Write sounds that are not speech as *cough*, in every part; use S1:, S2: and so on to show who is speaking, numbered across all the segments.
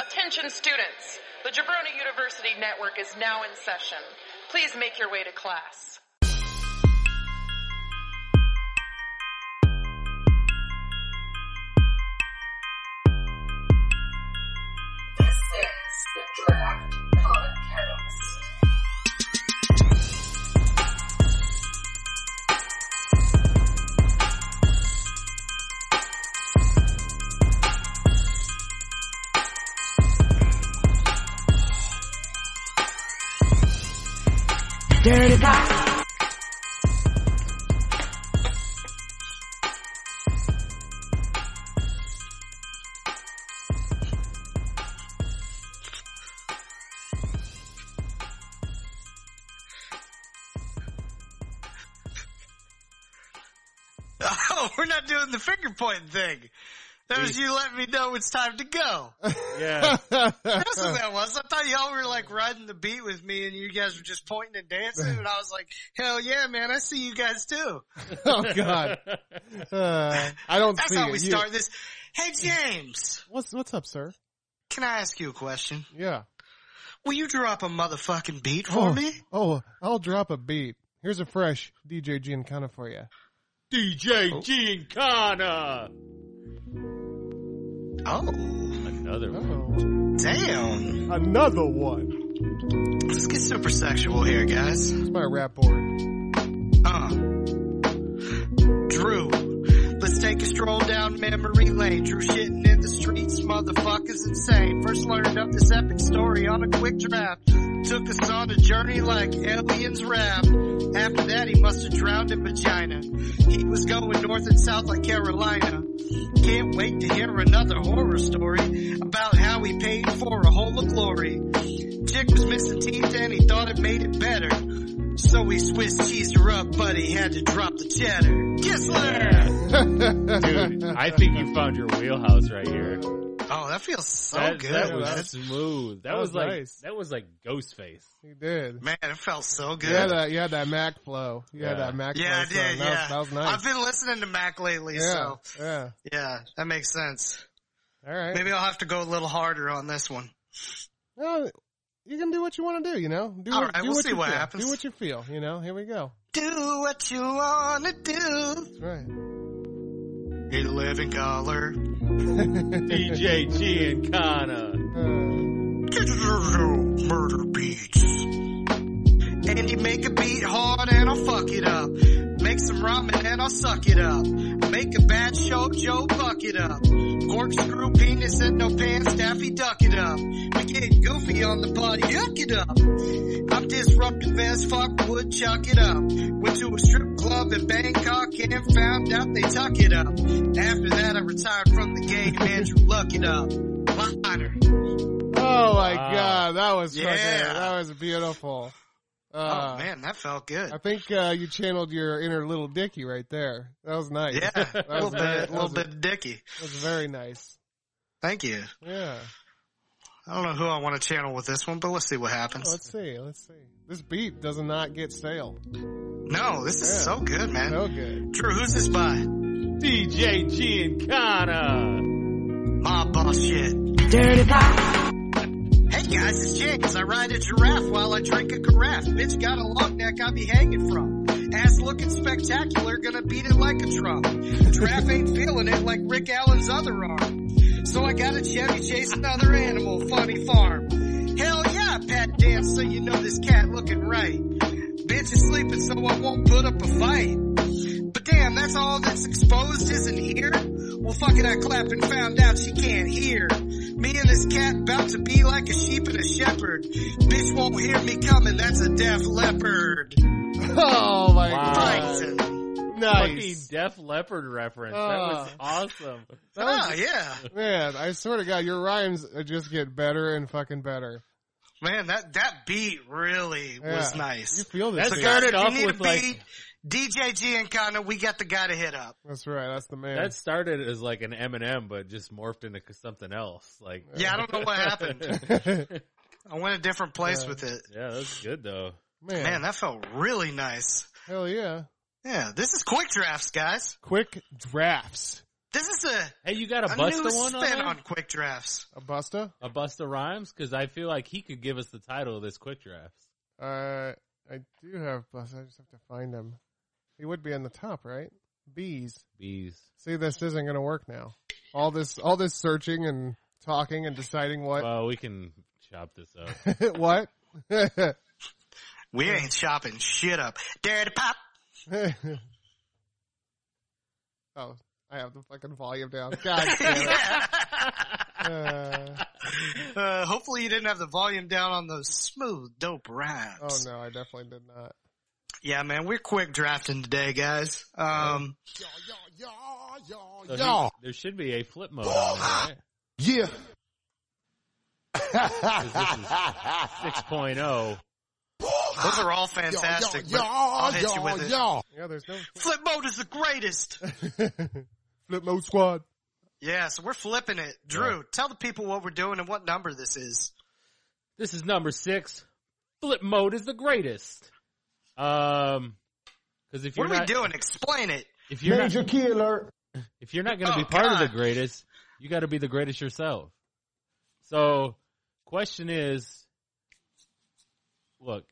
S1: Attention students, the Jabrona University Network is now in session. Please make your way to class.
S2: This is the Draft Podcast.
S3: Dirty Pop.
S4: Oh, *laughs* we're not doing the finger point thing. That was you letting me know it's time to go.
S5: *laughs*
S6: Yeah.
S4: That's what that was. I thought y'all were like riding the beat with me and you guys were just pointing and dancing and I was like, hell yeah, man, I see you guys too. *laughs*
S6: Oh God. Uh, I don't
S4: That's
S6: see
S4: how
S6: it.
S4: we
S6: You-
S4: start this. Hey James,
S6: What's what's up, sir?
S4: can I ask you a question?
S6: Yeah.
S4: Will you drop a motherfucking beat for
S6: oh,
S4: me?
S6: Oh, I'll drop a beat. Here's a fresh DJ Giancana for you.
S5: DJ *laughs* Giancana.
S4: Oh,
S5: Another one.
S6: Oh,
S4: damn.
S6: another one.
S4: Let's get super sexual here, guys.
S6: It's my rap board.
S4: Uh. Drew. Let's take a stroll down memory lane. Drew shitting in the streets, motherfuckers insane. First learned of this epic story on a quick draft. Took us on a journey like aliens wrapped. After that, he must have drowned in vagina. He was going north and south like Carolina. Can't wait to hear another horror story about how he paid for a hole of glory. Chick was missing teeth and he thought it made it better. So we Swiss cheesed her up, but he had to drop the cheddar. Kissler!
S5: Dude, I think you found your wheelhouse right here.
S4: Oh, that feels so
S5: that,
S4: good.
S5: That was
S4: man.
S5: smooth. That,
S6: That
S5: was,
S6: was
S5: like
S6: nice.
S5: that was like Ghostface.
S6: You did.
S4: man, it felt so good.
S6: You had that. You had that Mac flow. You had
S5: Yeah.
S6: that Mac
S4: yeah, I
S6: flow.
S4: did.
S6: song. That
S4: Yeah,
S6: was, that was
S4: I've
S6: nice.
S4: been listening to Mac lately,
S6: yeah.
S4: so
S6: Yeah.
S4: yeah, that makes sense.
S6: All right.
S4: Maybe I'll have to go a little harder on this one.
S6: Well, you can do what you want to do. You know. Do
S4: All
S6: what,
S4: right,
S6: do
S4: we'll
S6: what
S4: see
S6: you
S4: what
S6: feel.
S4: happens.
S6: Do what you feel. You know. Here we go.
S4: Do what you wanna do.
S6: That's right.
S4: Need a living color.
S5: DJ Giancana.
S6: Uh,
S4: Murder beats. And you make a beat hard and I'll fuck it up. Make some ramen and I'll suck it up. Make a bad show, Joe, fuck it up. Corkscrew penis and no pants, Daffy duck it up. We get goofy on the party, yuck it up. I'm disruptive as fuck, would chuck it up. Went to a strip club in Bangkok and found out they tuck it up. After that, I retired from the game, Andrew, luck it up. Liner.
S6: oh my
S5: Wow.
S6: God, that was fucking-
S4: Yeah.
S6: that was beautiful. Uh,
S4: oh man, that felt good.
S6: I *laughs* think uh, you channeled your inner little Dicky right there. That was nice.
S4: yeah,
S6: *laughs* that
S4: a little
S6: was, very,
S4: bit,
S6: that
S4: little
S6: was,
S4: bit of dicky.
S6: that was very nice.
S4: Thank you.
S6: Yeah.
S4: I don't know who I want to channel with this one, but let's see what happens.
S6: Let's see. Let's see. This beat does not get stale.
S4: No, this is
S6: Yeah.
S4: so good, man.
S6: So
S4: *laughs*
S6: good. *laughs*
S4: Drew, who's this by?
S5: DJ Giancana.
S4: My bullshit.
S3: Dirty Pop.
S4: Hey guys, it's James. I ride a giraffe while I drink a carafe. Bitch got a long neck I be hanging from. Ass looking spectacular, gonna beat it like a drum. Giraffe ain't feeling it like Rick Allen's other arm. So I got a Chevy chase another animal, funny farm. Hell yeah, Pat dance so you know this cat looking right. Bitch is sleeping so I won't put up a fight. But damn, that's all that's exposed isn't here? Well, fuck it, I clapped and found out she can't hear. Me and this cat bout to be like a sheep and a shepherd. Bitch won't hear me coming, that's a deaf leopard.
S6: Oh my
S5: Wow.
S6: god.
S4: Right.
S5: Fucking
S6: Nice.
S5: Def Leppard reference. that was
S6: Ah.
S5: awesome.
S6: That was-
S4: Ah, yeah.
S6: man, I swear to God, your rhymes uh, just get better and fucking better.
S4: Man, that, that beat really was
S6: Yeah. You
S4: nice.
S6: feel this.
S5: That's
S6: beat.
S5: good.
S4: Guys,
S5: Started
S4: if you
S5: off
S4: need a
S5: with, like-
S4: beat, DJ Giancana, we got the guy to hit up.
S6: That's right. That's the man.
S5: That started as like an Eminem, but just morphed into something else. Like
S4: Yeah, I don't
S5: *laughs*
S4: know what happened.
S6: man.
S4: I went a different place
S6: Yeah.
S4: with it.
S5: yeah, that's good though.
S4: Man, that felt really nice.
S6: Hell yeah.
S4: Yeah, this is quick drafts, guys.
S6: Quick drafts.
S4: This is a,
S5: Hey, you got a,
S4: a
S5: Busta
S4: new
S5: one on,
S4: spin
S5: there?
S4: on quick drafts.
S6: A Busta?
S5: a Busta Rhymes? Because I feel like he could give us the title of this quick draft.
S6: Uh, I do have Busta. I just have to find him. He would be on the top, right? Bees.
S5: Bees.
S6: See, this isn't going to work now. All this, all this searching and talking and deciding what,
S5: Well, we can chop this
S4: *laughs*
S5: up.
S6: *laughs* what.
S4: We ain't chopping shit up. Dare to pop.
S6: oh, I have the fucking volume down. God
S4: *laughs*
S6: damn it. Uh,
S4: Uh, hopefully you didn't have the volume down on those smooth, dope rhymes.
S6: oh no, I definitely did not.
S4: Yeah, man, we're quick drafting today, guys. Um,
S5: So
S6: Yeah.
S5: he- there should be a flip mode on there,
S6: Yeah.
S5: right? 'Cause This is 6.0.
S4: those are all fantastic. but I'll hit you with it.
S6: Yeah, there's no
S4: Flip mode is the greatest.
S6: *laughs* flip mode squad.
S4: yeah, so we're flipping it. Drew, tell the people what we're doing and what number this is.
S5: This is number six. Flip mode is the greatest. Um, because if you're
S4: What are
S5: not,
S4: we doing? Explain it.
S5: if you're not,
S6: key alert.
S5: if you're not going
S4: Oh,
S5: to be part of
S4: God.
S5: the greatest, you got to be the greatest yourself. So, question is, look,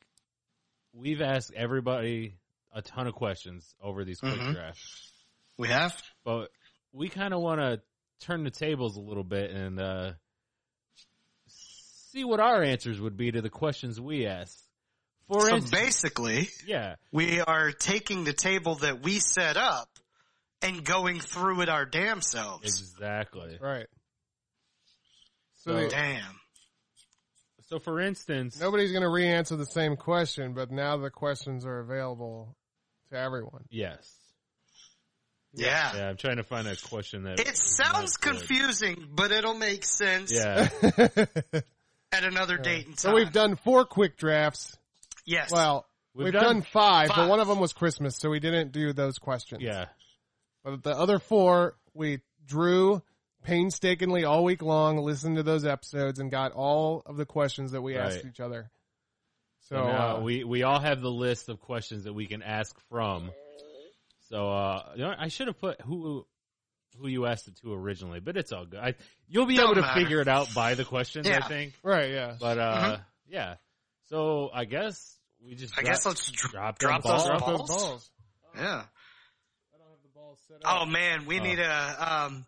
S5: we've asked everybody a ton of questions over these quick
S4: Mhm.
S5: drafts,
S4: We have?
S5: but we kind of want to turn the tables a little bit and uh, see what our answers would be to the questions we asked. For
S4: so
S5: instance,
S4: basically,
S5: yeah,
S4: we are taking the table that we set up and going through it our damn selves.
S5: exactly.
S6: Right. So,
S5: So-
S6: they-
S4: Damn.
S5: So, for instance,
S6: nobody's going to re-answer the same question, but now the questions are available to everyone.
S5: yes,
S4: Yeah.
S5: yeah, I'm trying to find a question that
S4: It
S5: is not
S4: sounds
S5: good.
S4: confusing, but it'll make *laughs* sense
S5: Yeah.
S4: at another date and time.
S6: so we've done four quick drafts.
S4: yes.
S6: Well, we've,
S5: We've
S6: done,
S5: done
S6: five, but
S4: five.
S6: one of them was Christmas, so we didn't do those questions.
S5: Yeah.
S6: But the other four, we drew painstakingly all week long, listened to those episodes, and got all of the questions that we asked
S5: Right.
S6: each other. So,
S5: So now
S6: uh,
S5: we we all have the list of questions that we can ask from. So uh, you know, I should have put who who you asked it to originally, but it's all good. I, you'll be
S4: Don't
S5: able to
S4: matter.
S5: figure it out by the questions,
S4: Yeah. Mm-hmm.
S5: I think.
S6: right, yeah.
S5: But uh, yeah. So I guess we just
S4: I guess
S5: drop-
S4: let's dr-
S5: drop
S4: drop
S5: them
S4: those
S5: balls.
S6: Drop those
S4: balls?
S6: balls.
S4: Yeah.
S6: Set up.
S4: Oh man, we
S5: Uh.
S4: need a um,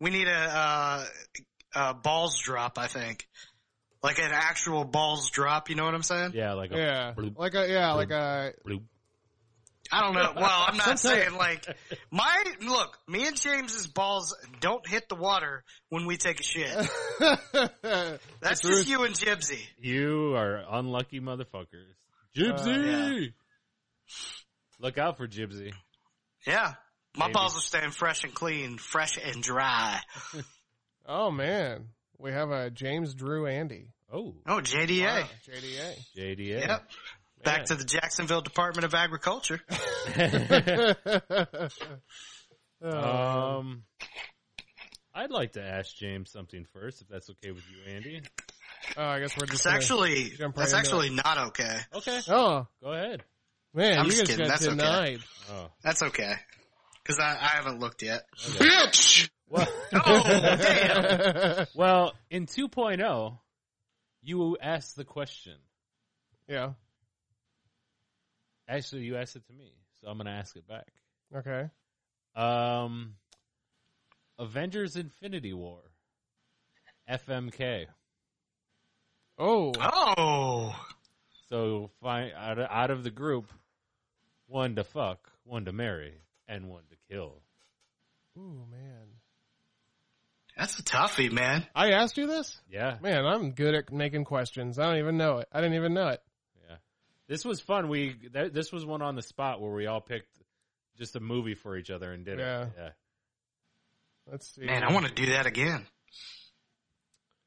S4: we need a, uh, a balls drop. I think, like an actual balls drop. You know what I'm saying?
S5: yeah, like a
S6: Yeah,
S4: Oh,
S5: bloop,
S6: like a yeah, like a
S5: bloop.
S4: I don't know. Well, I'm not
S6: *laughs*
S5: Sometimes-
S4: saying like my look. Me and James's balls don't hit the water when we take a
S6: *laughs*
S4: shit.
S6: uh,
S4: That's
S6: Bruce-
S4: just you and Jibsy.
S5: You are unlucky motherfuckers.
S6: Uh,
S5: Jibsy! Look out for Jibsy.
S4: Yeah, my
S5: Maybe.
S4: balls are staying fresh and clean, fresh and dry.
S6: oh man, we have a James Drew Andy.
S5: Oh,
S4: Oh, JDA.
S6: Wow, JDA.
S5: JDA.
S4: Yep. Back to the Jacksonville Department of
S6: *laughs*
S4: Agriculture.
S5: *laughs*
S4: *laughs* Uh,
S6: Oh,
S5: Um, I'd like to ask James something first, if that's okay with you, Andy.
S6: oh, I guess we're just
S4: It's
S6: gonna-
S4: actually
S6: jump right
S4: that's
S6: into
S4: actually not okay.
S5: Okay,
S6: Oh
S5: go ahead.
S6: man,
S4: I'm
S6: you
S4: just
S6: guys
S4: kidding,
S6: got
S4: that's okay.
S6: denied.
S5: Oh,
S4: That's okay. Cause I, I haven't looked yet.
S5: Okay.
S4: Bitch!
S5: well, *laughs*
S4: Oh, damn!
S5: well, in 2.0, you asked the question.
S6: *laughs* yeah.
S5: Actually, you asked it to me, so I'm going to ask it back.
S6: Okay.
S5: Um, Avengers: Infinity War, FMK.
S6: Oh,
S4: Oh!
S5: So find out of, out of the group, one to fuck, one to marry, and one to kill.
S6: Ooh, man.
S4: That's a toughie, man.
S6: I asked you this?
S5: Yeah.
S6: Man, I'm good at making questions. I don't even know it. I didn't even know it.
S5: Yeah, this was fun. We th- this was one on the spot where we all picked just a movie for each other and did
S6: Yeah.
S5: it. Yeah,
S6: Let's see.
S4: Man, I want to do that again.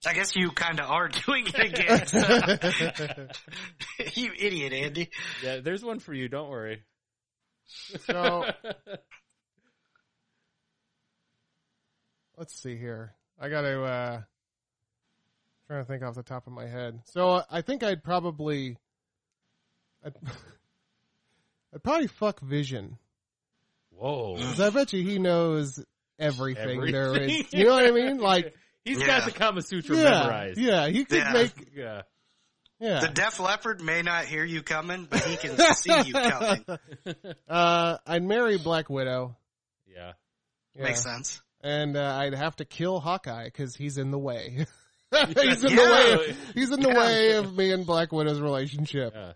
S4: I guess you kind of are *laughs* doing it again.
S6: *laughs*
S4: so- you idiot, Andy.
S5: yeah. There's one for you. Don't worry.
S6: *laughs*
S5: *laughs*
S6: So, let's see here. I got to uh trying to think off the top of my head. So uh, I think I'd probably I'd, *laughs* I'd probably fuck Vision
S5: Whoa.
S6: 'Cause I bet you he knows everything, there
S5: Everything.
S6: is. You know what I mean? Like,
S5: He's
S4: Yeah.
S5: got the Kama Sutra
S6: yeah,
S5: memorized.
S6: yeah, he could
S4: Yeah.
S6: make,
S5: Yeah.
S6: yeah.
S4: The Def Leopard may not hear you coming, but he
S6: *laughs*
S4: can see you coming.
S6: Uh, I'd marry Black Widow.
S5: Yeah.
S6: Yeah.
S4: Makes sense.
S6: And uh, I'd have to kill Hawkeye because he's in the way. *laughs* he's in
S4: Yeah.
S6: the way. Of, he's in the
S4: Yeah.
S6: way of me and Black Widow's relationship.
S5: Yeah.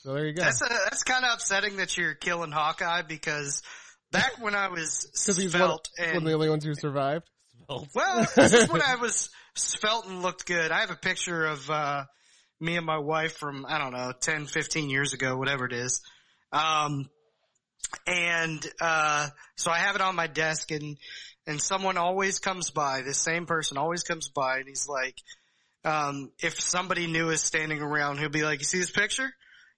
S6: So there you go.
S4: That's a, that's kind of upsetting that you're killing Hawkeye because back when I
S6: *laughs*
S4: was
S6: Because he's one,
S4: svelte
S6: one of
S4: and
S6: the only ones who survived.
S4: Well, this is when I was svelte and looked good. I have a picture of uh, me and my wife from, I don't know, 10, 15 years ago, whatever it is. Um, and uh, so I have it on my desk, and, and someone always comes by, this same person always comes by, and he's like, um, if somebody new is standing around, he'll be like, You see this picture?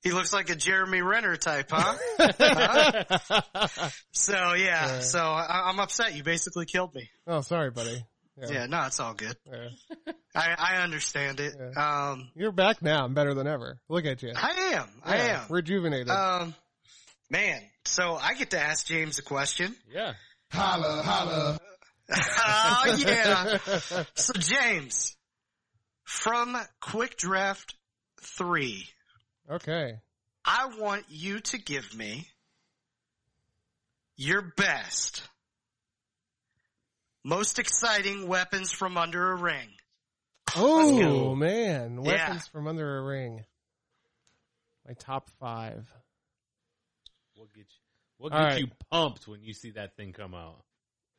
S4: He looks like a Jeremy Renner type, huh?
S6: *laughs*
S4: Huh? So, yeah,
S6: Yeah.
S4: so I, I'm upset. You basically killed me.
S6: Oh, sorry, buddy. Yeah.
S4: Yeah, no, it's all good.
S6: Yeah.
S4: I, I understand it. Um,
S6: You're back now. I'm better than ever. Look at you.
S4: I am. I
S6: Yeah,
S4: am.
S6: Rejuvenated.
S4: Um, man, so I get to ask James a question. *laughs*
S5: yeah.
S4: oh
S6: *laughs*
S4: yeah. So James, from Quick Draft Three,
S6: okay.
S4: I want you to give me your best, most exciting weapons from under a ring.
S6: Oh, man.
S4: Yeah.
S6: Weapons from under a ring. My top five.
S5: What get you? What
S6: All
S5: get
S6: right.
S5: you pumped when you see that thing come out?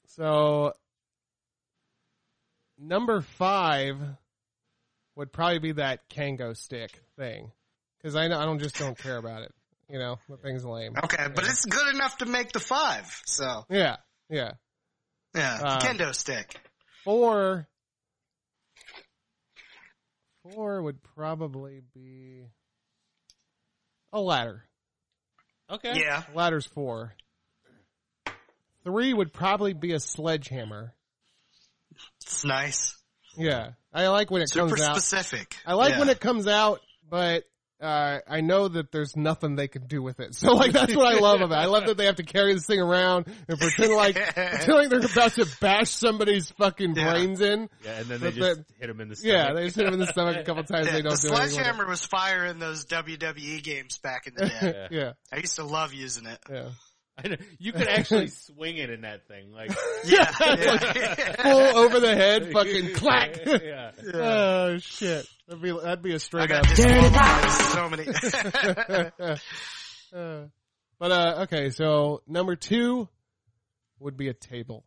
S6: So number five would probably be that Kango stick thing because I know I don't just don't care about it. You know, the thing's lame.
S4: Okay, but
S6: Yeah.
S4: it's good enough to make the five. So
S6: yeah, yeah.
S4: Yeah,
S6: Um,
S4: kendo stick.
S6: Four, four would probably be a ladder.
S5: Okay.
S4: Yeah,
S6: Ladder's four. Three would probably be a sledgehammer.
S4: it's nice.
S6: Yeah, I like when it
S4: Super
S6: comes out.
S4: specific.
S6: I like
S4: Yeah.
S6: when it comes out, but uh, I know that there's nothing they can do with it. *laughs* So like that's what I love about. it. I love that they have to carry this thing around and pretend
S4: *laughs*
S6: like pretend like they're about to bash somebody's fucking
S4: Yeah.
S6: brains in.
S5: Yeah, and then they
S6: But
S5: just
S6: then-
S5: hit him in the stomach.
S6: Yeah, they just hit him in the stomach a couple times.
S4: Yeah,
S6: they
S4: the
S6: don't do anything. with
S4: sledgehammer was fire in those WWE games back in the day.
S6: it. Yeah,
S4: I used to love using it.
S6: yeah.
S5: *laughs* I know. You could actually swing it in that thing, like
S4: Yeah,
S6: Full over the head, *laughs* fucking clack.
S5: *laughs* yeah.
S6: oh shit, that'd be that'd be
S4: *laughs*
S6: a
S4: I
S6: straight up.
S4: got this
S3: Dirty
S4: one
S3: box.
S4: so many. *laughs*
S6: *laughs* Uh, but uh, okay, so number two would be a table.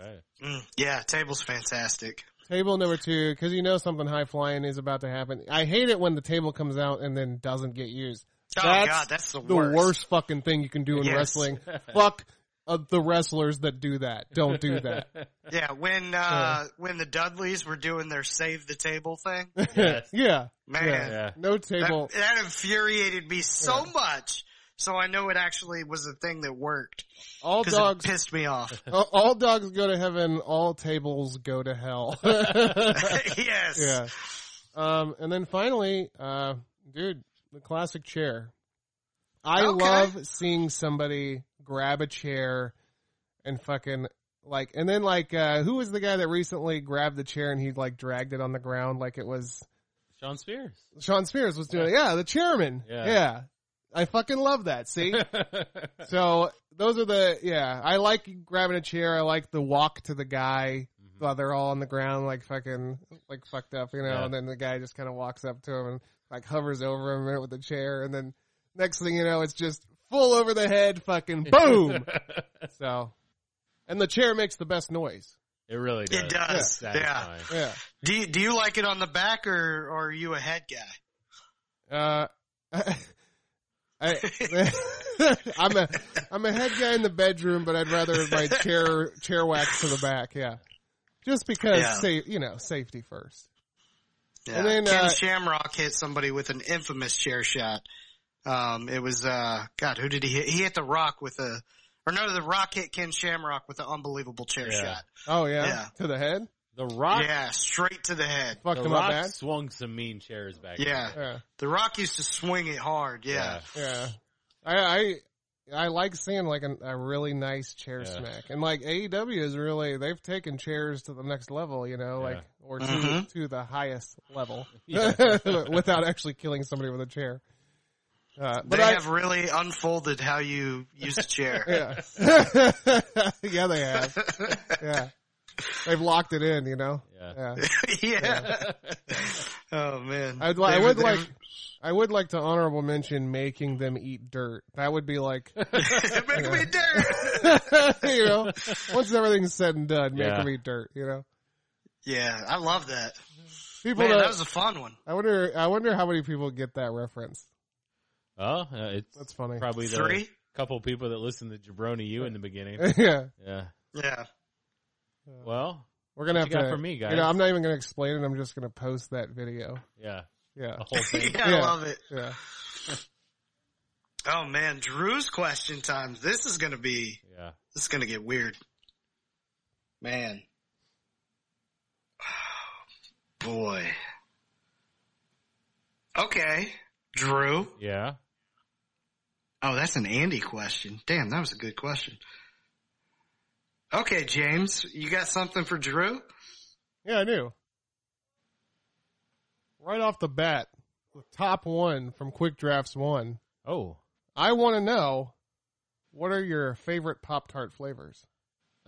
S5: Okay.
S4: Mm, yeah, table's fantastic.
S6: Table number two, because you know something high flying is about to happen. I hate it when the table comes out and then doesn't get used.
S4: Oh
S6: That's
S4: god, that's the,
S6: The worst, fucking thing you can do in
S4: Yes. *laughs*
S6: wrestling. Fuck uh, the wrestlers that do that. Don't
S4: *laughs*
S6: do that.
S4: Yeah, when uh, when the Dudleys were doing their save the table thing,
S5: Yes.
S6: *laughs* yeah,
S4: man,
S5: Yeah.
S6: no table.
S4: that, that infuriated me so much. So I know it actually was a thing that worked.
S6: All
S4: because it
S6: dogs,
S4: pissed me
S6: *laughs*
S4: off. *laughs*
S6: uh, all dogs go to heaven. All tables go to hell. *laughs*
S4: yes.
S6: yeah. Um, and then finally, uh, dude, the classic chair. I
S4: Okay.
S6: love seeing somebody grab a chair and fucking like, and then like, uh, who was the guy that recently grabbed the chair and he like dragged it on the ground like it was
S5: Sean Spears.
S6: *laughs* Sean Spears was doing it. Yeah, the chairman.
S5: Yeah.
S6: yeah. I fucking love
S5: *laughs*
S6: that. See?
S5: Mhm.
S6: so those are the yeah. I like grabbing a chair. I like the walk to the guy while they're all on the ground, like fucking, like fucked up, you know.
S5: Yeah.
S6: And then the guy just kind of walks up to him and like hovers over him a minute with the chair, and then next thing you know, it's just full over the head, fucking
S5: *laughs*
S6: boom. so, and the chair makes the best noise.
S5: it really does.
S4: It does.
S5: It's
S4: Yeah.
S5: satisfying.
S6: Yeah.
S4: Do you, do you like it on the back or, or are you a head guy?
S6: Uh, *laughs* I, *laughs* I'm a I'm a head guy in the bedroom, but I'd rather
S4: *laughs*
S6: have my chair chair wax to the back. Yeah, just because
S4: Yeah.
S6: sa- you know safety first.
S4: Yeah.
S6: And then,
S4: Ken
S6: uh,
S4: Shamrock hit somebody with an infamous chair shot. Um, it was, uh, God, who did he hit? He hit the rock with a, or no, the rock hit Ken Shamrock with an unbelievable chair
S5: Yeah.
S4: shot.
S6: Oh yeah,
S4: Yeah.
S6: to the head,
S5: The Rock.
S4: Yeah, straight to the head.
S6: fucked
S5: The
S6: him up
S5: Rock
S6: bad.
S5: swung some mean chairs back.
S4: Yeah.
S6: Yeah,
S4: The rock used to swing it hard. Yeah.
S6: yeah. I I I like seeing like an, a really nice chair
S5: Yeah.
S6: smack, and like AEW is really they've taken chairs to the next level, you know,
S5: Yeah.
S6: like or to,
S4: Mhm.
S6: to the highest level
S5: *laughs*
S6: *laughs*
S5: Yeah.
S6: without actually killing somebody with a chair. Uh, but
S4: they
S6: I,
S4: have really unfolded how you use a chair.
S6: *laughs* yeah, *laughs* yeah, they have, yeah, they've locked it in, you know,
S5: Yeah.
S6: yeah.
S4: *laughs* yeah. Oh man.
S6: I'd li- I
S4: They-
S6: would
S4: they-
S6: like. I would like to honorable mention making them eat dirt. That would be like,
S4: *laughs* make me
S6: *laughs*
S4: dirt.
S6: you know, once everything's said and done, make
S5: Yeah.
S6: them eat dirt. You know,
S4: Yeah, I love that.
S6: people.
S4: Man,
S6: that-
S4: that was a fun one.
S6: I wonder. I wonder how many people get that reference.
S5: Oh, uh, it's
S6: That's funny.
S5: probably the
S4: Three?
S5: couple people that listened to Jabroni you in the
S6: *laughs*
S5: beginning.
S6: yeah,
S5: Yeah.
S4: Yeah.
S5: Well,
S6: we're gonna
S5: What
S6: have
S5: you got
S6: to.
S5: for me,
S6: you
S5: guys?
S6: know, I'm not even gonna explain it. I'm just gonna post that video.
S5: yeah,
S6: Yeah,
S4: *laughs*
S5: the whole
S4: yeah.
S5: thing.
S4: I
S6: Yeah.
S4: love it.
S6: yeah.
S4: Oh man, Drew's question times. This is gonna be
S5: yeah.
S4: this is gonna get weird. Man. *sighs* Boy. Okay. Drew.
S5: Yeah.
S4: Oh, that's an Andy question. Damn, that was a good question. Okay, James, you got something for Drew?
S6: Yeah, I knew. Right off the bat, the top one from Quick Drafts one.
S5: Oh.
S6: I want to know what are your favorite Pop Tart flavors.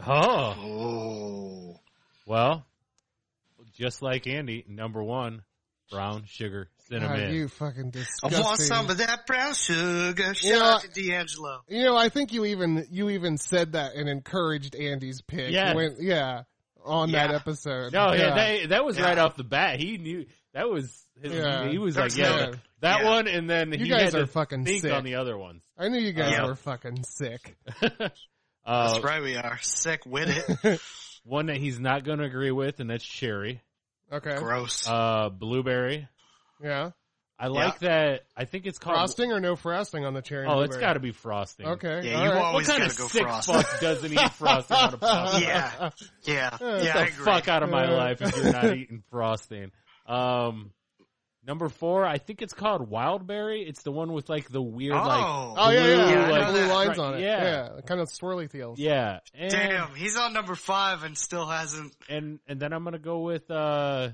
S5: Oh.
S4: Oh.
S5: Well, just like Andy, number one, brown sugar cinnamon.
S6: God, Ah, you fucking
S4: I
S6: disgusting.
S4: want some of that brown sugar. Shout
S6: Yeah.
S4: out to D'Angelo.
S6: You know, I think you even you even said that and encouraged Andy's pick.
S5: Yes.
S6: when- yeah, on that
S4: Yeah.
S6: episode.
S5: No, yeah. that, that was
S4: Yeah.
S5: right off the bat. He knew that was his.
S6: Yeah.
S5: He was
S4: There's
S5: like, yeah,
S6: no-
S5: that
S4: Yeah.
S5: one, and then
S6: You
S5: he had
S6: guys
S5: to
S6: are fucking
S5: think
S6: sick.
S5: on the other ones.
S6: I knew you guys
S4: Yeah.
S6: were fucking sick.
S5: Uh,
S4: That's right, we are sick with it.
S5: One that he's not going to agree with, and that's cherry,
S6: Okay,
S4: Gross.
S5: uh, blueberry.
S6: yeah,
S5: I like that. I think it's called.
S6: frosting or no frosting on the cherry.
S5: Oh, it's got
S6: got
S5: to be frosting.
S6: Okay,
S4: Yeah,
S6: all
S4: you
S6: right.
S4: always
S5: what kind
S4: gotta
S5: of
S4: go
S5: sick
S4: frosting.
S5: fuck doesn't eat frosting on a
S6: *laughs*
S4: *laughs*
S5: pop?
S4: Yeah, yeah,
S6: Uh,
S4: yeah.
S5: Get
S4: I
S5: the
S4: agree.
S5: fuck out of my
S6: Yeah.
S5: life if you're not eating frosting. Um, number four, I think it's called wildberry. It's the one with like the weird, like
S4: oh,
S6: Oh yeah, yeah,
S5: Blue,
S6: yeah,
S5: like-
S6: blue lines
S5: right,
S6: on it.
S5: yeah.
S6: Yeah, kind of swirly tails.
S5: yeah, and,
S4: damn. He's on number five and still hasn't.
S5: and and then I'm gonna go with uh,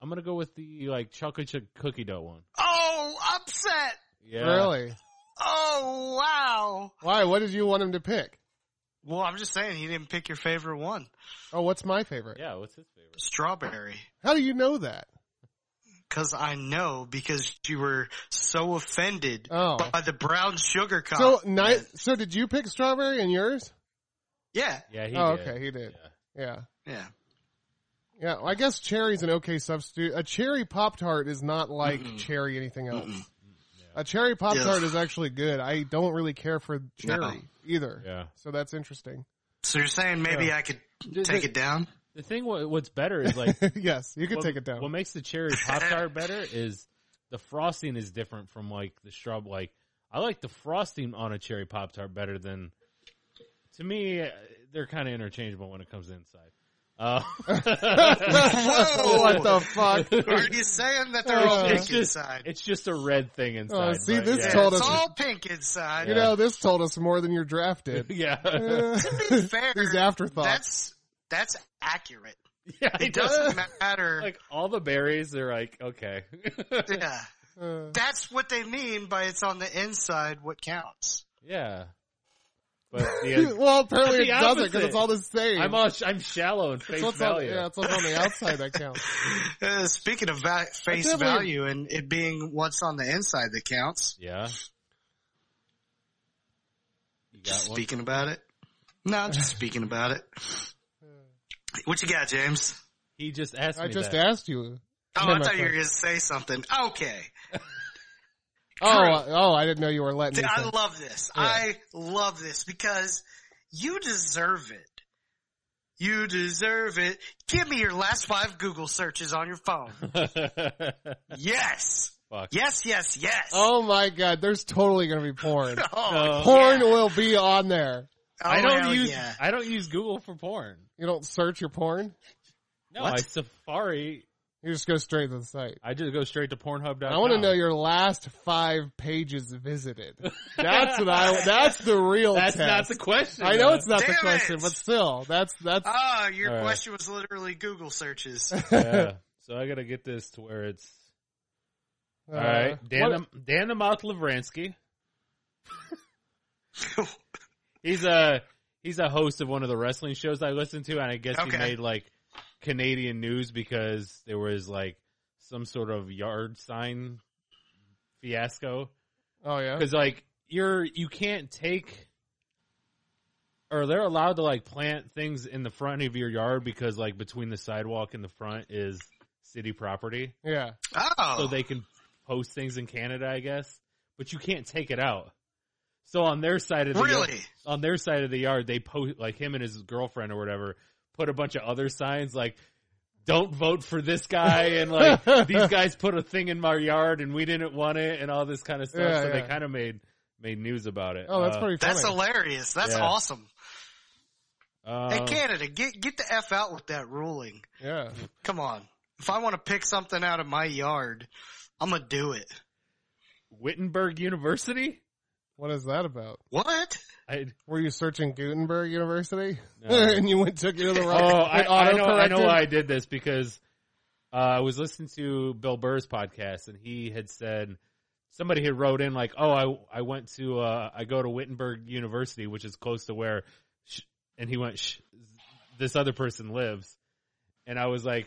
S5: I'm gonna go with the like chocolate chip cookie dough one.
S4: Oh, upset.
S5: Yeah,
S6: Really?
S4: Oh, wow.
S6: Why? What did you want him to pick?
S4: Well, I'm just saying he didn't pick your favorite one,
S6: Oh, what's my favorite?
S5: Yeah, what's his favorite?
S4: strawberry.
S6: How do you know that?
S4: Cause I know because you were so offended
S6: Oh.
S4: by the brown sugar cup.
S6: So ni- So did you pick strawberry and yours?
S4: yeah,
S5: Yeah, he
S6: oh,
S5: did.
S6: okay, he did. Yeah.
S4: yeah.
S6: Yeah, well, I guess cherry's an okay substitute. A cherry Pop Tart is not like cherry anything else. A cherry Pop Tart
S4: Yeah.
S6: is actually good. I don't really care for cherry
S4: No.
S6: either.
S5: Yeah.
S6: So that's interesting. *laughs*
S4: So you're saying maybe
S6: Yeah.
S4: I could
S5: Did-
S4: take
S5: did-
S4: it down?
S5: The thing, what, what's better is like
S6: yes, *laughs* you could
S5: what,
S6: take it down. *laughs*
S5: What makes the cherry pop tart better is the frosting is different from like the shrub. Like I like the frosting on a cherry pop tart better than. To me, uh, they're kind of interchangeable when it comes inside.
S6: *laughs*
S5: Uh, *laughs*
S4: Whoa!
S6: what the fuck?
S4: Are you saying that they're
S6: Uh,
S4: all
S5: Oh, it's
S4: pink
S5: just
S4: inside?
S5: it's just a red thing inside.
S6: Oh, see,
S5: but
S6: this
S5: yeah.
S6: told
S4: it's
S6: us-
S4: all pink inside.
S6: You know, this told us more than your
S5: *laughs*
S6: draft did.
S5: yeah,
S6: *laughs*
S4: *laughs*
S6: Uh,
S4: Fair.
S6: These afterthoughts.
S4: That's that's *laughs* accurate.
S5: yeah.
S4: It doesn't matter. *laughs*
S5: like all the berries. They're like okay, *laughs*
S4: yeah,
S6: Uh,
S4: that's what they mean by it's on the inside. What counts?
S5: yeah.
S6: *laughs*
S5: But the,
S6: well,
S5: That's
S6: apparently it
S5: the
S6: doesn't because
S5: opposite.
S6: it's all the same.
S5: I'm all, I'm shallow in face
S6: it's what's on,
S5: value.
S6: yeah, it's what's on the outside
S5: *laughs*
S6: that counts.
S4: Uh, speaking of va- face
S6: can't believe-
S4: value and it being what's on the inside that counts.
S5: Yeah. You got
S4: Just
S5: one?
S4: speaking about it. No, I'm just speaking about
S5: *laughs*
S4: it. What you got, James?
S5: He just asked me
S6: I just
S5: that.
S6: asked you.
S4: Oh,
S6: No,
S4: I
S6: my
S4: thought you were
S6: friend.
S4: going to say something. Okay.
S6: Oh, I- oh, I didn't know you were letting.
S4: Dude,
S6: me
S4: I
S6: think.
S4: love this. I love this because you deserve it. You deserve it. Give me your last five Google searches on your
S5: *laughs*
S4: phone. yes.
S5: Fuck.
S4: Yes, yes, yes.
S6: Oh my god, there's totally gonna be porn.
S4: *laughs* Oh,
S6: porn
S4: yeah.
S6: will be on there.
S4: Oh,
S5: uh, I
S4: hell
S5: don't use *laughs*
S4: yeah.
S5: I don't use Google for porn.
S6: You don't search your porn?
S5: No,
S4: What?
S5: I Safari
S6: You just go straight to the site.
S5: I just go straight to Pornhub.com.
S6: I want to know your last five
S5: *laughs*
S6: pages visited. That's what I. That's the real.
S5: That's not
S6: test.
S5: the question.
S6: I know it's not the
S4: Damn
S6: question,
S4: it!
S6: but still, that's that's.
S4: Ah, your
S5: All right.
S4: question was literally Google
S5: *laughs*
S4: searches.
S6: *laughs*
S5: yeah. So I gotta get this to where it's all right. Dan,
S6: uh, what-
S5: the, Dan the Mouth Lavransky.
S4: All
S5: He's a he's a host of one of the wrestling shows I listen to, and I guess he
S4: Okay.
S5: made like Canadian news because there was like some sort of yard sign fiasco.
S6: oh yeah.
S5: because like you're you can't take or they're allowed to like plant things in the front of your yard because like between the sidewalk and the front is city property
S6: Yeah.
S4: Oh,
S5: so they can post things in canada i guess but you can't take it out so on their side of the
S4: really?
S5: on their side of the yard they post like him and his girlfriend or whatever put a bunch of other signs like don't vote for this guy
S6: *laughs*
S5: and like these guys put a thing in my yard and we didn't want it and all this kind of stuff
S6: Yeah,
S5: so they
S6: yeah.
S5: kind of made made news about it
S6: Oh, that's
S5: Uh,
S6: pretty funny.
S4: That's hilarious. That's
S5: Yeah.
S4: awesome.
S5: uh,
S4: hey, Canada, get get the f out with that ruling.
S6: yeah.
S4: Come on. If I want to pick something out of my yard, I'm gonna do it.
S5: wittenberg university
S6: What is that about?
S4: What?
S5: I,
S6: Were you searching Gutenberg University
S5: No.
S6: *laughs* and you went took it to the
S5: oh
S6: wrong?
S5: I,
S6: it
S5: I know i know
S6: autocorrected?
S5: why i did this because uh, i was listening to bill burr's podcast and he had said somebody had wrote in like, "Oh, I I went to uh, I go to Wittenberg University, which is close to where," sh- and he went, sh- "This other person lives," and I was like,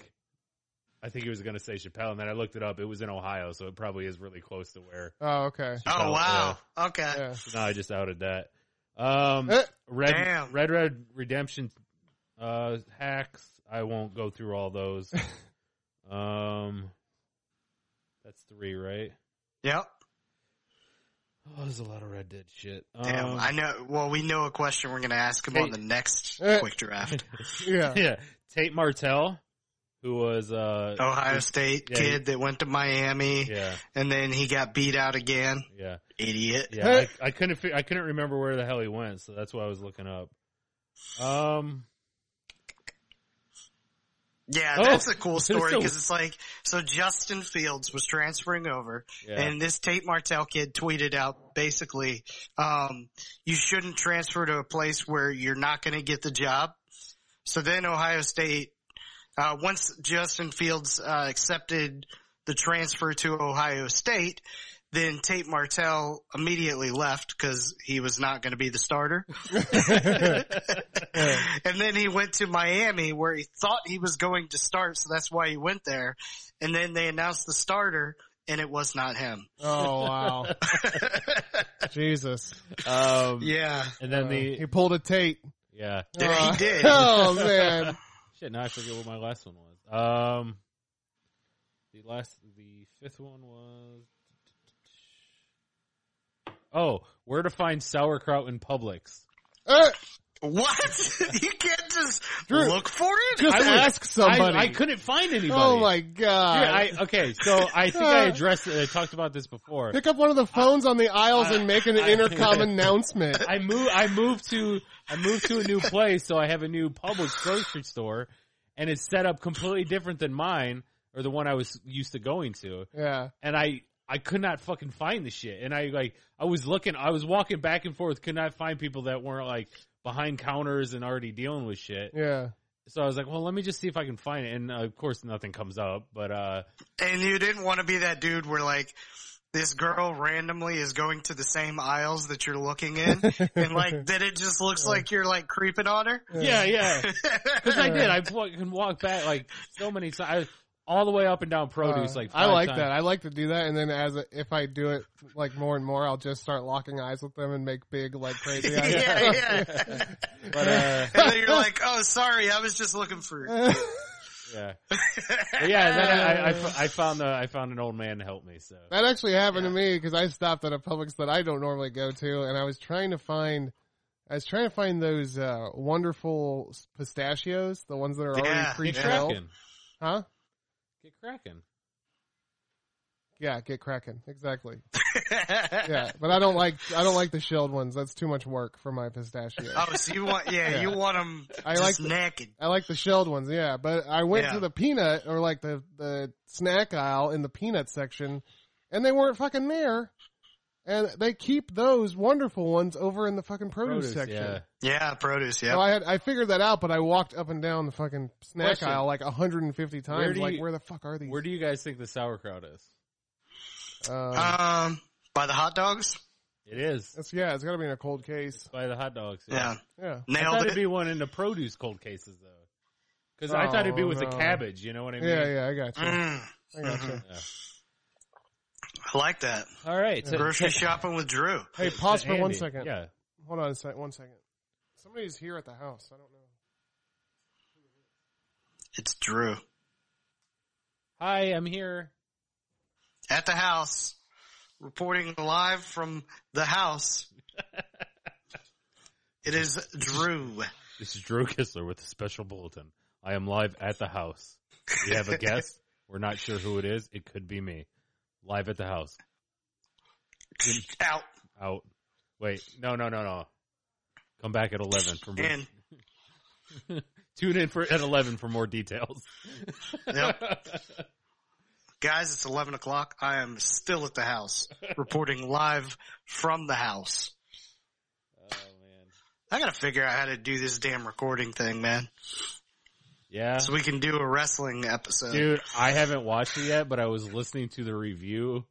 S5: "I think he was going to say Chappelle," and then I looked it up. It was in Ohio, so it probably is really close to where.
S6: Oh, okay.
S4: Oh
S5: Chappelle- uh,
S4: wow.
S5: yeah.
S4: Okay.
S6: Yeah.
S5: So now I just outed that. Um,
S6: Eh,
S5: Red
S4: Damn.
S5: Red Red Redemption uh, hacks. I won't go through all
S6: *laughs*
S5: those. um, that's three, right?
S4: Yep.
S5: Oh, there's a lot of red dead shit.
S4: Damn.
S5: Um,
S4: I know. Well, we know a question we're gonna ask him
S5: Hey.
S4: on the next
S6: Uh,
S4: quick
S5: *laughs*
S4: draft.
S6: yeah.
S5: *laughs* yeah, Tate Martell, who was uh,
S4: Ohio State
S5: yeah,
S4: kid that went to Miami
S5: yeah,
S4: and then he got beat out again.
S6: *laughs*
S5: yeah,
S4: Idiot.
S5: yeah. I, I couldn't, fi- I couldn't remember where the hell he went, so that's why I was looking up. Um,
S4: Yeah,
S5: Oh.
S4: that's a
S5: *laughs*
S4: cool story
S5: So-
S4: because it's like so Justin Fields was transferring over,
S5: Yeah.
S6: *laughs*
S4: and this Tate Martell kid tweeted out basically, um, "You shouldn't transfer to a place where you're not going to get the job." So then Ohio State, uh, once Justin Fields uh, accepted the transfer to Ohio State, then Tate Martell immediately left because he was not going to be the starter. *laughs* And then he went to Miami where he thought he was going to start, so that's why he went there. And then they announced the starter, and it was not him.
S5: *laughs*
S6: Oh wow. Jesus.
S5: *laughs* um,
S4: Yeah.
S5: and then
S6: Uh, he
S5: the
S6: pulled a tape.
S5: yeah,
S4: Yeah, he did.
S6: *laughs*
S5: *laughs*
S6: Oh man.
S5: shit. Now I forget what my last one was. Um, the last, the fifth one was. Oh, where to find sauerkraut in
S6: *laughs*
S5: Publix?
S6: Eh,
S4: What? *laughs* you can't just
S6: Drew,
S4: look for it?
S6: just
S5: I was-
S6: ask somebody.
S5: I, I couldn't find anybody.
S6: oh my god.
S5: Yeah, I, okay, so I think
S6: *laughs*
S5: I addressed it. I talked about this before.
S6: Pick up one of the phones on the aisles and make an
S5: *laughs* I-
S6: intercom announcement.
S5: I move. I moved to. I moved to a new place, so I have a new public grocery store, and it's set up completely different than mine or the one I was used to going to.
S6: Yeah.
S5: And I, I could not fucking find the shit. And I like, I was looking. I was walking back and forth, could not find people that weren't like behind counters and already dealing with shit.
S6: Yeah.
S5: So I was like, well, let me just see if I can find it. And uh, of course, nothing comes up. But uh,
S4: And you didn't want to be that dude where like this girl randomly is going to the same aisles that you're looking in, and like that it just looks like you're like creeping on her.
S5: yeah, yeah.
S6: *laughs*
S4: *laughs*
S5: Because I did. I fucking walked back like so many times, all the way up and down produce.
S6: Uh,
S5: like
S6: I
S5: five
S6: like
S5: times.
S6: that. I like to do that, and then as a, if I do it like more and more, I'll just start locking eyes with them and make big like
S5: *laughs*
S6: crazy. eyes.
S4: yeah, yeah.
S5: But uh,
S4: and then you're like, "Oh, sorry, I was just looking for."
S5: yeah, But yeah. Then I, I, fo- I found the I found an old man to help me. So
S6: *laughs* That actually happened to me because I stopped at a Publix that I don't normally go to, and I was trying to find, I was trying to find those uh, wonderful s- pistachios, the ones that are already
S4: Yeah,
S6: pre
S5: get
S6: shelled,
S5: cracking,
S6: huh?
S5: get cracking.
S6: Yeah, get cracking. Exactly. *laughs* Yeah, but I don't like I don't like the shelled ones. That's too much work for my pistachio.
S4: *laughs* oh, so you want? Yeah,
S6: Yeah.
S4: you want them
S6: I
S4: just
S6: like the-
S4: naked.
S6: I like the shelled ones, yeah. But I went
S4: Yeah.
S6: to the peanut or like the the snack aisle in the peanut section, and they weren't fucking there. And they keep those wonderful ones over in the fucking produce, section.
S5: Yeah.
S4: Yeah, produce.
S6: So
S4: Yeah.
S6: I had I figured that out, but I walked up and down the fucking snack
S5: Question.
S6: aisle like 150 times.
S5: do
S6: like,
S5: you-
S6: where the fuck are these?
S5: Where do you guys think the sauerkraut is?
S6: Um,
S5: Uh.
S4: Um, by the hot dogs.
S5: It is
S6: it's, yeah, it's got to be in a cold case.
S5: by the hot dogs.
S4: Yeah,
S6: Yeah,
S5: I
S4: nailed
S5: thought
S4: it.
S5: it'd be one in the produce cold cases though, because I thought it'd be
S6: Oh,
S5: with the
S6: no.
S5: cabbage. You know what I mean?
S6: yeah, yeah. I got you.
S4: Mm,
S6: I got you.
S4: I like that.
S5: All right. So,
S4: Grocery shopping with Drew.
S6: Hey, pause for one
S5: Andy,
S6: second.
S5: Yeah.
S6: Hold on a sec. One second. Somebody's here at the house. I don't know.
S4: It's Drew
S5: Hi, I'm here.
S4: at the house, reporting live from the *laughs* house. it is Drew.
S5: This is Drew Kissler with a special bulletin. I am live at the house.
S4: *laughs*
S5: We have a guest. We're not sure who it is. It could be me. Live at the house.
S4: Out
S5: Out. Wait. No. No. No. No. Come back at eleven for more.
S4: in.
S5: Tune in for at eleven for more details.
S4: Yep. *laughs* Guys, it's 11 o'clock. I am still at the house, reporting live from the house.
S5: Oh man.
S4: I gotta figure out how to do this damn recording thing, man.
S5: Yeah.
S4: So we can do a wrestling episode.
S5: Dude, I haven't watched it yet, but I was listening to the review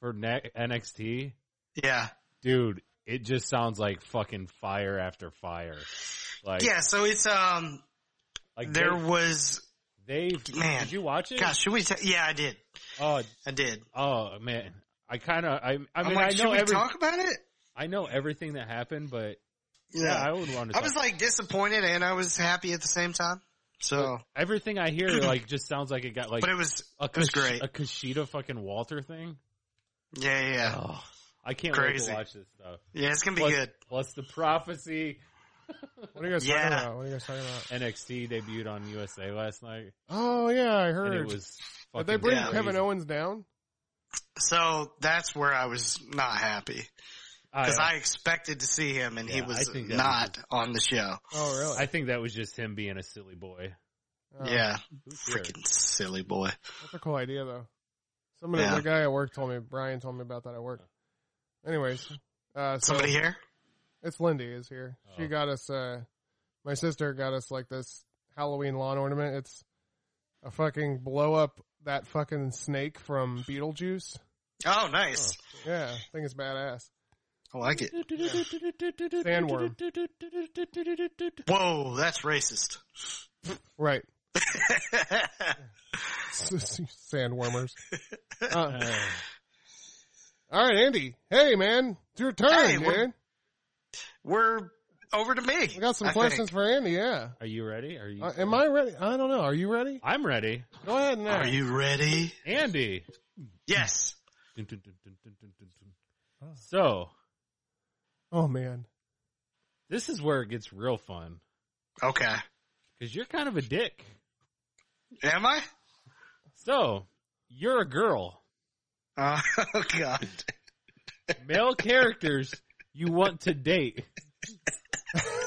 S5: for ne- NXT.
S4: Yeah.
S5: Dude, it just sounds like fucking fire after fire. Like,
S4: Yeah, so it's, um,
S5: like
S4: there was,
S5: they, they
S4: Man.
S5: did you watch it?
S4: gosh, should we, ta- yeah, I did.
S5: Oh,
S4: I did.
S5: oh man, I kind of, I, I
S4: I
S5: mean,
S4: like,
S5: I know
S4: should
S5: every,
S4: we talk about it?
S5: I know everything that happened, but
S4: Yeah.
S5: yeah, I would want to.
S4: I was like disappointed and I was happy at the same time. So,
S5: everything
S4: *clears throat*
S5: I hear like just sounds like it got like
S4: but it was,
S5: a,
S4: it was
S5: Kush-
S4: great.
S5: a Kushida fucking Walter thing.
S4: Yeah, yeah, yeah.
S5: Oh, I can't wait
S4: Crazy.
S5: to watch this stuff.
S4: Yeah, it's gonna be
S5: Plus-
S4: good.
S5: plus the prophecy.
S6: What are you
S4: *laughs*
S6: guys
S4: Yeah.
S6: talking about? What are you guys talking about?
S5: NXT debuted on USA last night,
S6: Oh yeah, I heard.
S5: and it was.
S6: Did they
S5: fucking
S6: bring
S4: Yeah.
S6: Kevin
S5: crazy.
S6: Owens down?
S4: So that's where I was not happy. because I expected to see him and he
S5: uh, Yeah, I
S4: was
S5: think that
S4: not
S5: was
S4: on the show.
S6: Oh really?
S5: I think that was just him being a silly boy.
S6: Oh,
S4: yeah,
S5: Who's here?
S4: freaking silly boy.
S6: that's a cool idea though. Somebody,
S4: Yeah.
S6: the guy at work told me. Brian told me about that at work. Anyways, uh, so
S4: Somebody here?
S6: it's Lindy is here.
S5: Oh.
S6: She got us. Uh, my sister got us like this Halloween lawn ornament. It's a fucking blow up that fucking snake from Beetlejuice.
S4: Oh, nice.
S6: Yeah, I think it's badass.
S5: Oh.
S4: I like it.
S5: *laughs*
S6: Sandworm.
S4: Whoa, that's racist. *laughs*
S6: Right.
S5: *laughs*
S6: *laughs* Sandwormers. Uh,
S5: Uh,
S6: all right, Andy. Hey, man. It's your turn,
S4: Hey, we're-
S6: dude.
S4: We're over to me.
S6: We got some
S4: I
S6: questions
S4: think.
S6: for Andy, yeah.
S5: are you ready? Are you?
S6: Uh, am I ready? I don't know. Are you ready?
S5: I'm ready,
S6: Go ahead and
S4: Are
S6: ask.
S4: you ready?
S5: Hmm. Andy.
S4: Yes.
S5: Dun, dun, dun, dun, dun, dun, dun, dun. So *laughs*
S6: Oh, man.
S5: this is where it gets real fun
S4: Okay.
S5: because you're kind of a dick.
S4: Am I? *laughs*
S5: So you're a girl.
S4: Uh, oh God.
S5: Male characters you want to date.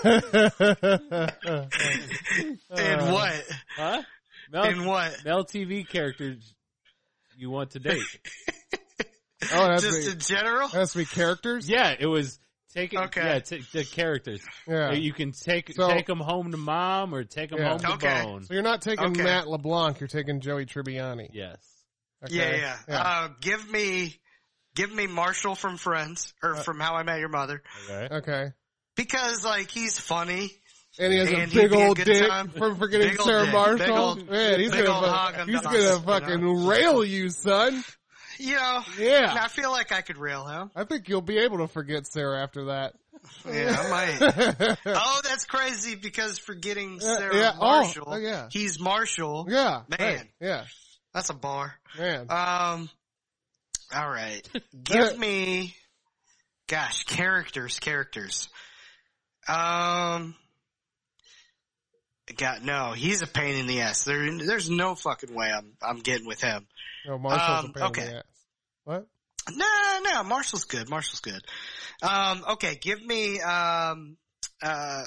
S6: Uh,
S4: In what?
S5: Huh?
S6: oh.
S5: Male,
S4: In what?
S5: male TV characters you want to
S6: *laughs*
S5: date.
S6: Oh, that's
S4: Just
S6: the,
S4: in general?
S6: that's the characters?
S5: yeah, it was take it.
S4: Okay.
S5: Yeah, t- the characters.
S6: Yeah.
S5: You can take
S6: So-
S5: take them home to mom or take them
S6: Yeah.
S5: home to
S4: Okay.
S5: bone.
S6: So you're not taking
S4: Okay.
S6: Matt LeBlanc, you're taking Joey Tribbiani.
S5: Yes.
S6: Okay?
S4: Yeah, yeah. Uh, give me, give me Marshall from Friends or
S6: Uh.
S4: from How I Met Your Mother
S5: Okay.
S6: okay.
S4: because like he's funny.
S6: And he has
S4: And
S6: a
S4: he'd
S6: big
S4: be a
S6: old
S4: good
S6: dick
S4: time.
S6: from forgetting
S4: Big old
S6: Sarah
S4: dick.
S6: Marshall.
S4: Big old-
S6: Man, he's
S4: big
S6: gonna,
S4: old hog
S6: fuck-
S4: on
S6: he's
S4: the
S6: gonna
S4: hog,
S6: fucking
S4: you
S6: rail you, son.
S4: You know,
S6: Yeah.
S4: I feel like I could rail
S6: *laughs*
S4: him.
S6: I think you'll be able to forget Sarah after that.
S4: Yeah, I
S6: *laughs*
S4: might. oh, that's crazy because forgetting
S6: Yeah,
S4: Sarah
S6: yeah. Oh,
S4: Marshall,
S6: oh, yeah.
S4: he's Marshall.
S6: yeah,
S4: Man.
S6: right, yeah,
S4: That's a bar.
S6: man.
S4: Um, all right. Give me, gosh, characters, characters. Um, God, no, he's a pain in the ass. There, there's no fucking way I'm, I'm getting with him.
S6: no, Marshall's
S4: um,
S6: a pain in
S4: okay.
S6: the ass. What?
S4: No, no, Marshall's good. Marshall's good. Um, okay, give me, um, uh,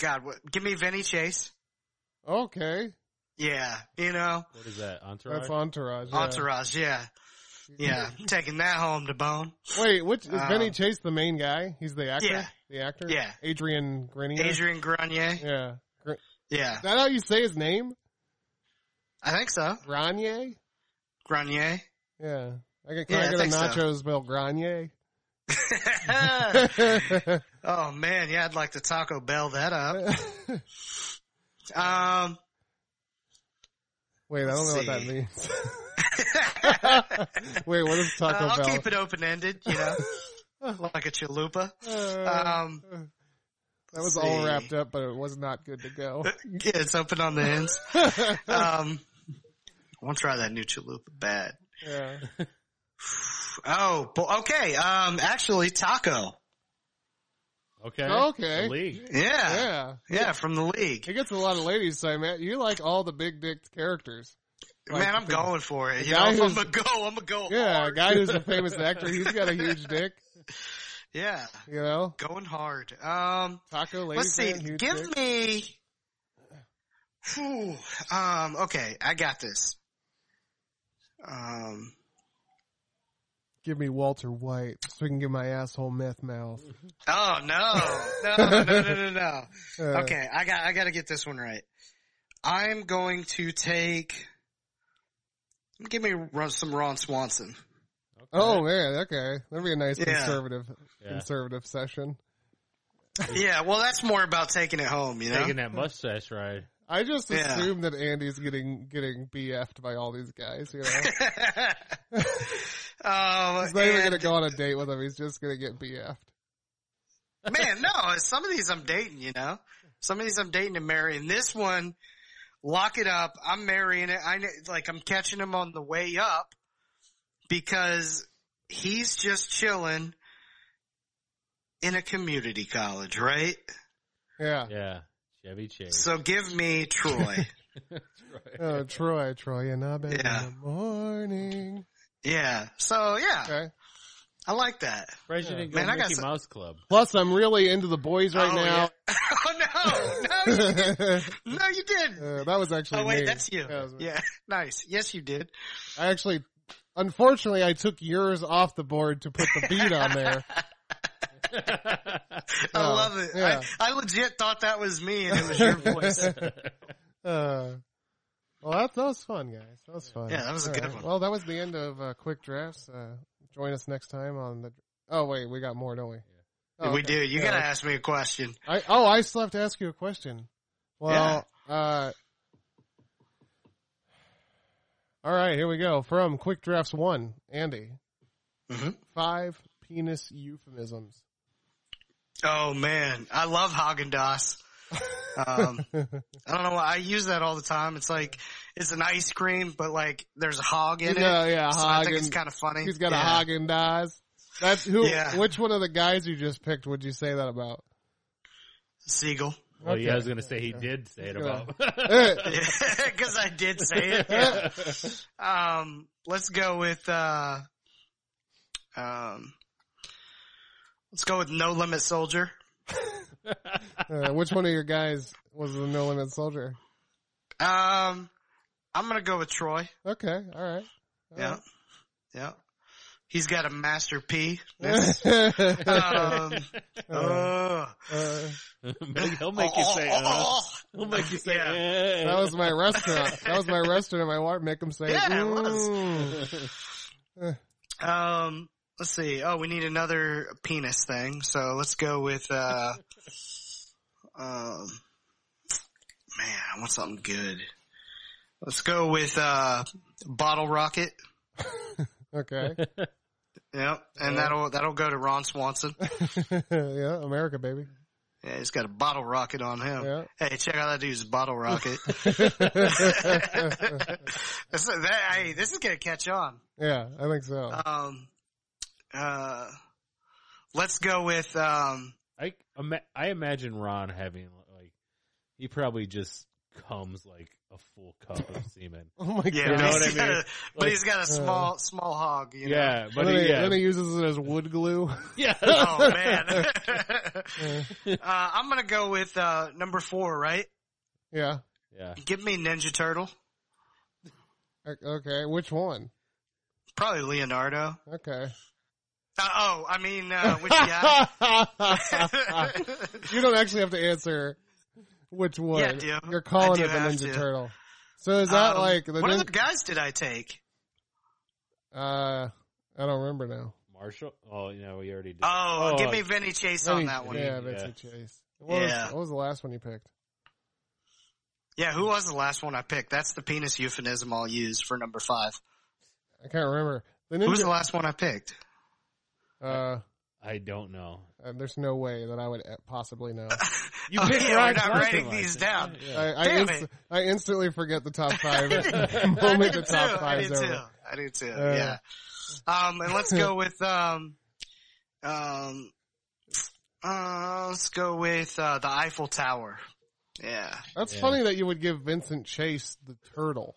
S4: God, what, give me Vinny Chase.
S6: Okay.
S4: Yeah, you know,
S5: What is that? Entourage.
S6: That's Entourage. yeah.
S4: Entourage. Yeah,
S6: *laughs*
S4: yeah, taking that home to bone.
S6: Wait, which is
S4: Uh,
S6: Benny Chase the main guy? He's the actor.
S4: Yeah.
S6: The actor.
S4: Yeah.
S6: Adrian Grenier.
S4: Adrian Grenier.
S6: Yeah. Gr- Is
S4: Yeah,
S6: that how you say his name?
S4: I think so.
S6: Grenier. *laughs*
S4: Grenier.
S6: Yeah. I get,
S4: Yeah,
S6: can
S4: I
S6: I get a
S4: think so.
S6: nacho spell Grenier?
S4: oh man, yeah, I'd like to Taco Bell that up.
S6: *laughs*
S4: Um,
S6: *laughs* Wait, I don't know what that
S4: see.
S6: means. Wait, what is Taco
S4: Uh, I'll
S6: Bell?
S4: keep it open ended, you
S6: *laughs*
S4: know, like a chalupa.
S6: Uh,
S4: Um,
S6: that was all
S4: see.
S6: wrapped up, but it was not good to
S4: *laughs*
S6: go.
S4: yeah, it's open on the
S6: *laughs*
S4: ends. Um, I want to try that new chalupa bad.
S6: yeah.
S4: Oh, bo- okay. Um, actually, taco.
S5: okay.
S6: Okay.
S5: The league.
S4: Yeah, yeah,
S6: Yeah.
S4: from the league.
S6: It gets a lot of ladies, so man, you like all the big dick characters.
S4: Man,
S6: like
S4: I'm
S6: the-
S4: going for it. You know, if
S6: guy
S4: I'm
S6: who's-
S4: gonna go. I'm gonna go.
S6: Yeah, a
S4: hard.
S6: guy who's a famous actor, he's got a huge dick,
S4: yeah,
S6: you know?
S4: going hard. Um,
S6: Taco lady.
S4: let's see.
S6: fan, huge
S4: Give
S6: dick.
S4: me. Whew, um. Okay, I got this. Um.
S6: Give me Walter White so we can get my asshole meth mouth.
S4: Oh no! No! No! No! No! No!
S6: *laughs* Uh,
S4: Okay, I got. I got to get this one right. I'm going to take. Give me Ron- some Ron
S6: *laughs*
S4: Swanson.
S5: Okay.
S6: Oh man, okay. That'd be a nice
S4: Yeah.
S6: conservative
S5: yeah.
S6: conservative session.
S4: Yeah, well, that's more about taking it home, you know.
S5: taking that mustache ride.
S6: I just
S4: Yeah.
S6: assume that Andy's getting getting BF'd by all these guys, you
S4: *laughs*
S6: know.
S4: um,
S6: He's not even gonna
S4: and-
S6: go on a date with him, he's just gonna get BF'd.
S4: man, no, some of these I'm dating, you know. Some of these I'm dating and marrying. This one, lock it up. I'm marrying it. I kn- like I'm catching him on the way up because he's just chilling in a community college, right?
S6: Yeah.
S5: Yeah. Chevy Chase.
S4: So give me Troy.
S6: Oh, Troy, Troy, and I bet
S4: Yeah.
S6: in the morning.
S4: yeah. So yeah,
S6: Okay.
S4: I like that.
S5: President
S4: Man,
S5: Man,
S4: I got
S5: Mickey
S4: some-
S5: Mouse
S4: *laughs*
S5: Club.
S6: Plus, I'm really into the boys right
S4: oh,
S6: now.
S4: yeah. *laughs* oh no, no, you-
S6: *laughs*
S4: no, you didn't.
S6: Uh, that was actually
S4: Oh wait,
S6: me.
S4: that's you.
S6: That was me.
S4: Yeah, *laughs* nice. Yes, you did.
S6: I actually, unfortunately, I took yours off the board to put the beat
S4: *laughs*
S6: on there.
S4: I
S6: Oh,
S4: love it.
S6: yeah.
S4: I, I legit thought that was me, and it was your voice.
S6: Uh, well, that, that was fun, guys. That was fun.
S4: Yeah, that was a
S6: All
S4: good one.
S6: Well, that was the end of uh, quick drafts. Uh, join us next time on the. Oh wait, we got more, don't we? *laughs* Oh,
S4: We
S6: okay.
S4: do. You
S6: Yeah,
S4: gotta
S6: okay.
S4: ask me a question.
S6: I oh, I still have to ask you a question. Well, uh, all right, here we go. From Quick Drafts One, Andy,
S4: Mhm.
S6: five penis euphemisms.
S4: Oh man, I love Haagen Dazs.
S6: *laughs*
S4: Um, I don't know why I use that all the time. It's like it's an ice cream, but like there's a hog in
S6: Yeah,
S4: it.
S6: yeah,
S4: so I think
S6: Haagen-
S4: it's kind of funny.
S6: He's got
S4: yeah.
S6: a Hagen Dazs. That's who.
S4: Yeah.
S6: Which one of the guys you just picked would you say that about?
S4: Seagull.
S5: *laughs* Well, Oh, yeah, I was
S6: Okay.
S5: gonna say he did say it
S6: Good. *laughs*
S5: about.
S6: Eh,
S4: *laughs* Because I did say it.
S6: *laughs*
S4: Yeah. Um, let's go with uh, um, let's go with No Limit Soldier.
S6: uh, which one of your guys was the No Limit Soldier?
S4: Um, I'm gonna go with Troy.
S6: Okay, all right. All
S4: Yeah,
S5: Uh-huh.
S6: right.
S4: yeah. He's got a master
S5: *laughs*
S4: P. That's-
S6: *laughs*
S4: um, uh,
S6: Uh,
S5: He'll Uh-huh. make you say.
S4: *laughs*
S5: Uh. He'll make you say.
S4: Yeah.
S5: eh.
S6: that was my restaurant. That was my restaurant. in My wife make them say,
S4: Yeah, it was.
S6: "Mm."
S4: Um, let's see. Oh, we need another penis thing. So let's go with
S5: *laughs*
S4: uh, um, man, I want something good. Let's go with uh, bottle rocket.
S6: *laughs* Okay. *laughs*
S4: Yep, and that'll that'll go to Ron
S5: *laughs*
S4: Swanson.
S6: yeah, America, baby.
S4: Yeah, he's got a bottle rocket on him.
S6: Yeah.
S4: Hey, check out that dude's bottle rocket.
S5: *laughs*
S4: *laughs* That's- that- hey, this is gonna catch on.
S6: *laughs* Yeah, I think so.
S4: Um, uh, let's go with um.
S5: I ima- I imagine Ron having like he probably just comes like a full cup of semen.
S6: Oh my
S4: Yeah,
S6: god.
S5: You know
S4: but
S5: what I
S4: he's got
S5: mean?
S4: a- but
S5: Like, uh,
S4: he's got a small, small hog. You know?
S5: Yeah, but
S6: And then,
S5: he,
S6: he,
S5: yeah, *laughs*
S6: then he uses it as wood glue. *laughs*
S5: yeah. *laughs*
S4: Oh man. *laughs* uh, I'm gonna go with uh, number four. Right?
S6: yeah.
S5: yeah.
S4: Give me Ninja Turtle.
S6: O- Okay. Which one?
S4: Probably Leonardo.
S6: Okay.
S4: Uh, oh, I mean, uh, which
S5: *laughs*
S4: guy? *laughs*
S6: *laughs* you don't actually have to answer which one.
S4: Yeah, I do.
S6: You're calling
S4: I
S6: it
S4: do
S6: the
S4: have
S6: Ninja
S4: to.
S6: Turtle. So is that
S4: Um,
S6: like the,
S4: what
S6: nin-
S4: other guys did I take?
S6: uh I don't remember now.
S5: Marshall. Oh, you know, we already did.
S4: Oh,
S5: Oh,
S4: give me Vinny Chase on that one. Yeah.
S6: Yeah, Vince
S5: Yeah.
S6: and Chase. What, was-
S4: Yeah.
S6: what was the last one you picked?
S4: who was the last one I picked? That's the penis euphemism I'll use for number five.
S6: I can't remember. The
S4: Who was the
S6: Ninja,
S4: last one I picked?
S6: uh,
S5: I don't know.
S6: uh, there's no way that I would uh,
S4: *laughs*
S6: possibly know.
S5: *laughs* You
S4: Oh,
S5: picked
S4: yeah, we're
S5: Ryan
S4: not writing
S5: Johnson,
S4: these
S5: I think.
S4: down.
S5: Yeah, yeah.
S6: I, I,
S4: Damn
S6: inst-
S4: it.
S6: I instantly forget
S4: *laughs*
S6: the top five the *laughs*
S4: I did
S6: moment the
S4: too.
S6: top
S4: I
S6: five
S4: did
S6: is
S4: too.
S6: over.
S4: I did too.
S6: Uh,
S4: yeah. Um, and let's go with um, um, uh, let's go with uh, the Eiffel Tower. Yeah. *laughs*
S6: That's
S5: Yeah.
S6: funny that you would give Vincent Chase the
S4: *laughs*
S6: turtle.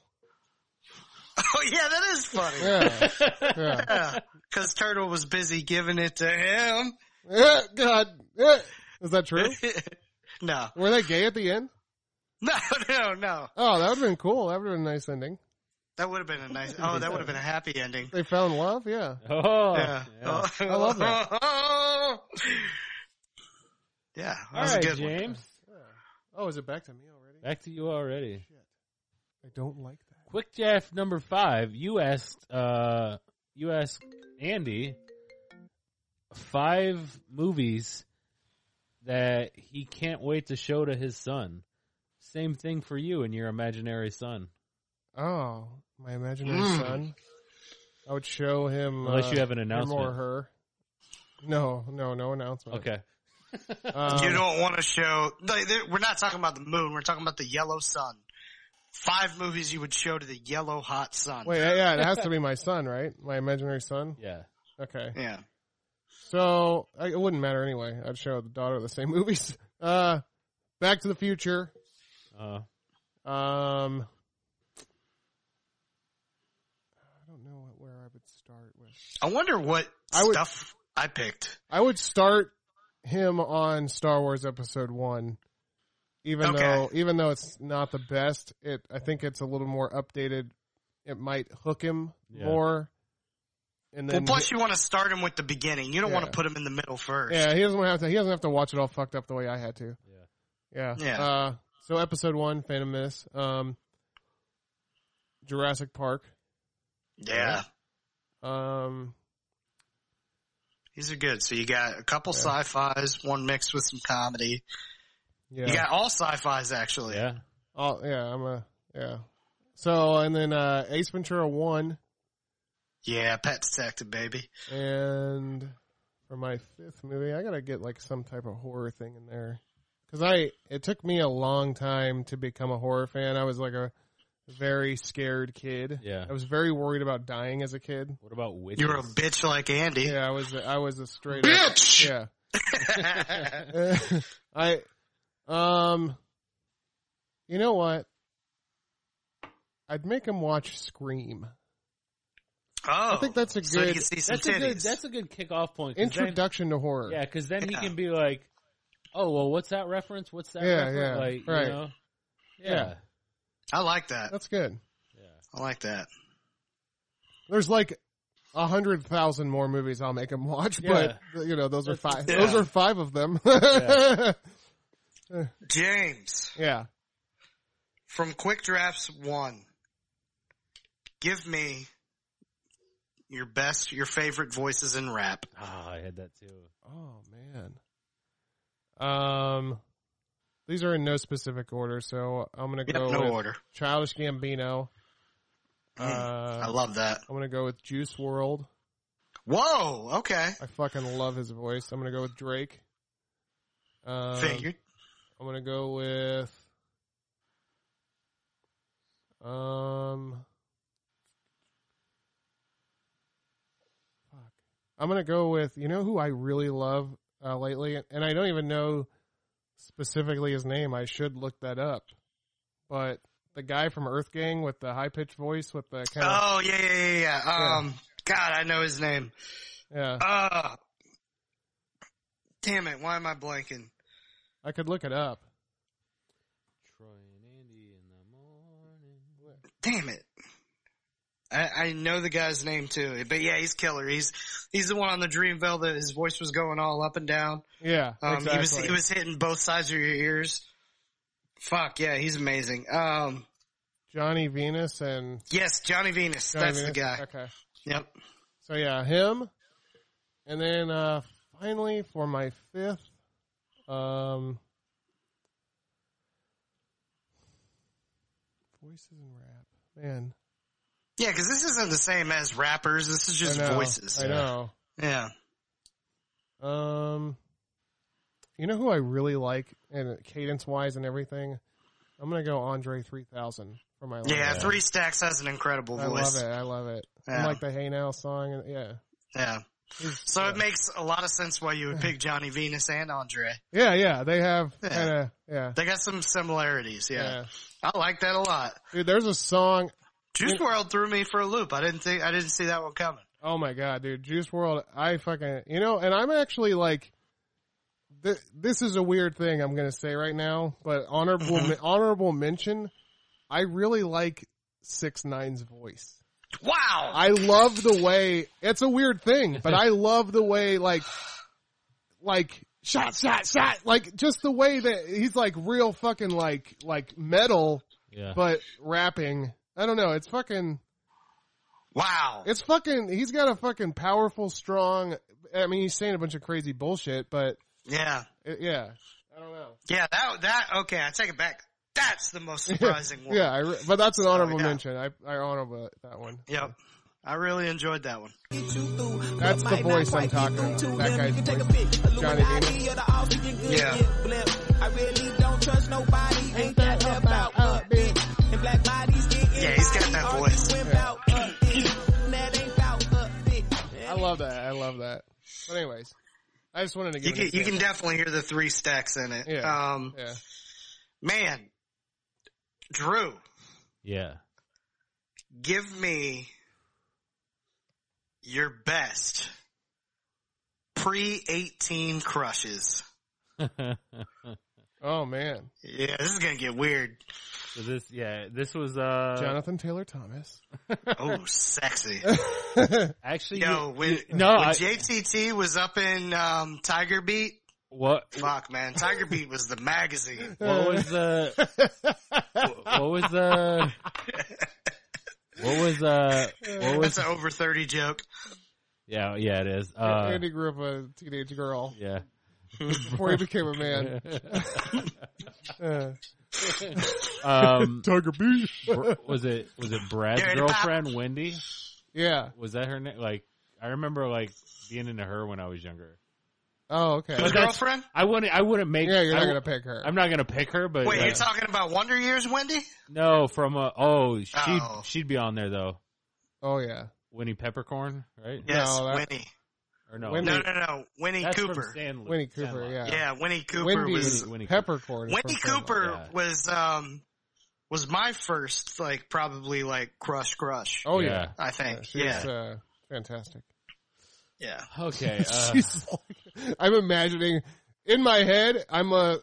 S4: Oh yeah, that is funny.
S6: Yeah,
S5: *laughs*
S6: yeah.
S4: Yeah, because Turtle was busy giving it to him.
S6: Eh, God, Eh. is that true?
S4: *laughs* no,
S6: Were they gay at the end?
S4: no, no, no.
S6: Oh, that would have been cool. That would have been a nice ending.
S4: That would have been a nice. Oh, that would have been a happy ending.
S6: They fell in love. Yeah.
S5: Oh,
S4: Yeah,
S5: yeah.
S4: I
S6: love that.
S4: *laughs* yeah, that
S5: All
S4: was
S5: right,
S4: a good one.
S5: James.
S6: Oh, is it back to me already?
S5: Back to you already.
S6: I don't like that.
S5: Quick draft number five. You asked, uh, you asked Andy five movies that he can't wait to show to his son. Same thing for you and your imaginary son.
S6: Oh, my imaginary
S4: Mm.
S6: son. I would show him.
S5: Unless
S6: uh,
S5: you have an
S6: him
S5: announcement.
S6: or her. No, no, no announcement.
S5: Okay.
S4: *laughs*
S6: Um,
S4: you don't want to show. Like, there- we're not talking about the moon. We're talking about the yellow sun. Five movies you would show to the yellow hot sun.
S6: Wait, yeah, yeah, it has to be my son, right? My imaginary son.
S5: Yeah.
S6: Okay,
S4: Yeah.
S6: so I, it wouldn't matter anyway. I'd show the daughter the same *laughs* movies. Uh, Back to the Future.
S5: Uh,
S6: Um, I don't know what, where I would start with.
S4: I wonder what
S6: I would-
S4: stuff I picked.
S6: I would start him on Star Wars Episode One, even
S4: Okay.
S6: though even though it's not the best. It I think it's a little more updated. It might hook him
S5: Yeah.
S6: more, and then
S4: well, plus you want to start him with the beginning. You don't want
S6: Yeah.
S4: to put him in the middle first.
S6: yeah, he doesn't have to. He doesn't have to watch it all fucked up the way I had to. Yeah,
S4: Yeah.
S6: Uh, so Episode One, Phantom Menace, um, Jurassic Park,
S4: Yeah.
S6: um,
S4: These are good. So you got a couple sci-fis, one mixed with some comedy.
S6: yeah,
S4: You got all sci-fis actually.
S5: yeah.
S6: Oh yeah, I'm a yeah. So and then uh Ace Ventura one
S4: Yeah, Pet Detective, baby.
S6: and for my fifth movie, I gotta get like some type of horror thing in there because I it took me a long time to become a horror fan. I was like a very scared kid.
S5: Yeah.
S6: I was very worried about dying as a kid.
S5: What about witches?
S4: You're a
S6: *laughs*
S4: bitch like Andy. *laughs*
S6: Yeah, I was I was a straight up,
S4: Bitch.
S6: yeah. *laughs* I, um, you know what? I'd make him watch Scream.
S4: oh,
S6: I think that's a
S4: so you
S6: good
S4: can see some
S5: that's a good.
S4: titties.
S5: That's a good kickoff point. 'cause then-
S6: introduction to horror.
S5: Yeah, because then he
S4: Yeah.
S5: can be like, "Oh, well, what's that reference? What's that
S6: Yeah, yeah,
S5: reference?" like,
S6: right.
S5: you know, yeah, yeah.
S6: Yeah.
S4: I like that.
S6: That's good.
S4: I like that.
S6: There's like a hundred thousand more movies I'll make him watch,
S5: Yeah.
S6: but you know, those are
S5: That's-
S6: five.
S4: yeah.
S6: Those are five of them.
S5: Yeah.
S6: *laughs* yeah.
S4: James from Quick Drafts One. Give me your best, your favorite voices in rap.
S5: Ah, I had that too.
S6: Oh man. Um, these are in no specific order, so I'm gonna
S4: Yep,
S6: go
S4: no
S6: with
S4: order.
S6: Childish Gambino.
S4: I
S6: Uh,
S4: love that.
S6: I'm gonna go with Juice World.
S4: Whoa. Okay.
S6: I fucking love his voice. I'm gonna go with Drake. Um,
S4: Figured.
S6: I'm gonna go with um fuck. I'm gonna go with you know who I really love uh, lately, and I don't even know specifically his name. I should look that up. but the guy from Earth Gang with the high pitched voice with the kind of
S4: Oh yeah, yeah, yeah, yeah. Um, God, I know his name.
S6: yeah,
S4: Uh, damn it! Why am I blanking?
S6: I could look it up.
S5: Troy and Andy in the morning.
S4: Damn it! I, I know the guy's name too, but yeah, he's killer. He's he's the one on the Dreamville that his voice was going all up and down.
S6: Yeah,
S4: Um, He was
S6: exactly.
S4: he was hitting both sides of your ears. Fuck yeah, he's amazing. Um,
S6: Johnny Venus and
S4: yes, Johnny Venus.
S6: Johnny
S4: that's
S6: Venus.
S4: the guy.
S6: Okay,
S4: Yep.
S6: so yeah, him, and then uh finally for my fifth, um, voices and rap. Man,
S4: Yeah, because this isn't the same as rappers. This is just
S6: I know,
S4: voices.
S6: I know.
S4: Yeah.
S6: Um, you know who I really like, and cadence wise and everything. I'm gonna go Andre 3000 for my last.
S4: Yeah, Three Stacks has an incredible
S6: I
S4: voice.
S6: love it. I love it.
S4: Yeah.
S6: I like the Hey Now song. And, yeah,
S4: Yeah.
S6: He's-
S4: So
S6: yeah.
S4: it makes a lot of sense why you would pick Johnny Venus and Andre.
S6: yeah, yeah. They have
S4: Yeah.
S6: kind of yeah,
S4: They got some similarities, yeah.
S6: yeah.
S4: I like that a lot.
S6: Dude, there's a song.
S4: Juice
S6: Yeah.
S4: World threw me for a loop. I didn't think I didn't see that one coming.
S6: Oh my god, dude, Juice World. I fucking you know, and I'm actually like. Th- this is a weird thing I'm gonna say right now, but honorable honorable mention. I really like Six Nine's voice.
S4: Wow.
S6: I love the way it's a weird thing, but I love the way like like shot shot shot like just the way that he's like real fucking like like metal
S5: Yeah.
S6: but rapping. I don't know, it's fucking
S4: Wow.
S6: it's fucking he's got a fucking powerful strong I mean he's saying a bunch of crazy bullshit, but
S4: Yeah.
S6: it, yeah. I don't know.
S4: Yeah, that that okay, I take it back. That's the
S6: *laughs*
S4: most surprising one.
S6: Yeah, I re- but that's an honorable
S4: yeah.
S6: mention. I I honorable that one.
S4: Yep. I really enjoyed that one.
S6: That's the voice I'm talking about. That guy's voice. Johnny Venus.
S4: Yeah. Yeah, he's got that voice.
S6: I love that. I love that. But anyways, I just wanted to
S4: You
S6: give
S4: can,
S6: it a
S4: you can
S6: chance.
S4: definitely hear the three stacks in it.
S6: Yeah.
S4: Um
S6: yeah.
S4: man. Drew,
S5: Yeah. *laughs*
S4: give me your best pre 18 crushes.
S6: Oh man,
S4: Yeah, this is gonna get weird.
S5: So this yeah, this was uh
S6: Jonathan Taylor Thomas. *laughs*
S4: Oh, sexy.
S5: actually
S4: No, when,
S5: no,
S4: when
S5: I-
S4: JTT was up in um, Tiger Beat,
S5: what
S4: fuck man, Tiger Beat was the magazine.
S5: what was uh
S6: *laughs*
S5: what was uh what was uh what
S4: That's
S5: was
S4: an over 30 joke.
S5: yeah yeah it is uh
S6: Andy grew up a teenage girl
S5: yeah
S6: before he became a man. Uh,
S5: *laughs* um
S6: Tiger Beat.
S5: Br- was it was it Brad's
S4: Dirty Pop.
S5: girlfriend Wendy
S6: yeah.
S5: was that her name like I remember like being into her when I was younger
S6: Oh okay.
S4: His
S5: that's-
S4: girlfriend?
S5: I wouldn't I wouldn't make
S6: Yeah, you're
S5: I,
S6: not gonna pick her.
S5: am not gonna pick her but
S4: Wait,
S5: uh,
S4: you're talking about Wonder Years, Wendy?
S5: no from uh oh she
S4: Oh.
S5: she'd be on there though
S6: Oh yeah.
S5: Winnie Peppercorn right
S4: Yes,
S6: that-
S4: Winnie.
S5: or no
S6: Winnie-
S4: No, no, no, Winnie
S5: that's
S4: Cooper.
S5: from Sandlot
S6: Winnie Cooper.
S5: Sandlot.
S6: Yeah.
S4: Yeah, Winnie Cooper
S6: Wendy
S4: was
S5: Winnie Cooper.
S6: Peppercorn. is
S4: Wendy
S6: from Sandlot.
S4: Cooper
S5: yeah.
S4: was um was my first like probably like crush crush.
S6: Oh yeah.
S5: Yeah.
S4: I
S6: Yeah,
S4: think.
S6: she's
S4: Yeah.
S6: uh, fantastic. *laughs*
S4: yeah.
S5: Okay. Uh,
S6: She's like, I'm imagining in my head. I'm a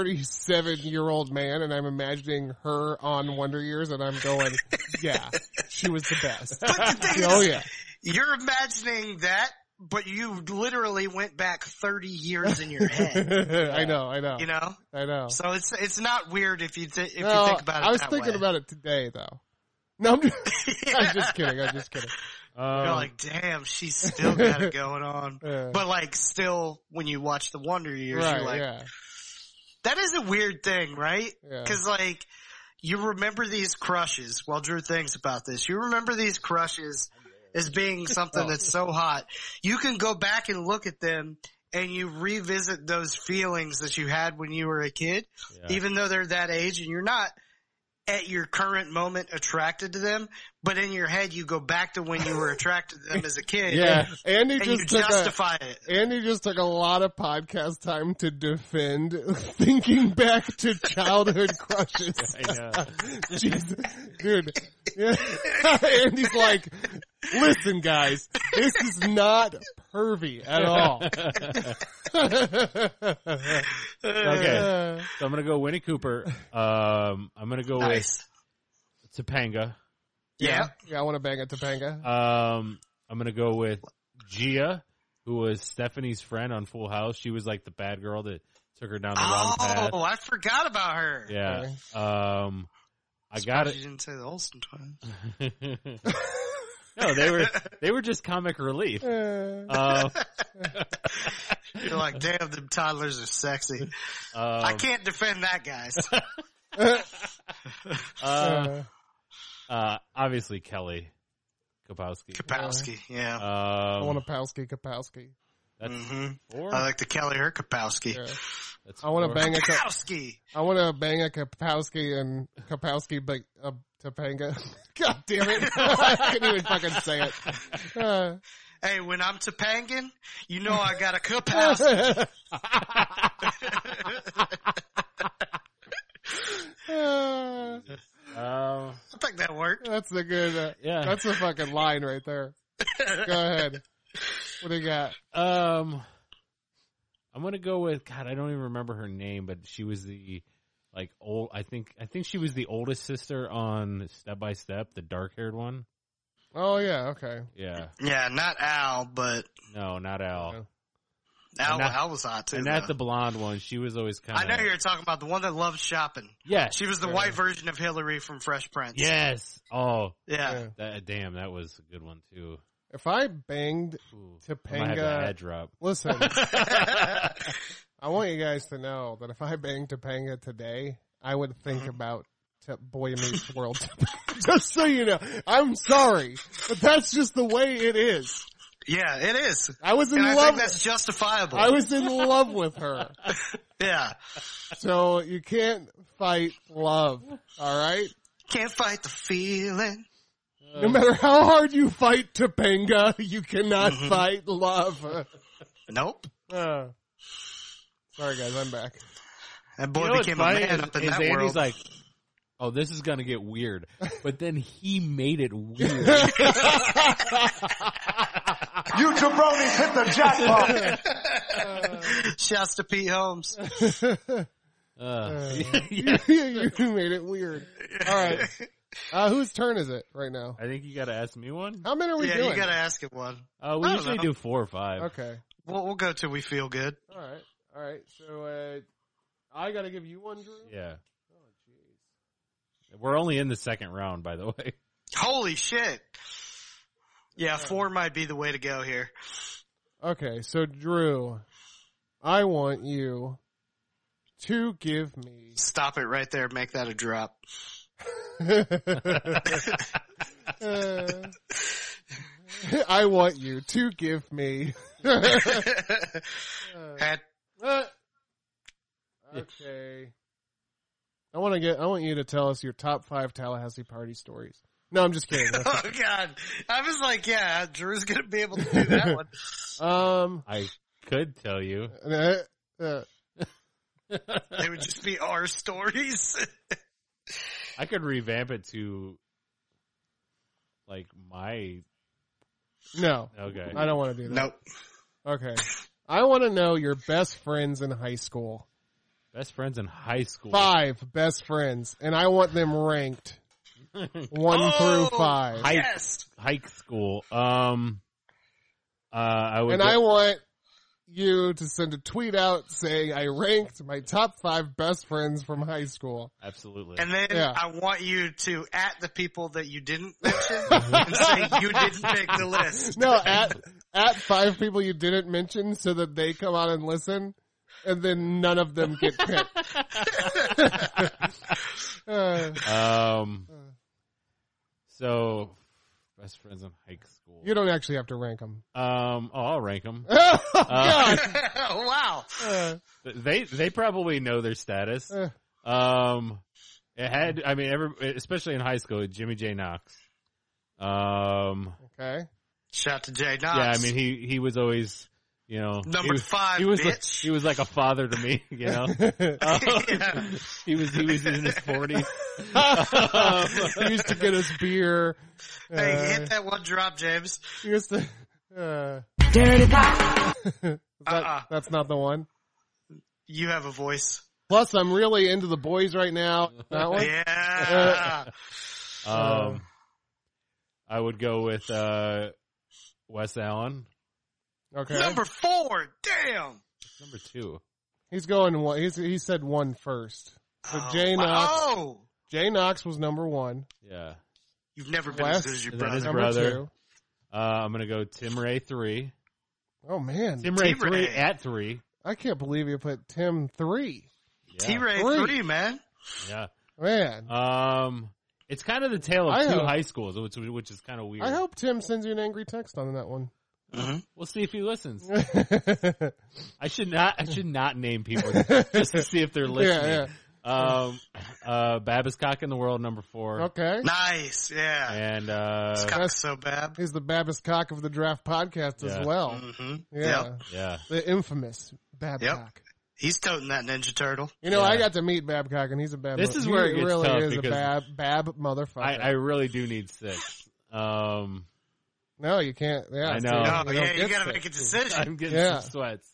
S6: 37 year old man, and I'm imagining her on Wonder Years, and I'm
S4: *laughs*
S6: going, yeah, she was the best.
S4: But the thing
S6: *laughs* Oh
S4: is,
S6: yeah.
S4: you're imagining that, but you literally went back 30 years in your head.
S6: *laughs* I know, I know,
S4: You know,
S6: I know.
S4: so it's it's not weird if you th- if
S6: No,
S4: you think about it.
S6: I was
S4: that
S6: thinking
S4: way. *laughs*
S6: about it today, though. No, I'm *laughs* just, I'm just kidding. I'm just kidding.
S5: um,
S4: You're like, damn, she's still got
S6: *laughs*
S4: it going on.
S6: Yeah.
S4: But like, still, when you watch the Wonder Years,
S6: right?
S4: you're like,
S6: yeah,
S4: that is a weird thing, right?
S6: yeah.
S4: Because like you remember these crushes. While Drew thinks about this, you remember these crushes as being something that's so hot. You can go back and look at them and you revisit those feelings that you had when you were a kid,
S5: yeah.
S4: even though they're that age and you're not at your current moment attracted to them, but in your head you go back to when you were attracted to them as a kid.
S5: Yeah.
S4: *laughs*
S6: Andy
S4: And you
S6: just took a,
S4: justify it.
S6: Andy just took a lot of podcast time to defend *laughs* thinking back to childhood
S4: *laughs*
S6: crushes.
S5: I uh, know.
S6: Jesus. Dude. Yeah. *laughs* Andy's like, listen guys, this is not pervy at all. *laughs*
S5: Okay. So I'm gonna go Winnie Cooper. Um, I'm gonna go
S4: Nice.
S5: with Topanga.
S4: Yeah.
S6: Yeah, I want to bang a Topanga.
S5: Um, I'm gonna go with Gia, who was Stephanie's friend on Full House. She was like the bad girl that took her down the wrong path.
S4: Oh, I forgot about her.
S5: Yeah. Um, I got
S4: Surprised
S5: it.
S4: You didn't say the Olsen twins.
S5: *laughs* no, they were they were just
S4: *laughs*
S5: comic relief.
S6: Uh,
S5: Uh,
S4: You're like, damn, them toddlers are sexy.
S5: *laughs*
S4: I
S5: um,
S4: can't defend that, guys.
S5: *laughs* uh,
S6: uh,
S5: uh, obviously Kelly Kapowski.
S4: Kapowski, yeah.
S6: I want a
S5: Um,
S6: Palsky Kapowski.
S5: that's
S4: hmm
S5: four.
S4: I like the Kelly her Kapowski.
S6: Yeah.
S5: That's
S6: I want
S5: four.
S6: to bang a Ka-
S4: Kapowski!
S6: I want to bang a Kapowski and Kapowski, but a Topanga. *laughs* God damn it! *laughs* I couldn't even fucking say it. Uh,
S4: Hey, when I'm Topangan, you know I got a
S5: *laughs*
S4: Kapowski.
S6: Uh,
S5: Um,
S4: I think that worked.
S6: that's a good. Uh,
S5: Yeah.
S6: that's a fucking line right there. Go ahead. What do you got?
S5: Um, I'm gonna go with God. I don't even remember her name, but she was the like old. I think I think she was the oldest sister on Step by Step, the dark haired one.
S6: Oh yeah, okay.
S5: Yeah,
S4: Yeah, not Al, but
S5: no, not
S6: Yeah.
S5: Al,
S4: Al,
S5: And not-
S4: Al was hot too.
S5: and not
S4: though.
S5: the blonde one. She was always kind
S4: I
S5: of.
S4: know you're talking about the one that loves shopping.
S5: Yes,
S4: She was the white version of Hillary from Fresh Prince.
S5: yes. Oh,
S4: Yeah.
S6: Yeah.
S5: that damn, that was a good one too.
S6: If I banged
S5: Ooh, I might have to
S6: Topanga,
S5: head drop.
S4: *laughs*
S6: listen, I want you guys to know that if I banged Topanga today, I would
S4: Mm-hmm.
S6: think about t- Boy Meets World. *laughs* just so you know, I'm sorry, but that's just the way it is.
S4: Yeah, it is.
S6: I was in
S4: And I
S6: love.
S4: think that's justifiable.
S6: I was in love with her.
S4: yeah.
S6: So you can't fight love. All right.
S4: Can't fight the feeling.
S6: No matter how hard you fight Topanga, *laughs* you cannot fight love.
S4: Nope.
S6: Uh, sorry guys, I'm back.
S4: That boy
S5: You know what's
S4: became a
S5: funny
S4: man
S5: is-
S4: up in
S5: is
S4: that
S5: Andy's
S4: world.
S5: like, oh, this is gonna get weird, but then he made it
S4: *laughs*
S5: weird.
S7: You jabronis hit the jackpot.
S4: *laughs* Shouts to Pete Holmes.
S5: *laughs* Uh,
S6: *laughs* you *laughs* made it weird. All right. Uh, whose turn is it right now?
S5: I think you gotta ask me one.
S6: How many are we
S4: yeah,
S6: doing?
S4: you gotta ask it one.
S5: Uh,
S4: I
S5: we
S4: don't
S5: usually
S4: know.
S5: do four or five.
S6: Okay.
S4: We'll, we'll go till we feel good.
S6: All right. All right. So uh, I got to give you one, Drew.
S5: Yeah. We're only in the second round, by the way.
S4: Holy shit. Yeah, four might be the way to go here.
S6: Okay. So Drew, I want you to give me.
S4: *laughs* Stop it right there. Make that a drop. *laughs*
S6: Uh, *laughs* I want you to give
S4: *laughs*
S6: me.
S4: Uh. Had-
S6: Uh, okay. I want to get. I want you to tell us your top five Tallahassee party stories. No, I'm
S4: *laughs*
S6: just kidding.
S4: oh god. I was like, yeah, Drew's gonna be able to do that one.
S6: um,
S5: I could tell you.
S6: uh, uh,
S4: They would just be our *laughs* stories.
S5: I could revamp it to like my
S6: no,
S5: okay.
S6: I don't want to do that.
S4: nope.
S6: Okay, I want to know your best friends in high school.
S5: Best friends in high school.
S6: Five best friends, and I want them ranked one
S4: Oh!
S6: through five.
S5: High
S4: Yes.
S5: high school. Um uh I would
S6: and
S5: go-
S6: I want you to send a tweet out saying I ranked my top five best friends from high school.
S5: absolutely.
S4: And then
S6: Yeah.
S4: I want you to at the people that you didn't *laughs* mention and say you didn't make the list.
S6: No, at at five people you didn't mention, so that they come on and listen, and then none of them get picked.
S4: *laughs*
S6: Uh,
S5: um so best friends in high school.
S6: you don't actually have to rank them.
S5: um oh, I'll rank them.
S6: Oh,
S5: Uh,
S6: *laughs* God.
S4: *laughs* wow.
S6: Uh,
S5: They they probably know their status.
S6: uh,
S5: Um, It had, I mean, every, especially in high school, Jimmy J. Knox. Um, *laughs*
S6: Okay. *laughs*
S4: Shout to Jay Knox.
S5: yeah, I mean, he, he was always, you know,
S4: Number
S5: he was,
S4: five,
S5: he was, like-
S4: bitch.
S5: he was like a father to me, *laughs* you know. Um, *laughs* He was, he was in his forties.
S6: he used to get us beer. Uh,
S4: Hey, hit that one drop, James.
S6: he used to. Uh,
S3: Dirty Pop,
S6: that-
S4: Uh-uh.
S6: That's not the one.
S4: You have a voice.
S6: Plus, I'm really into the boys right now. That one.
S4: Yeah.
S5: Um, I would go with uh, Wes Allen,
S6: Okay.
S4: Number four. Damn.
S5: number two.
S6: He's going one. He's, he said one first. So
S4: Oh,
S6: Jay
S4: wow.
S6: Knox.
S4: Oh,
S6: Jay Knox was number one.
S5: Yeah,
S4: you've never been
S6: Wes,
S4: as good as your
S5: and then his
S4: brother.
S6: number
S5: brother.
S6: two.
S5: uh, I'm gonna go Tim Ray three.
S6: Oh man,
S5: Tim Ray
S4: Tim
S5: three
S4: Ray.
S5: at three.
S6: I can't believe you put Tim three.
S5: Yeah,
S4: T-Ray
S6: Three.
S4: three. man.
S5: yeah.
S6: Man,
S5: Um, it's kind of the tale of
S6: I
S5: two
S6: hope-
S5: high schools, which which is kind of weird.
S6: I hope Tim sends you an angry text on that
S5: *laughs*
S6: one.
S5: We'll see if he
S6: *laughs*
S5: listens. I should not. I should not name
S6: *laughs*
S5: people just to see if they're listening.
S6: yeah.
S5: Um, uh, Babas Cock in the World number four,
S6: okay.
S4: Nice. Yeah.
S5: and uh,
S4: This cock's so bad.
S6: He's the Babbitt Cock of the Draft podcast
S5: Yeah. Mm.
S6: as well.
S4: hmm
S6: Yeah.
S4: Yep.
S5: yeah,
S6: The infamous Babcock.
S4: He's toting that Ninja Turtle.
S6: You know, I
S5: Yeah.
S6: got to meet Babcock and he's a bad
S5: This is
S6: he
S5: where it gets
S6: really
S5: tough
S6: is a
S5: because-
S6: bab, bab motherfucker.
S5: I, I really do need six. Um, *laughs*
S6: no, you can't. Yeah.
S5: I
S6: see,
S5: know.
S4: Oh,
S6: don't
S4: yeah, you
S6: get
S4: gotta
S6: sick.
S4: make a decision.
S5: I'm getting
S6: Yeah.
S5: some sweats.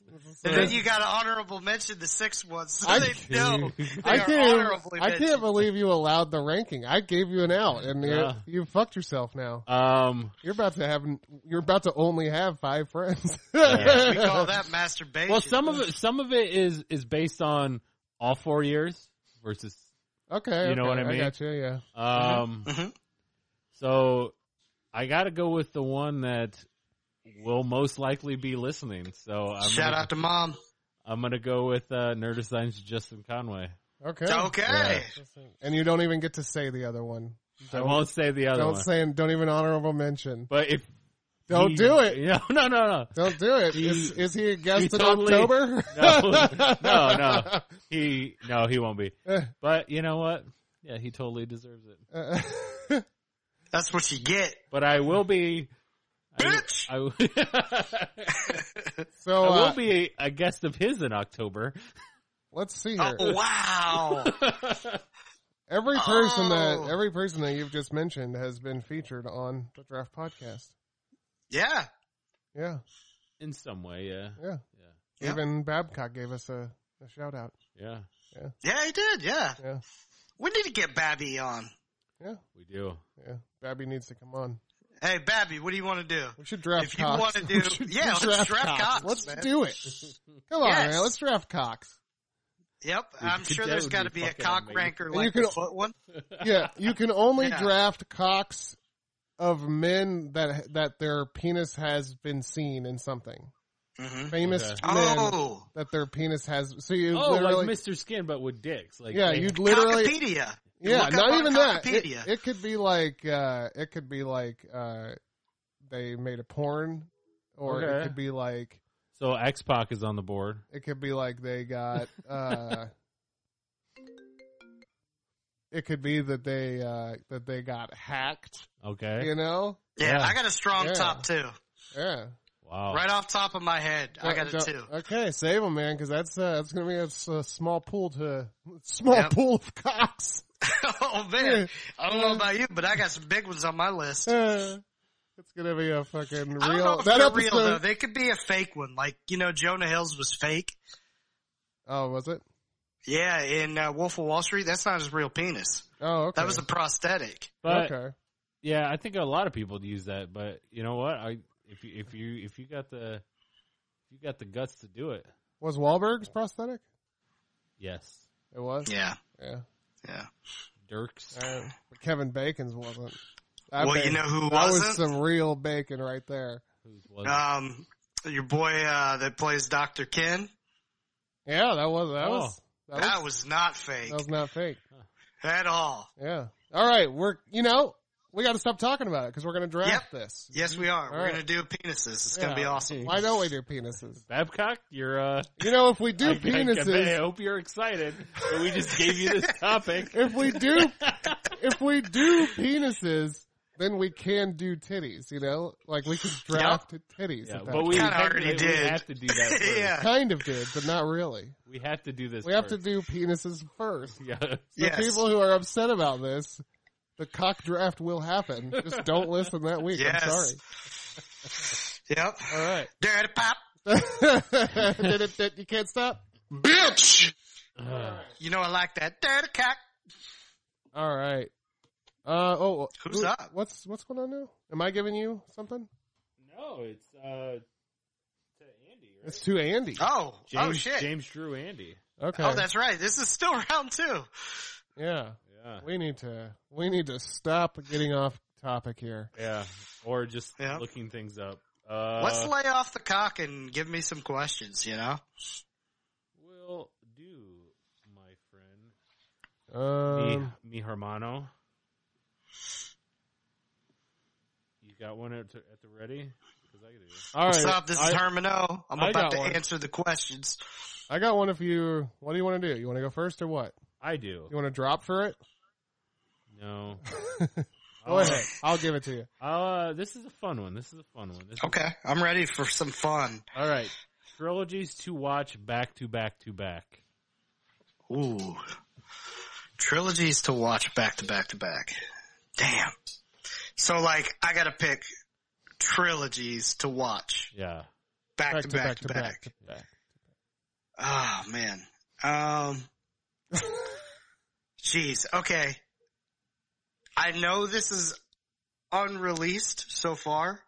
S4: And then you gotta honorable mention the sixth one, so
S6: I-
S4: they know they
S6: I
S4: are
S6: can't,
S4: honorably
S6: I can't
S4: mentioned.
S6: believe you allowed the ranking. I gave you an out and
S5: Yeah.
S6: you you fucked yourself now.
S5: Um,
S6: You're about to have, you're about to only have
S5: *laughs*
S6: five friends.
S4: *laughs* We call that masturbation.
S5: well, some of it, some of it is is based on all four years versus.
S6: okay.
S5: You know
S6: okay,
S5: what I mean?
S6: I got you. Yeah.
S5: Um,
S4: Mhm.
S5: so I got to go with the one that will most likely be listening. So I'm
S4: Shout
S5: gonna,
S4: out to mom.
S5: I'm gonna go with uh, Nerdesign's Justin Conway.
S6: Okay.
S4: Okay.
S6: And you don't even get to say the other one.
S5: I won't say the other
S6: Don't
S5: one,
S6: say and don't even honorable mention.
S5: but if
S6: Don't
S5: he-
S6: do it.
S5: *laughs* No, no, no,
S6: *laughs*
S5: no.
S6: Don't do it.
S5: He-
S6: Is, is he a guest
S5: he
S6: in
S5: totally-
S6: October?
S5: No, no, no. He no, he won't be.
S6: Eh.
S5: But you know what? Yeah, he totally deserves it.
S6: *laughs* Uh, *laughs*
S4: That's what you get.
S5: But I will be.
S4: Bitch!
S5: I, *laughs*
S4: *laughs*
S5: I,
S6: so
S5: I
S6: uh,
S5: will be a guest of his in October. *laughs*
S6: let's see
S4: Oh,
S6: here.
S4: wow. *laughs*
S6: Every person
S4: Oh.
S6: that every person that you've just mentioned has been featured on the Draft Podcast.
S4: yeah.
S6: Yeah,
S5: In some way, yeah,
S6: yeah.
S4: Yeah.
S6: Even Babcock gave us a, a shout out.
S5: yeah,
S4: Yeah, he did. Yeah.
S6: Yeah,
S4: We need to get Babby on.
S6: yeah,
S5: we do.
S6: yeah. Babby needs to come on.
S4: Hey, Babby, what do you want to do?
S6: We should draft.
S4: If you
S6: Cox. *laughs*
S4: wanna do-
S6: We should
S4: yeah, let's draft Cox,
S6: Let's
S4: man.
S6: do
S4: *laughs*
S6: it. Come on,
S4: Yes.
S6: man. Let's draft Cox.
S4: Yep.
S5: Dude,
S4: I'm
S5: that
S4: sure there's
S5: would
S4: got to
S5: be
S4: be a
S5: fucking
S4: cock
S5: amazing.
S4: ranker
S6: And you
S4: like
S6: could-
S4: the foot one.
S6: yeah, you can only
S4: Yeah.
S6: draft cocks of men that that their penis has been seen in something.
S4: Mhm.
S6: Famous
S5: Okay.
S6: men
S4: Oh,
S6: that their penis has. So you
S5: Oh,
S6: literally,
S5: like Mr. Skin, but with dicks. Like
S6: yeah,
S5: they-
S6: you'd literally,
S4: Cockopedia.
S6: yeah,
S4: Look up
S6: not
S4: on
S6: even that. It,
S4: Cockopedia.
S6: it could be like, uh, it could be like, uh, they made a porn, or it
S5: Okay.
S6: could be like,
S5: So X Pac is on the board.
S6: it could be like
S4: *laughs*
S6: they got, uh. It could be that they uh, that they got hacked,
S5: Okay.
S6: you know.
S4: Yeah,
S5: Yeah.
S4: I got a strong
S6: Yeah.
S4: top two.
S6: Yeah,
S5: Wow.
S4: Right off top of my head, I got a
S6: Don't-
S4: two.
S6: don't- Okay, save them, man, because that's uh, that's gonna be a, s- a small pool to small
S4: Yep.
S6: pool of cocks. *laughs*
S4: *laughs* oh man, I don't know about you, but I got some big ones on my list.
S6: Uh, it's gonna be a fucking
S4: I don't know
S6: real
S4: if
S6: that
S4: they're
S6: episode.
S4: real though. They could be a fake one, like you know Jonah Hill's was fake.
S6: oh, was it?
S4: Yeah, in uh, Wolf of Wall Street, that's not his real penis.
S6: Oh, okay.
S4: That was a prosthetic.
S5: But
S6: okay.
S5: yeah, I think a lot of people use that. But you know what? I if you if you if you got the if you got the guts to do it,
S6: Was Wahlberg's prosthetic?
S5: yes.
S6: It was.
S4: Yeah,
S6: Yeah.
S4: yeah.
S5: Dirks.
S6: All right. But Kevin Bacon's wasn't. That
S4: Well, you
S6: bacon-
S4: know who
S6: that was
S4: wasn't?
S6: some real bacon right there.
S5: Who's was it?
S4: Um, your boy uh, that plays Doctor Ken,
S6: Yeah, that was that
S5: Oh.
S6: was that was,
S4: that was not fake
S6: that was not fake.
S4: at all.
S6: Yeah. All right, we're you know We got to stop talking about it because we're going to draft this.
S4: Yes, we are.
S6: All
S4: We're
S6: right.
S4: gonna do penises. It's gonna be
S5: Yeah.
S4: awesome.
S6: Why don't we do penises?
S5: Babcock, you're uh,
S6: You know, if we
S5: *laughs* I-
S6: do
S5: I- I,
S6: penises,
S5: hope you're excited that we just gave you
S6: *laughs*
S5: this topic.
S6: if
S5: *laughs*
S6: we do, if we do penises, then we can do titties. You know, like we could draft titties.
S5: Yeah,
S6: at that
S5: but
S6: point.
S5: we,
S4: Kinda
S5: technically-
S4: already
S5: we
S4: did.
S5: have to
S4: *laughs*
S5: do that. First.
S4: yeah,
S6: kind of did, but not really.
S5: We have to do this.
S6: We have to
S5: first.
S6: do penises first.
S5: *laughs* Yeah.
S6: The
S4: yes,
S6: people who are upset about this, the cock draft will happen. Just don't listen that week.
S4: Yes.
S6: I'm sorry.
S4: yep.
S5: All right.
S4: Dirty pop,
S6: Did it- did- *laughs* you can't stop.
S4: bitch.
S5: Uh,
S4: You know I like that. Dirty cock.
S6: All right. Uh oh.
S4: Who's
S6: who-
S4: up?
S6: What's what's going on now? Am I giving you something?
S5: no, it's uh, to Andy. Right?
S6: It's to Andy.
S4: Oh,
S5: James,
S4: oh shit.
S5: James Drew Andy.
S6: Okay.
S4: Oh, that's right. This is still *laughs* round two.
S6: yeah.
S5: Yeah.
S6: We need to we need to stop getting off topic here.
S5: Yeah. Or just
S4: Yeah.
S5: looking things up. Uh,
S4: Let's lay off the cock and give me some questions. You know.
S5: will do, my friend.
S6: Um,
S5: mi, mi hermano. You got one at, at the ready? 'Cause I could do it.
S6: all
S4: What's
S6: right.
S4: up? This
S6: I,
S4: is Hermano. I'm
S6: I got
S4: about to
S6: one.
S4: answer the questions.
S6: I got one. If you, what do you want to do? You want to go first or what?
S5: I do.
S6: You want to drop for it?
S5: No.
S6: Go
S5: Um,
S6: ahead. I'll give it to you.
S5: Uh, this is a fun one. This is a fun one. This is
S4: Okay, I'm ready for some fun.
S6: All right.
S5: trilogies to watch back to back to back.
S4: Ooh. Trilogies to watch back to back to back. Damn. So like I gotta pick trilogies to watch
S5: Yeah.
S4: back, to, back, to back Oh man. Um Jeez, okay. I know this is unreleased so far,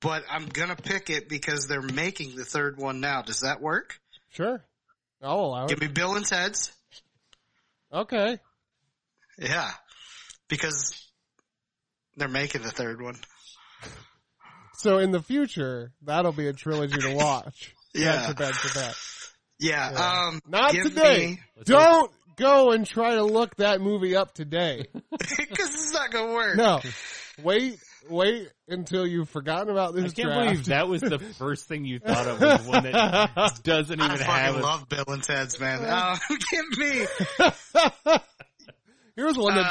S4: but I'm gonna pick it because they're making the third one now. Does that work?
S6: Sure. I'll allow it.
S4: Give me Bill and Ted's.
S6: Okay.
S4: Yeah, because they're making the third one.
S6: So in the future, that'll be a trilogy to watch.
S4: *laughs* Yeah,
S6: Back to back to back.
S4: yeah.
S6: Yeah.
S4: Um,
S6: Not
S4: give
S6: today.
S4: *laughs*
S5: Let's
S6: Don't go and try to look that movie
S4: *laughs*
S6: up today.
S4: because it's not gonna work.
S6: No. Wait, wait until you've forgotten about
S5: I
S6: this
S5: can't
S6: draft.
S5: believe that was
S6: *laughs*
S5: the first thing you thought of was one that doesn't
S4: I
S5: even have
S4: fucking
S5: a
S4: love Bill and Ted's, man. Um, *laughs* give me
S6: *laughs* Here's one
S4: Uh,
S6: that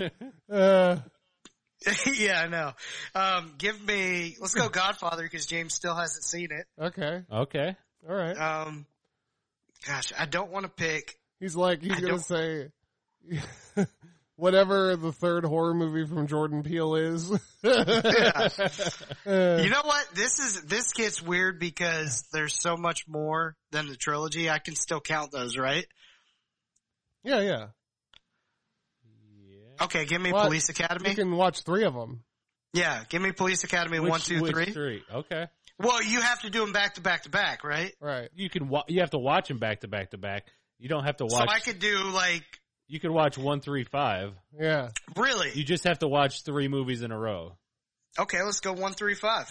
S5: *laughs*
S6: exist. Uh,
S4: yeah, I know. Um, give me. Let's go Godfather because James still hasn't seen it.
S6: okay.
S5: *laughs* Okay.
S6: All right.
S4: Um, gosh, I don't want to pick.
S6: He's like, he's
S4: I
S6: going to say, *laughs* whatever the third horror movie from Jordan Peele is. *laughs*
S4: You know what? This is this gets weird because there's so much more than the trilogy. I can still count those, right?
S6: yeah, yeah.
S5: Yeah.
S4: Okay, give me
S6: What?
S4: Police Academy.
S6: You can watch three of them.
S4: Yeah, give me Police Academy one,
S5: Which-
S4: two, three.
S5: which three. Okay.
S4: Well, you have to do them back to back to back, right?
S6: Right.
S5: You can wa- you have to watch them back to back to back. You don't have to
S4: So
S5: watch
S4: I could do like
S5: You could watch one, three, five.
S6: Yeah. *laughs*
S5: You
S4: really
S5: just have to watch three movies in a row.
S4: okay. Let's go one three five.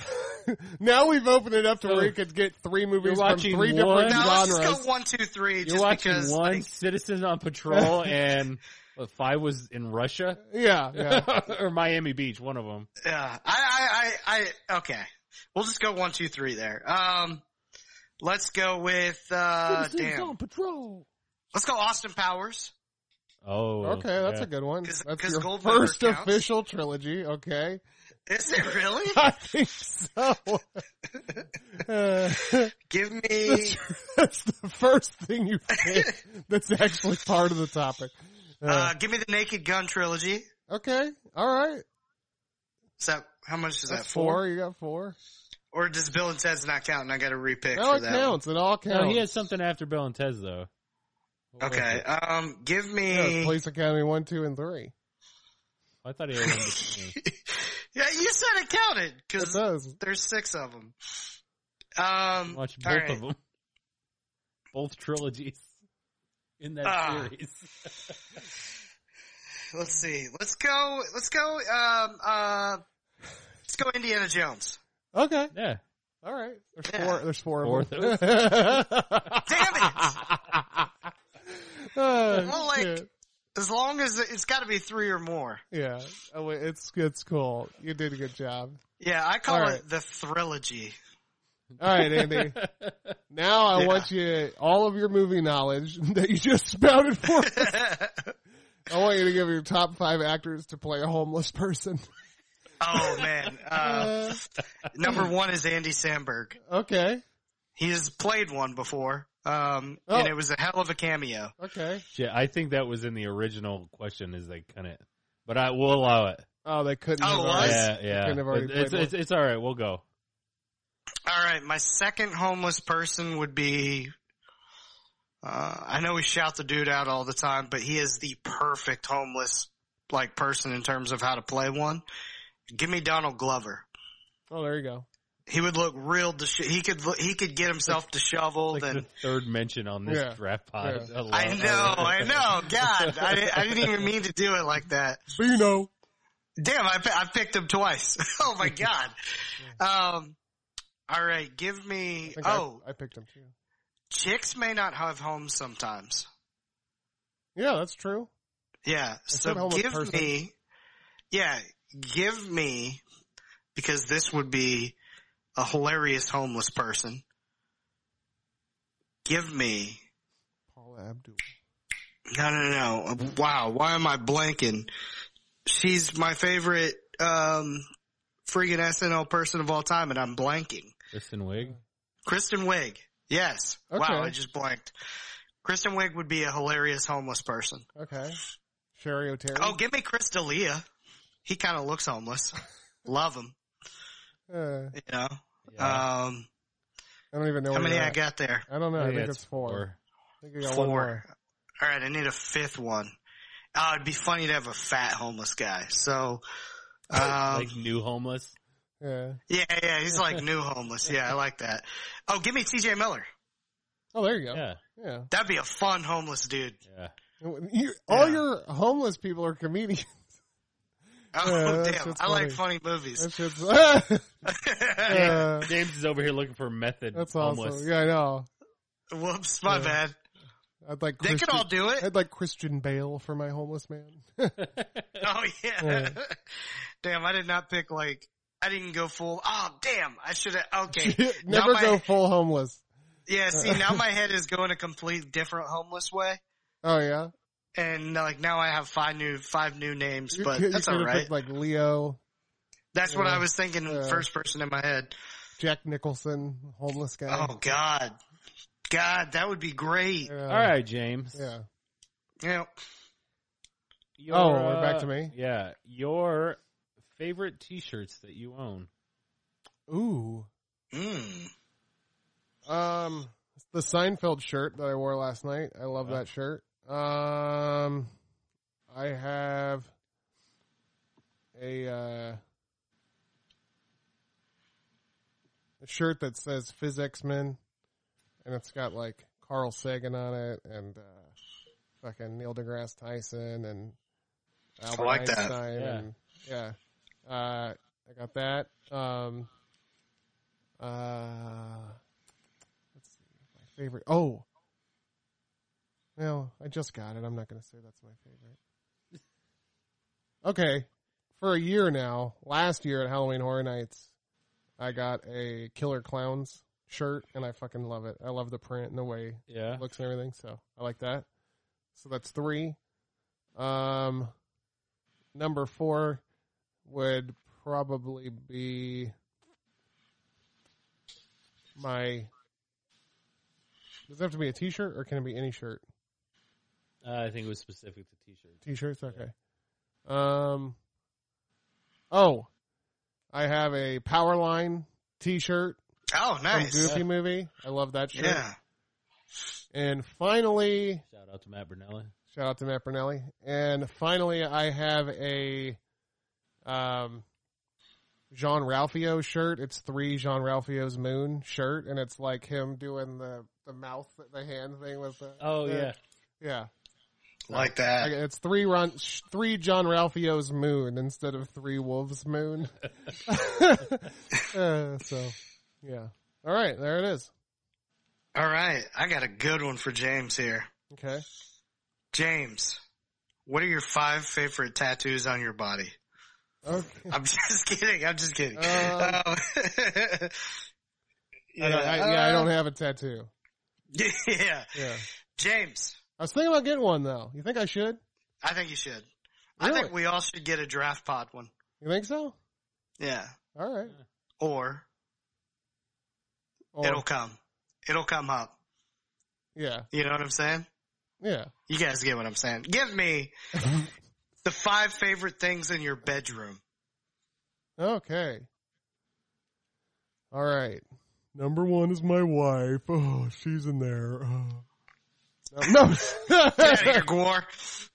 S6: Now we've opened it up to where
S5: So-
S6: you could get three movies from
S5: watching
S6: three
S5: one-
S6: different
S4: No, let's just go
S6: genres.
S4: one two three.
S5: You're
S4: just
S5: watching
S4: because,
S5: one
S4: like,
S5: Citizen
S4: *laughs*
S5: on Patrol, and what, five was in Russia
S6: Yeah,
S5: *laughs*
S6: yeah.
S5: or Miami Beach. One of them.
S4: yeah, I, I, I, I. Okay, we'll just go one two three there. Um, let's go with uh, damn.
S5: Patrol.
S4: Let's go Austin Powers.
S5: Oh,
S6: Okay, that's
S5: yeah.
S6: a good one.
S4: 'Cause-
S6: That's
S4: 'cause
S6: your
S4: Goldmember
S6: first
S4: counts.
S6: official
S5: *laughs*
S6: trilogy. Okay,
S4: Is it really?
S6: I think so. Uh,
S4: Give me.
S6: *laughs* that's the first thing you pick that's actually part of the topic. Uh,
S4: *laughs* Uh, give me the Naked Gun trilogy.
S6: okay, all right.
S4: Is that how much is
S6: That's
S4: that? Four?
S6: four. You got four.
S4: Or does Bill and Ted's not count? And I got to repick
S6: No,
S4: for
S6: it
S4: that.
S6: counts. It all counts.
S5: No, he had something after Bill and Ted's though.
S4: one. Okay. Um, give me.
S6: Yeah, Police Academy one, two, and three.
S5: I thought he had one. between.
S4: Yeah, you said it counted
S6: It
S4: because
S6: does.
S4: there's six of them. Um,
S5: *laughs* Watch both
S4: all right.
S5: of them. Both trilogies in that
S4: Ah.
S5: series. *laughs*
S4: Let's see. Let's go. Let's go. Um, uh, let's go Indiana Jones.
S6: Okay,
S5: Yeah.
S6: all right. There's
S4: Yeah.
S6: four. There's four,
S5: Four
S6: of
S5: of
S6: them.
S5: those.
S6: *laughs*
S4: Damn it!
S6: Oh,
S4: Well, like-
S6: Uh, shit.
S4: As long as it's got to be three or more.
S6: Yeah. Oh, wait, it's it's cool. You did a good job.
S4: Yeah, I call
S6: All
S4: it
S6: right.
S4: the trilogy. *laughs*
S6: All
S5: *laughs*
S6: right, Andy. Now I
S4: Yeah.
S6: want you all of your movie knowledge *laughs* that you just spouted
S4: *laughs*
S6: for. us, I want you to give your top five actors to play a homeless person. *laughs*
S4: oh man, uh,
S6: Uh,
S4: number one is Andy Samberg.
S6: okay.
S4: He has played one before, um,
S6: Oh.
S4: and it was a hell of a cameo.
S6: Okay.
S5: *laughs* Shit, I think that was in the original question. Is they kind of, but I will allow it.
S6: Oh, they couldn't.
S4: Oh,
S6: have
S4: what?
S6: already-
S5: Yeah, yeah.
S6: couldn't have already
S5: It's- it's,
S6: played
S5: it's, it's all right. We'll go.
S4: All right, my second homeless person would be. Uh, I know we shout the dude out all the time, but he is the perfect homeless like person in terms of how to play one. Give me Donald Glover.
S6: Oh, there you go.
S4: He would look real. Dis- he could look, he could get himself disheveled
S5: Like
S4: and
S5: the
S6: *laughs*
S5: third mention on this
S6: Yeah,
S5: draft pod.
S6: yeah.
S5: alone.
S4: I know, I know. God, I, di- I didn't even mean to do it like that.
S6: Bino.
S4: Damn, I, pi- I picked him twice. *laughs* oh
S6: *laughs*
S4: my God. Um, all right, give
S6: I
S4: me.
S6: think I-
S4: Oh,
S6: I, picked him too.
S4: chicks may not have homes sometimes.
S6: Yeah, that's true.
S4: Yeah.
S6: said
S4: So
S6: homeless
S4: give
S6: person.
S4: me, yeah, give me, because this would be a hilarious homeless person. Give me,
S6: Paula Abdul.
S4: no, no, no. no. Wow. Why am I blanking? She's my favorite, um, freaking SNL person of all time and I'm blanking.
S5: Kristen Wiig.
S4: Kristen Wiig. Yes.
S6: Okay.
S4: Wow. I just blanked. Kristen Wiig would be a hilarious homeless person.
S6: Okay. Sherry O'Terry.
S4: Oh, give me Chris D'Elia. He kind of looks homeless. Love him,
S6: Uh,
S4: you know.
S5: Yeah.
S4: Um,
S6: I don't even know
S4: how
S6: where
S4: many
S6: you're
S4: I
S6: at.
S4: got there?
S6: I don't know. I
S5: Yeah,
S6: think
S5: it's
S6: it's four.
S5: four.
S6: Oh, I think we got
S4: Four.
S6: one more.
S4: All right, I need a fifth one. Oh, it'd be funny to have a fat homeless guy.
S6: *laughs*
S4: So, um,
S5: like new homeless.
S6: Yeah.
S4: yeah, yeah, he's like new homeless. Yeah, I like that. Oh, give me T.J. Miller.
S6: Oh, there you go.
S5: Yeah,
S6: Yeah.
S4: That'd be a fun homeless dude.
S5: yeah.
S6: You, all
S4: Yeah.
S6: your homeless people are comedians. *laughs*
S4: *laughs*
S6: Yeah,
S4: Oh,
S6: that
S4: damn,
S6: shit's
S4: I like funny
S6: funny.
S4: movies. *laughs*
S6: That shit's, *laughs* uh,
S5: James is over here looking for method.
S6: that's
S5: homeless.
S6: awesome. Yeah, I know.
S4: Whoops, my
S6: Yeah.
S4: bad.
S6: I'd like
S4: They
S6: Christian,
S4: could all do it.
S6: I'd like Christian Bale for my homeless man. *laughs*
S4: *laughs* Oh yeah.
S6: Yeah.
S4: damn, I did not pick like I didn't go full. Oh damn, I should have. Okay, Now
S6: *laughs* Never
S4: my-
S6: go full homeless.
S4: *laughs* Yeah, see, now my head is going a complete different homeless way,
S6: Oh yeah,
S4: and like now I have five new five new names,
S6: You
S4: but
S6: could- you
S4: that's
S6: could
S4: all
S6: have
S4: right.
S6: picked, like Leo,
S4: that's what
S6: yeah,
S4: I was thinking
S6: yeah.
S4: first person in my head.
S6: Jack Nicholson, homeless guy.
S4: Oh God, God, that would be great.
S6: Yeah.
S5: All right, James.
S6: Yeah.
S4: You know,
S5: Your,
S6: Oh, we're
S5: uh,
S6: back to me?
S5: Yeah, your favorite T-shirts that you own.
S6: Ooh.
S4: mm,
S6: Um, the Seinfeld shirt that I wore last night. I love
S5: Yeah.
S6: that shirt. Um, I have a uh, a shirt that says Physics Men, and it's got like Carl Sagan on it, and uh, fucking Neil deGrasse Tyson, and Albert
S4: like that.
S6: Einstein,
S5: Yeah.
S6: and yeah. Uh, I got that. Um, uh, let's see, my favorite. Oh, well, I just got it. I'm not going to say that's my favorite. Okay, for a year now, last year at Halloween Horror Nights, I got a Killer Clowns shirt, and I fucking love it. I love the print and the way
S5: Yeah.
S6: *laughs* looks and everything. So I like that. So that's three. Um, number four would probably be my. Does it have to be a T-shirt or can it be any shirt?
S5: Uh, I think it was specific to T-shirts.
S6: T-shirts, okay. Um. Oh, I have a Powerline T-shirt
S4: oh
S6: from
S4: nice,
S6: Goofy Movie. I love that shirt.
S4: yeah.
S6: And finally,
S5: Shout out to Matt Bernella.
S6: Shout out to Matt Bernelli. And finally, I have a um, Jean Ralphio shirt. It's three Jean Ralphio's moon shirt, and it's like him doing the the mouth, the hand thing with the.
S5: Oh
S6: the-
S5: yeah.
S6: yeah.
S4: Like
S6: Like,
S4: that.
S6: It's three Ron, sh- three John Ralphio's moon instead of three
S5: *laughs*
S6: wolves moon. *laughs* Uh, so, yeah. All right, there it is.
S4: All right, I got a good one for James here.
S6: Okay.
S4: James, What are your five favorite tattoos on your
S6: *laughs*
S4: body?
S6: Okay.
S4: I'm just kidding. I'm just kidding.
S6: Uh,
S4: Um, *laughs*
S6: I don't, I, yeah, I don't have a tattoo.
S4: uh, Um, *laughs* yeah.
S6: Yeah.
S4: James,
S6: I was thinking about getting one though. You think I should?
S4: I think you should. I
S6: Really?
S4: think we all should get a draft pod one.
S6: You think so?
S4: Yeah.
S6: All right.
S4: Or,
S6: Or-
S4: it'll come. It'll come up.
S6: yeah.
S4: You know what I'm saying?
S6: Yeah.
S4: You guys get what I'm saying. Give
S6: *laughs*
S4: me the five favorite things in your bedroom.
S6: Okay. All right. Number one is my wife. Oh, she's in there. Oh. No.
S4: Get
S6: *laughs*
S4: *laughs* outta here, Gore.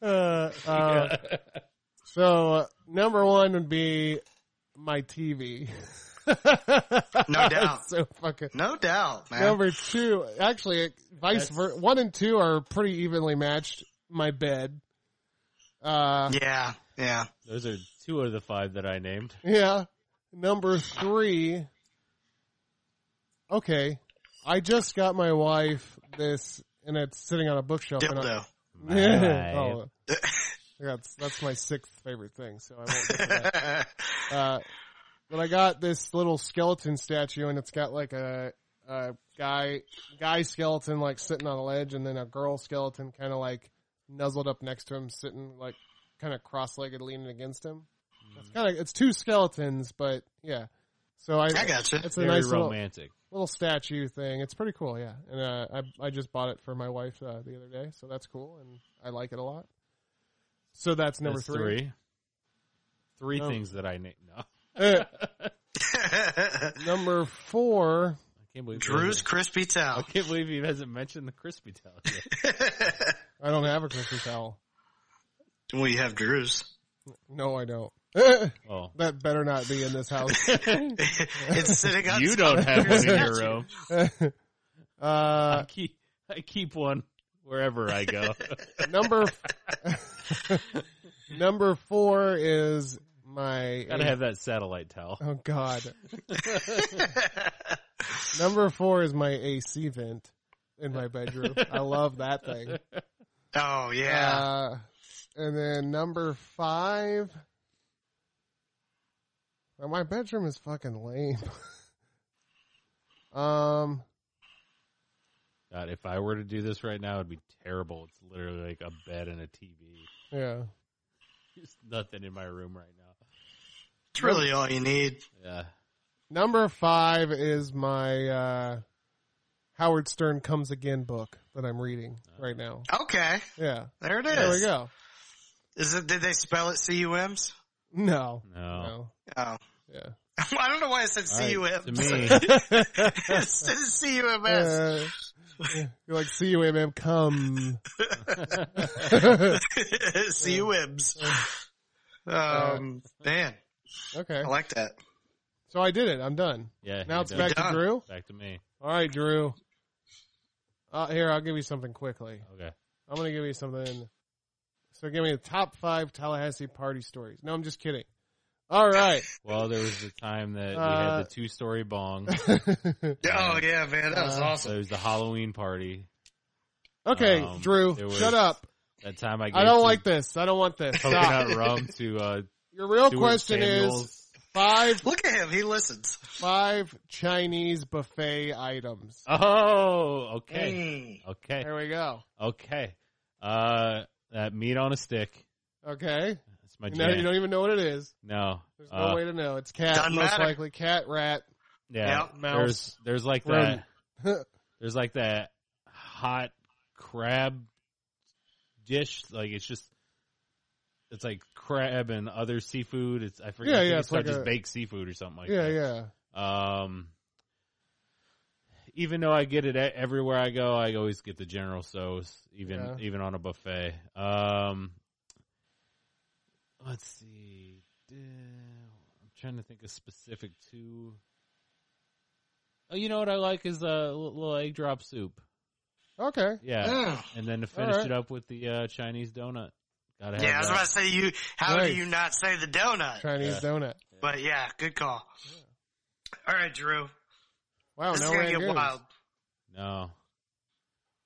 S6: Uh, uh, So uh, number one would be my TV.
S4: *laughs* No doubt.
S6: *laughs* so fucking.
S4: No doubt,
S6: *laughs*
S4: man.
S6: Number two, actually, vice versa. One and two are pretty evenly matched. My bed. Uh,
S4: Yeah, yeah.
S5: Those are two of the five that I named.
S6: Yeah. Number three. Okay. I just got my wife this, and it's sitting on a bookshelf. and I-
S4: Dildo.
S5: Right.
S6: oh. That's, that's my sixth favorite thing, so I won't get to that. Uh, but I got this little skeleton statue, and it's got like a, a guy guy skeleton like sitting on a ledge, and then a girl skeleton kind of like nuzzled up next to him, sitting like kind of cross legged, leaning against him. It's kind of it's two skeletons, but yeah. So I,
S4: I gotcha.
S6: It's a
S5: Very
S6: nice little,
S5: romantic.
S6: little statue thing. It's pretty cool, yeah. And uh, I I just bought it for my wife uh, the other day, so that's cool, and I like it a lot. So that's number
S5: That's three. Three
S6: No.
S5: things that I named. No, I
S6: Uh, *laughs* number four.
S5: can't believe
S4: Drew's crispy
S5: I
S4: towel.
S5: can't believe he hasn't mentioned the crispy towel. yet.
S6: *laughs* I don't have a Christmas towel.
S4: Well, you have Drew's.
S6: No, I don't. that
S5: Oh,
S6: better not be in
S5: *laughs*
S6: this house.
S4: it's sitting on.
S5: you don't have one in your room. I
S6: uh,
S5: keep, I keep one wherever I
S6: *laughs*
S5: go.
S6: number *laughs* number four is my.
S5: Gotta have that satellite towel.
S6: oh
S5: *laughs*
S6: God. number four is my AC vent in my bedroom. I love that thing.
S4: Oh yeah.
S6: Uh, and then number five. Now, my bedroom is fucking lame. *laughs* um,
S5: God, if I were to do this right now, it'd be terrible. It's literally like a bed and a TV.
S6: yeah.
S5: There's nothing in my room right now.
S4: it's really all you need.
S5: Yeah.
S6: Number five is my uh, Howard Stern Comes Again book that I'm reading right now.
S4: Okay,
S6: Yeah.
S4: there it is.
S6: There we go.
S4: Is it? Did they spell it C-U-M's?
S6: No.
S5: No.
S6: No.
S4: Oh, *laughs*
S6: Yeah.
S4: I don't know why I said
S5: All right,
S4: C-U-M.
S5: To me,
S4: *laughs* it says C-U-M-S.
S6: Uh, yeah, you're like, see you,
S4: *laughs*
S6: MM, come. *laughs*
S4: C-U-M's. Um, man,
S6: Okay.
S4: I like that.
S6: So I did it. I'm done.
S5: yeah.
S6: Now
S5: he
S6: it's
S5: does.
S6: back to
S4: Done.
S6: Drew.
S5: Back to me.
S6: All right, Drew. Uh, here, I'll give you something quickly.
S5: Okay.
S6: I'm going to give you something. So give me the top five Tallahassee party stories. No, I'm just kidding. All right.
S5: Well, there was the time that we
S6: Uh,
S5: had the two-story
S6: *laughs*
S5: bong.
S4: Oh yeah, man, that was
S6: Uh,
S5: So
S4: awesome.
S5: it was the Halloween party.
S6: Okay,
S5: Um,
S6: Drew,
S5: there was-
S6: shut up.
S5: That time I gave
S6: I don't
S5: some
S6: like this. I don't want this. Stop.
S5: coconut rum to
S6: *laughs*
S5: uh,
S6: Your real
S5: Stuart
S6: question is
S5: Samuels.
S6: five
S4: Look at him; he listens.
S6: five Chinese buffet items.
S5: Oh, okay,
S4: Mm.
S5: okay,
S6: There we go.
S5: okay. Uh, that meat on a stick.
S6: Okay.
S5: That's my
S6: You,
S5: jam.
S6: know, you don't even know what it is.
S5: no,
S6: There's no
S5: uh,
S6: way to know. It's cat,
S4: Doesn't
S6: most
S4: matter.
S6: likely cat, rat.
S5: yeah.
S4: Yeah,
S6: mouse.
S5: There's there's like
S6: Room.
S5: that. *laughs* There's like that hot crab dish. Like it's just. It's like crab and other seafood. It's I forget.
S6: Yeah,
S5: I think
S6: yeah,
S5: It's
S6: it's
S5: like
S6: like
S5: just
S6: a-
S5: baked seafood or something like
S6: yeah,
S5: that.
S6: yeah.
S5: Um, even though I get it e- everywhere I go, I always get the General So's, even
S6: Yeah.
S5: even on a buffet. Um, let's see. Uh, I'm trying to think of specific two. Oh, you know what I like is a uh, li- little egg drop soup.
S6: Okay.
S5: Yeah,
S4: Mm.
S5: and then to finish
S6: Ah, right.
S5: it up with the uh, Chinese donut. Gotta have
S4: Yeah, I was
S5: that.
S4: about to say you. How
S6: Nice.
S4: do you not say the donut?
S6: Chinese
S5: Yeah.
S6: donut.
S4: But yeah, good call. All right, Drew.
S6: Wow,
S4: this
S6: no
S4: is gonna
S6: way.
S4: get wild.
S5: no.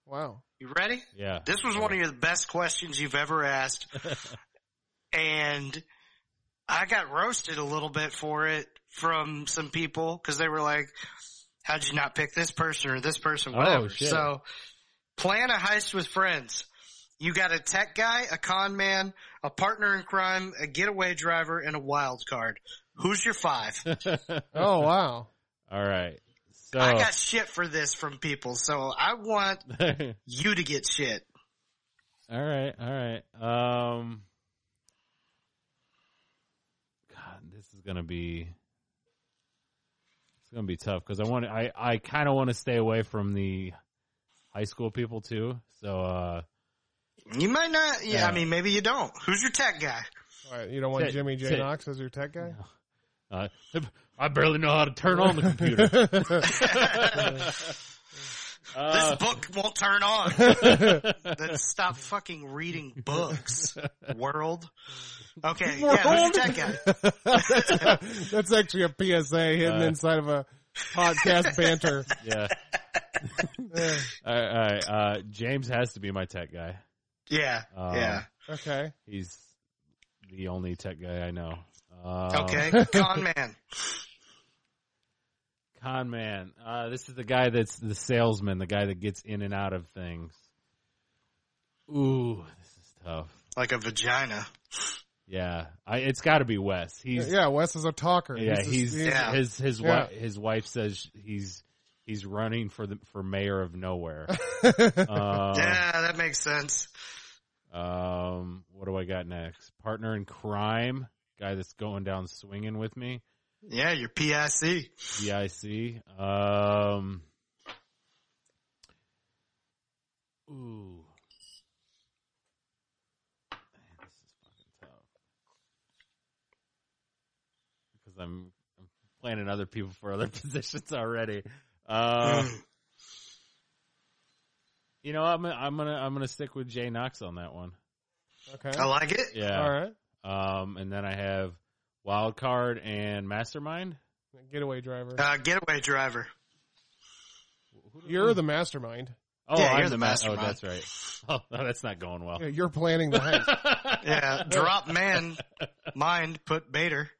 S6: Wow.
S4: You ready?
S5: Yeah.
S4: This was one of your best questions you've ever
S5: *laughs*
S4: asked. and I got roasted a little bit for it from some people because they were like, how'd you not pick this person or this person?
S5: Oh,
S4: Whatever.
S5: shit.
S4: So plan a heist with friends. You got a tech guy, a con man, a partner in crime, a getaway driver, and a wild card. Who's your
S5: *laughs*
S4: five?
S6: Oh wow.
S5: All right. So
S4: I got shit for this from people, so I want
S5: *laughs*
S4: you to get shit.
S5: All right, all right. Um, God, this is gonna be it's gonna be tough because I want I I kind of want to stay away from the high school people too. So uh,
S4: You might not. Yeah, I
S5: Yeah.
S4: mean, maybe you don't. Who's your tech guy?
S6: All right, you don't want
S5: Tit,
S6: Jimmy J
S5: tit.
S6: Knox as your tech guy?
S5: uh, I barely know how to turn on the
S6: *laughs*
S5: computer. Uh.
S4: this book won't turn
S5: *laughs*
S4: on. then stop fucking reading books, world. Okay, yeah, who's your tech guy?
S6: That's actually a PSA hidden
S5: Uh.
S6: inside of a
S5: *laughs*
S6: podcast banter.
S5: *laughs* yeah. all right, all right. Uh, James has to be my tech guy.
S4: Yeah,
S5: Um,
S4: yeah.
S6: Okay.
S5: He's the only tech guy I know. Um,
S4: Okay, con man.
S5: Con man. Uh, this is the guy that's the salesman, the guy that gets in and out of things. Ooh, this is tough.
S4: Like a vagina.
S5: Yeah, I, it's got to be Wes. He's yeah,
S6: yeah, Wes is a talker.
S5: he's,
S6: just-
S4: Yeah.
S5: his his
S6: Yeah.
S5: wife his wife says he's he's running for the for mayor of nowhere. Uh,
S4: yeah, that makes sense.
S5: Um, what do I got next? Partner in crime, guy that's going down swinging with me.
S4: Yeah, your PIC.
S5: DIC. Um, ooh. Man, this is fucking tough. Because I'm, I'm planning other people for other *laughs* positions already. Uh, you know, I'm I'm gonna I'm gonna stick with Jay Knox on that one.
S6: okay.
S4: I like it.
S5: Yeah.
S6: All right.
S5: Um, and then I have Wild Card and Mastermind.
S6: Getaway driver.
S4: Uh, getaway driver.
S6: You're the mastermind.
S5: Oh,
S4: Yeah,
S5: I'm
S4: you're the
S5: Oh,
S4: mastermind.
S5: that's right. *laughs* Oh, no, that's not going well.
S6: Yeah, You're planning the
S5: *laughs*
S6: heist.
S4: Yeah, drop man. Mind put Bader.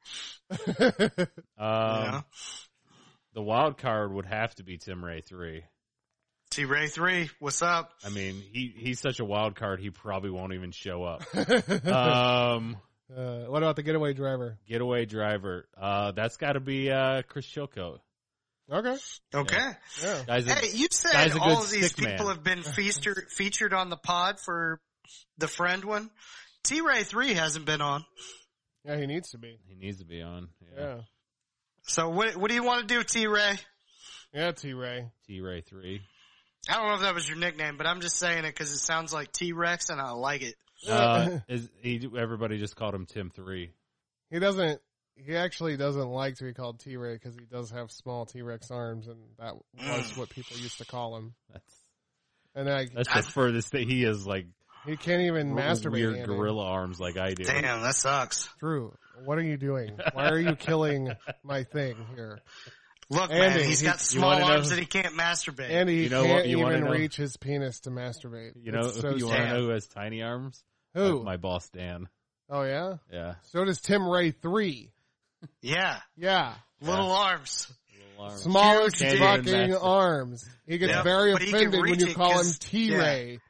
S5: Um,
S4: Yeah.
S5: The wild card would have to be Tim Ray three.
S4: T Ray three. What's up?
S5: I mean, he he's such a wild card. He probably won't even show up. um,
S6: Uh, what about the getaway driver?
S5: getaway driver. Uh, that's got to be uh, Chris Chilko.
S6: Okay.
S4: Okay.
S6: Yeah.
S5: Guys,
S4: Hey, you
S5: guy's
S4: said
S5: a good
S4: all of these
S5: stick man.
S4: people have
S5: *laughs*
S4: been feaster, featured on the pod for the friend one. T Ray 3 hasn't been on.
S6: Yeah, he needs to be.
S5: he needs to be on. Yeah,
S6: Yeah.
S4: So what, what do you want to do, T Ray?
S6: Yeah, T Ray.
S5: T Ray three.
S4: I don't know if that was your nickname, but I'm just saying it because it sounds like T Rex and I like it.
S5: Uh, is, he, everybody just called him Tim three.
S6: He doesn't. He actually doesn't like to be called T Ray because he does have small T Rex arms, and that was what people used to call him.
S5: That's
S6: And I,
S5: that's the furthest that he is like
S6: he can't even masturbate.
S5: weird
S6: Andy.
S5: gorilla arms like I do.
S4: Damn, that sucks.
S6: Drew, what are you doing? Why are you killing my thing here?
S4: Look, man,
S6: Andy,
S4: he's
S6: he-
S4: got
S6: you
S4: small
S5: wanna know-
S4: arms and he can't masturbate.
S6: And he
S5: You know
S6: can't
S5: what- you wanna
S6: even
S5: know-
S6: reach his penis to masturbate.
S5: You know, *laughs*
S6: It's so
S5: you want
S6: sad.
S5: to
S4: sad.
S5: know who has tiny arms?
S6: who?
S5: My boss Dan.
S6: Oh yeah.
S5: Yeah.
S6: So does Tim Ray three.
S4: yeah,
S6: Yeah.
S4: little arms.
S5: Little arms.
S6: Smallest
S5: Huge
S6: fucking
S5: dude.
S6: arms. He gets
S4: Yeah,
S6: very
S4: but he can
S6: offended when
S4: reach
S6: you
S4: it
S6: call him
S4: 'cause-
S6: T Ray.
S5: *laughs*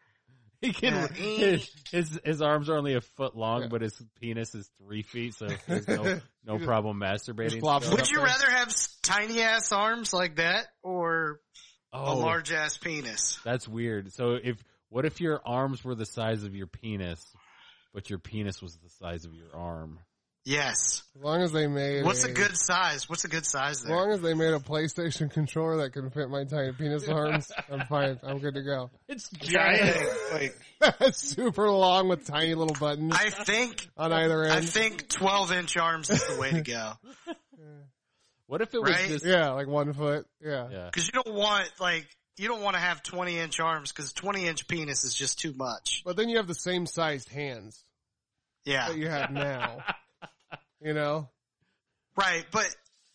S5: He can
S4: Yeah.
S5: his, his his arms are only a foot long,
S6: Yeah.
S5: but his penis is three
S4: *laughs*
S5: feet, so there's no no problem masturbating.
S6: flops
S5: still.
S6: it
S4: Would you
S6: Okay.
S4: rather have s- tiny ass arms like that or a
S5: Oh,
S4: large ass penis?
S5: that's weird. So if what if your arms were the size of your penis, but your penis was the size of your arm?
S4: Yes.
S6: As long as they made
S4: What's a good size? What's a good size
S6: As
S4: there?
S6: long as they made a PlayStation controller that can fit my tiny
S4: *laughs*
S6: penis arms, I'm fine. I'm good to go. *laughs*
S5: It's
S4: Like,
S6: Super long with tiny little buttons
S4: I think
S6: on either
S4: I
S6: end.
S4: think twelve inch arms is the way to
S6: *laughs*
S4: go
S5: What if it was
S4: Right?
S5: just
S6: yeah, like one foot. Yeah.
S5: yeah.
S4: because you don't want like you don't want to have twenty inch arms because twenty inch penis is just too much.
S6: But then you have the same sized hands
S4: Yeah,
S6: that you have
S4: *laughs*
S6: now. you know?
S4: right. But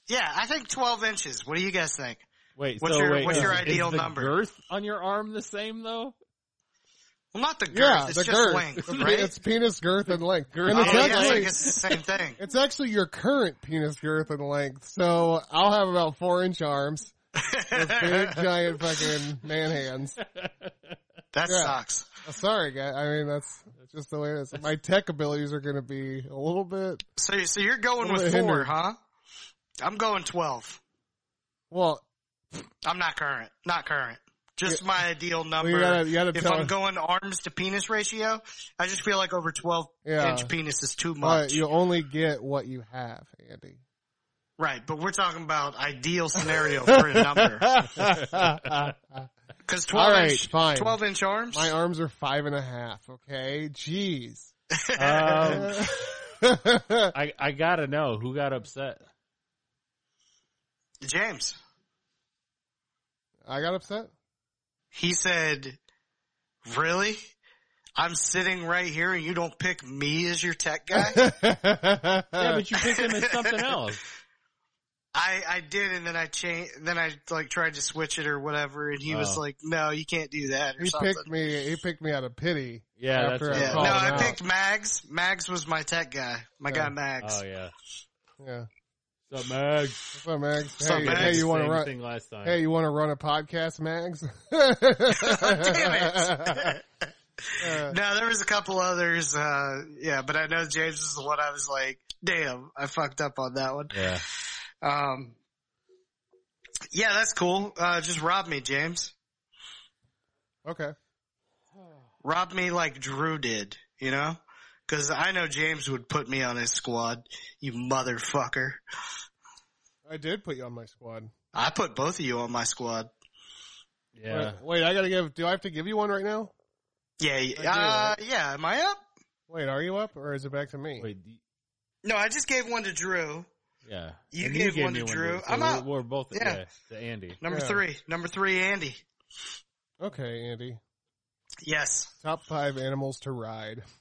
S4: yeah, I think twelve inches. What do you guys think?
S5: Wait,
S4: What's
S5: so
S4: your-
S5: wait,
S4: what's
S5: is-
S4: your
S5: is
S4: ideal
S5: the
S4: number?
S5: girth on your arm the same though?
S4: Well, not the girth.
S6: Yeah,
S4: it's
S6: the
S4: just
S6: girth.
S4: length,
S6: *laughs* It's pe-
S4: right?
S6: It's penis girth and length.
S5: Girth.
S6: And
S4: oh,
S6: it's
S4: yeah, I
S6: actually
S4: guess it's the same thing.
S6: *laughs* it's actually your current penis girth and length. So I'll have about four
S4: *laughs*
S6: inch arms, with big giant fucking man hands.
S4: That
S6: Yeah.
S4: sucks.
S6: Uh, Sorry, guy. I mean that's just the way it is. My tech abilities are going to be a little bit.
S4: So, so you're going
S6: A little
S4: with
S6: bit
S4: four,
S6: hindered.
S4: huh? I'm going twelve.
S6: Well,
S4: I'm not current. Not current. Just my ideal number.
S6: you gotta- you gotta
S4: if
S6: tell
S4: I'm
S6: us.
S4: going arms to penis ratio, I just feel like over 12
S6: Yeah.
S4: inch penis is too
S6: but
S4: much.
S6: uh, you only get what you have, Andy.
S4: right. But we're talking about ideal scenario for a
S6: *laughs*
S4: number. Cause 12
S6: All right,
S4: inch,
S6: fine.
S4: 12 inch arms.
S6: My arms are five and a half. Okay, jeez.
S5: *laughs*
S6: *laughs*
S5: Um, I I gotta know who got upset.
S4: James,
S6: I got upset.
S4: he said, really? I'm sitting right here and you don't pick me as your tech
S6: *laughs*
S4: guy?
S5: Yeah, but you picked him
S4: *laughs*
S5: as something else.
S4: I, I did, and then I changed. Then I like tried to switch it or whatever, and he was
S5: Oh.
S4: like, "No, you can't do that." Or
S6: he
S4: something.
S6: picked me. He picked me out of pity.
S5: Yeah,
S6: After
S5: that's
S6: I
S4: Yeah.
S5: right.
S4: No,
S6: called
S4: I
S6: him out.
S4: picked Mags. Mags was my tech guy. My guy Mags.
S5: Oh yeah.
S6: Yeah.
S5: What's up, Mags?
S6: What's up, Mags?
S4: up,
S6: Hey,
S4: Mags?
S6: hey, you want to
S5: Same
S6: run?
S5: thing last time.
S6: Hey, you want to run a podcast, Mags? *laughs*
S4: Damn
S6: Uh,
S4: No, there was a couple others. Uh, yeah, but I know James is the one I was like, "Damn, I fucked up on that one."
S5: Yeah.
S4: Um, yeah, that's cool. Uh, just rob me, James.
S6: okay.
S4: Rob me like Drew did. You know. Cause I know James would put me on his squad, you motherfucker.
S6: I did put you on my squad.
S4: I put both of you on my squad.
S5: Yeah.
S6: Wait, wait, I gotta give. Do I have to give you one right now?
S4: Yeah,
S6: do,
S4: uh, yeah. Am I up?
S6: Wait, are you up or is it back to me?
S5: Wait. d-
S4: No, I just gave one to Drew.
S5: Yeah.
S4: You
S5: And
S4: gave one
S5: me
S4: to Drew.
S5: so
S4: I'm
S5: we're,
S4: out.
S5: We're both
S4: Yeah.
S5: yeah. to Andy.
S4: Number
S6: Yeah.
S4: three. Number three, Andy.
S6: Okay, Andy.
S4: Yes.
S6: Top five animals to ride. *laughs*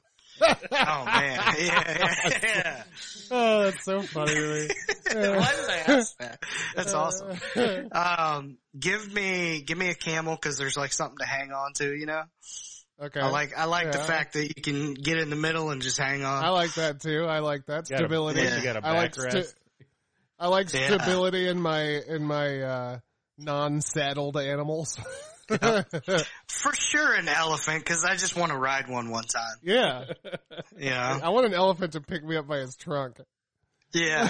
S4: Oh man. *laughs* Yeah. yeah.
S6: Oh, that's so funny to me.
S4: Why did I ask that? *laughs* That's awesome. Um, give me, give me a camel because there's like something to hang on to, you know?
S6: *laughs* Okay.
S4: I like, I like the
S6: Yeah.
S4: fact that you can get in the middle and just hang
S6: I
S4: on.
S6: like that too. I like that
S5: You got a-
S6: stability.
S4: Yeah.
S5: You got a
S6: I like uh,
S5: backrest.
S6: sti- I like
S4: Yeah.
S6: stability in my in my uh, non-saddled animals. *laughs*
S4: For sure an elephant because I just want to ride one one time,
S6: yeah,
S4: you know?
S6: I want an elephant to pick me up by his trunk. *laughs*
S4: Yeah.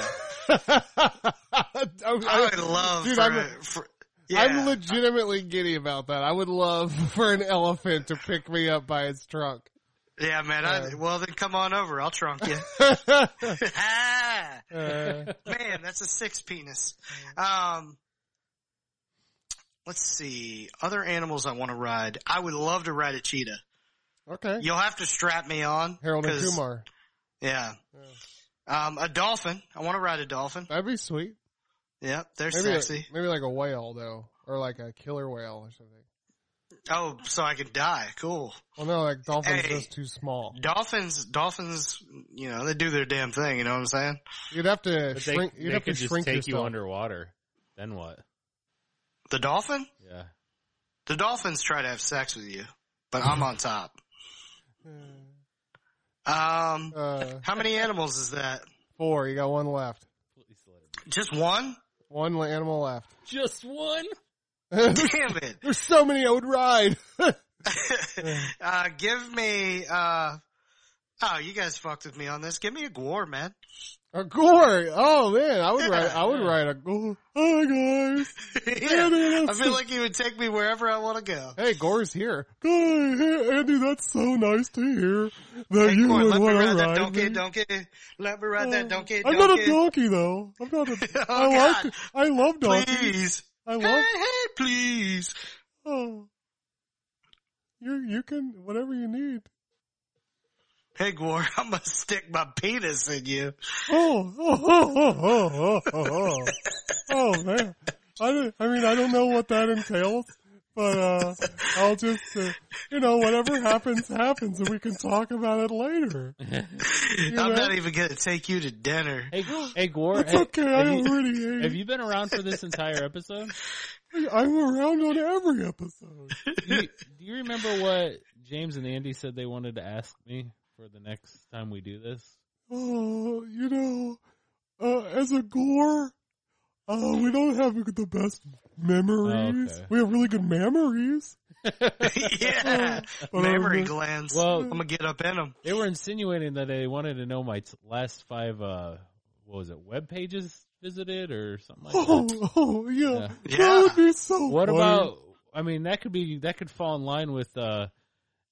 S4: I would love
S6: Dude,
S4: for,
S6: I'm-
S4: a- for- yeah.
S6: I'm legitimately giddy about that. I would love *laughs* for an elephant to pick me up by its trunk. *laughs*
S4: yeah, man. I,
S6: Yeah.
S4: well, then come on over. I'll trunk
S6: *laughs*
S4: you. *laughs* Ah!
S6: Uh,
S4: Man, that's a six penis.
S6: Mm.
S4: Um, let's see. Other animals I want to ride. I would love to ride a cheetah.
S6: okay.
S4: You'll have to strap me on.
S6: Harold and
S4: 'cause-
S6: Kumar.
S4: Yeah. Um, a dolphin. I want to ride a dolphin.
S6: That'd be sweet.
S4: Yep, they're
S6: Maybe
S4: sexy.
S6: Like, maybe like a whale though, or like a killer whale or something.
S4: Oh, so I could die. Cool.
S6: Well, no, like dolphins
S4: Hey.
S6: just too small.
S4: Dolphins, dolphins, you know, they do their damn thing. You know what I'm saying?
S6: You'd have to
S5: But they,
S6: shrink.
S5: they
S6: you'd have to
S5: could just
S6: shrink
S5: take you
S6: yourself.
S5: underwater. Then what?
S4: The dolphin?
S5: Yeah.
S4: The dolphins try to have sex with you, but I'm on top.
S6: *laughs*
S4: Um,
S6: Uh,
S4: how many animals is that?
S6: four. You got one left.
S5: Please let it
S4: Just
S6: *laughs*
S4: one?
S6: One animal left.
S5: be. Just one.
S4: Damn it.
S6: There's so many I would ride. *laughs*
S4: uh, give me, uh, oh, you guys fucked with me on this. Give me a Gwar, man. *laughs*
S6: a gore. Oh man, I would ride.
S4: Yeah. *laughs*
S6: I would ride a gore. Hi guys.
S4: Yeah.
S6: Andy,
S4: I
S6: that's
S4: feel like you would take me wherever I want to go.
S6: Hey, Gore's here. Hey, hey, Andy, that's so nice to hear
S4: Hey,
S6: that Uh, you
S4: Gwar,
S6: would
S4: let me
S6: want to
S4: ride
S6: ride
S4: that donkey,
S6: me.
S4: donkey. Let me ride that donkey,
S6: I'm not a
S4: donkey.
S6: donkey though. I'm not a.
S4: *laughs* Oh,
S6: I like.
S4: God.
S6: I love donkeys.
S4: Please.
S6: I
S4: Hey,
S6: love.
S4: hey, please.
S6: Oh. You you can whatever you need.
S4: Hey, *laughs* Gwar, I'm going to stick my penis in you.
S6: Oh, oh, oh, oh,
S4: *laughs*
S6: oh, oh, oh, oh, man. I, don't- I mean, I don't know what that entails, But uh, I'll just, uh, you know, whatever happens, happens, and we can talk about it later. You know?
S4: I'm not even gonna take you to
S6: *laughs*
S4: dinner. *laughs*
S5: Hey, hey, Gore.
S6: It's
S5: ha-
S6: okay.
S5: have
S6: I
S5: you-
S6: already
S5: Have you been around for this entire episode?
S6: I'm around on every episode.
S5: Do you, do you remember what James and Andy said they wanted to ask me for the next time we do this?
S6: Oh, you know, uh, as a gore, uh, we don't have the best memories.
S5: Oh, Okay.
S6: We have really good memories. *laughs*
S4: yeah,
S6: But
S4: memory
S6: I'm-
S4: glands.
S5: Well-
S4: I'm gonna get up in them.
S5: They were insinuating that they wanted to know my t- last five, uh, what was it, web pages visited or something like
S6: *laughs* Oh,
S5: that.
S6: oh yeah.
S4: Yeah.
S6: That would be so
S5: What
S6: funny.
S5: about? I mean, that could be that could fall in line with uh,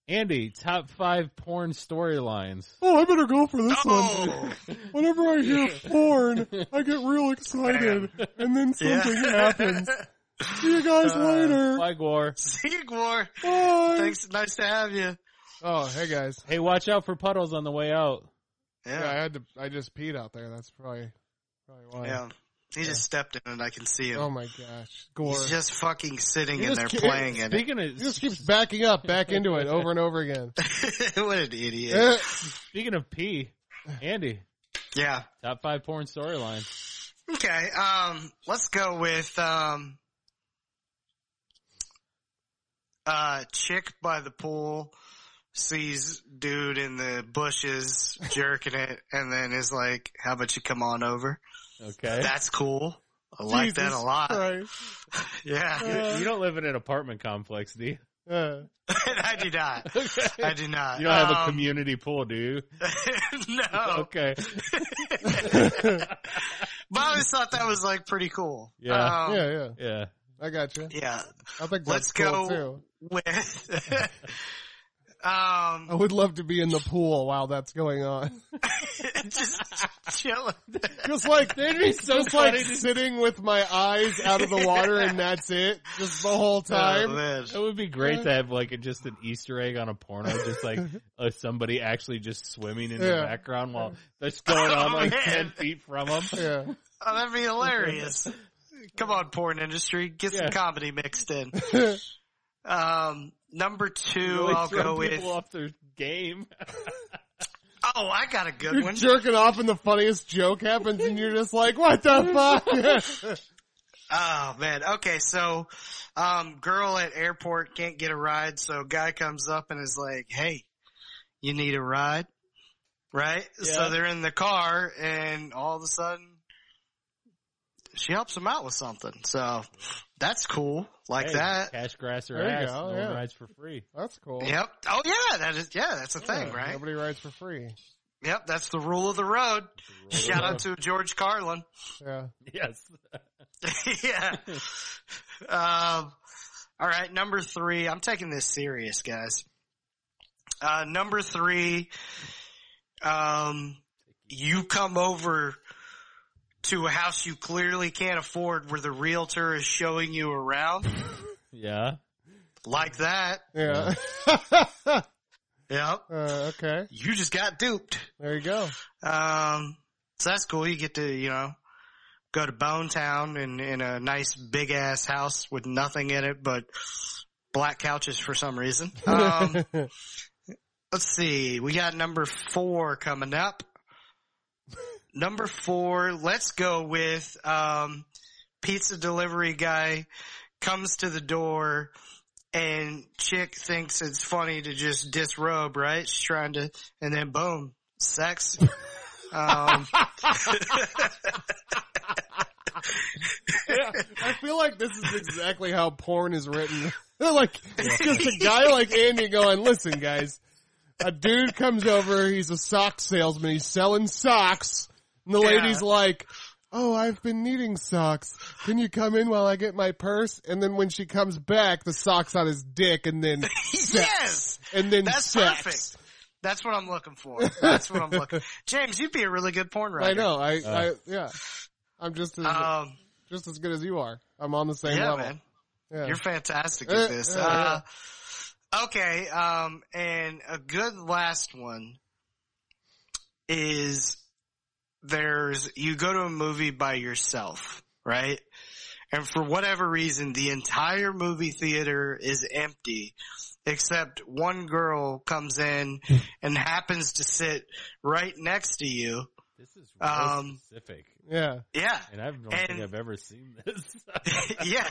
S5: Andy top five porn storylines.
S6: Oh, I better go for this
S4: Oh,
S6: one. Whenever I hear porn, I get real excited, and then
S4: *laughs*
S6: something happens. See you guys
S5: Uh,
S6: later.
S5: Bye, Gore.
S4: *laughs* see you, Gore.
S6: Bye.
S4: Thanks. Nice to have you.
S6: Oh, hey guys.
S5: Hey, watch out for puddles on the way out.
S6: Yeah, I
S4: Yeah,
S6: had to. I just peed out there. That's probably probably
S4: yeah.
S6: why.
S4: He just stepped in, and I can see him.
S6: Oh my gosh, Gore.
S4: He's just fucking sitting
S6: He
S4: in
S6: just
S4: there
S6: ki-
S4: playing in it. *laughs*
S5: Speaking of
S6: He just keeps backing up, back into it over and over again.
S4: what an idiot.
S6: *laughs* Eh,
S5: speaking of pee, Andy
S4: yeah.
S5: top five porn storylines.
S4: Okay. Um. Let's go with um. Uh, chick by the pool sees dude in the bushes jerking it, and then is like, "How about you come on over?"
S5: Okay,
S4: That's cool. I like that a
S6: Jesus
S4: lot.
S6: Christ.
S4: Yeah, *laughs*
S5: You- you don't live in an apartment complex, do you?
S6: Uh,
S4: I do not. I do not.
S5: You don't have a
S4: Um,
S5: community pool, do you?
S4: *laughs* no,
S5: Okay,
S4: but I always thought that was like pretty cool.
S5: Yeah.
S4: Um,
S6: yeah, yeah.
S5: yeah.
S6: I got you.
S4: yeah.
S6: I think that's
S4: Let's
S6: cool
S4: go
S6: too.
S4: With
S6: I
S4: *laughs* um,
S6: would love to be in the pool while that's going on. *laughs*
S4: just chilling.
S6: Just like
S5: That'd be so
S6: just like
S5: funny to-
S6: sitting with my eyes out of the water and that's it, just the
S4: *laughs*
S6: whole
S4: Oh,
S6: time.
S4: man.
S5: It would be great to have like a, just an Easter egg on a porno, just
S6: *laughs*
S5: like uh, somebody actually just swimming in the
S6: Yeah.
S5: background
S6: *laughs*
S5: while that's going on
S4: Oh,
S5: like
S4: man.
S5: ten feet from them.
S6: yeah, *laughs*
S4: Oh, that'd be hilarious. Come on, porn industry, get
S5: Yeah.
S4: some comedy mixed in. Um, number two,
S5: Really
S4: I'll
S5: throw
S4: go with.
S5: people off their game.
S4: Oh, I got a good
S6: you're
S4: one.
S6: jerking off and the funniest joke happens and you're just like,
S4: *laughs*
S6: what the fuck? *laughs*
S4: Oh man. Okay. So, um, girl at airport can't get a ride. So guy comes up and is like, Hey, you need a ride. Right.
S5: Yeah.
S4: So they're in the car and all of a sudden she helps him out with something. So that's cool. Like
S5: Hey,
S4: that.
S5: Cash grass or
S6: There you
S5: ass.
S6: go,
S5: no
S6: yeah.
S5: one rides for free. *laughs*
S6: that's cool.
S4: Yep. Oh yeah. That is, yeah, that's a thing,
S6: Yeah,
S4: right?
S6: Nobody rides for free.
S4: Yep. That's the rule of the road. Shout out to George Carlin.
S6: Yeah.
S5: Yes.
S4: *laughs* yeah. Um, all right, number three. I'm taking this serious, guys. Uh, number three. Um, you come over to a house you clearly can't afford, where the realtor is showing you around,
S5: Yeah.
S4: like that.
S6: Yeah. *laughs*
S4: Yep.
S6: uh, okay.
S4: You just got duped.
S6: There
S4: *laughs*
S6: you go.
S4: Um, so that's cool. You get to, you know, go to Bone Town in, in a nice big ass house with nothing in it but black couches for some reason. Um, let's see. We got number four coming up. Number four, let's go with, um, pizza delivery guy comes to the door and chick thinks it's funny to just disrobe, right? She's trying to, and then boom, sex. um,
S6: yeah, I feel like this is exactly how porn is written. *laughs* like it's just a guy like Andy going, "Listen, guys, a dude comes over. He's a sock salesman. He's selling socks." And the
S4: Yeah.
S6: lady's like, "Oh, I've been needing socks. Can you come in while I get my purse?" And then when she comes back, the socks on his dick, and then
S4: *laughs* yes,
S6: and
S4: *laughs*
S6: then
S4: that's
S6: sex.
S4: perfect. That's what I'm looking for. That's what I'm
S6: *laughs*
S4: looking. James, you'd be a really good porn writer.
S6: I know. I, I
S5: Uh.
S6: yeah. I'm just as,
S4: Um,
S6: just as good as you are. I'm on the same
S4: yeah,
S6: level.
S4: man,
S6: Yeah. *laughs*
S4: you're fantastic
S6: Uh,
S4: at this.
S6: uh,
S4: Uh, okay, um, and a good last one is there's you go to a movie by yourself, right? And for whatever reason, the entire movie theater is empty except one girl comes in
S6: Hmm.
S4: and happens to sit right next to you.
S5: This is real
S4: Um,
S5: specific,
S6: Yeah.
S4: Yeah.
S5: and I don't think
S4: and-
S5: I've ever seen this.
S4: *laughs*
S5: *laughs*
S4: yeah,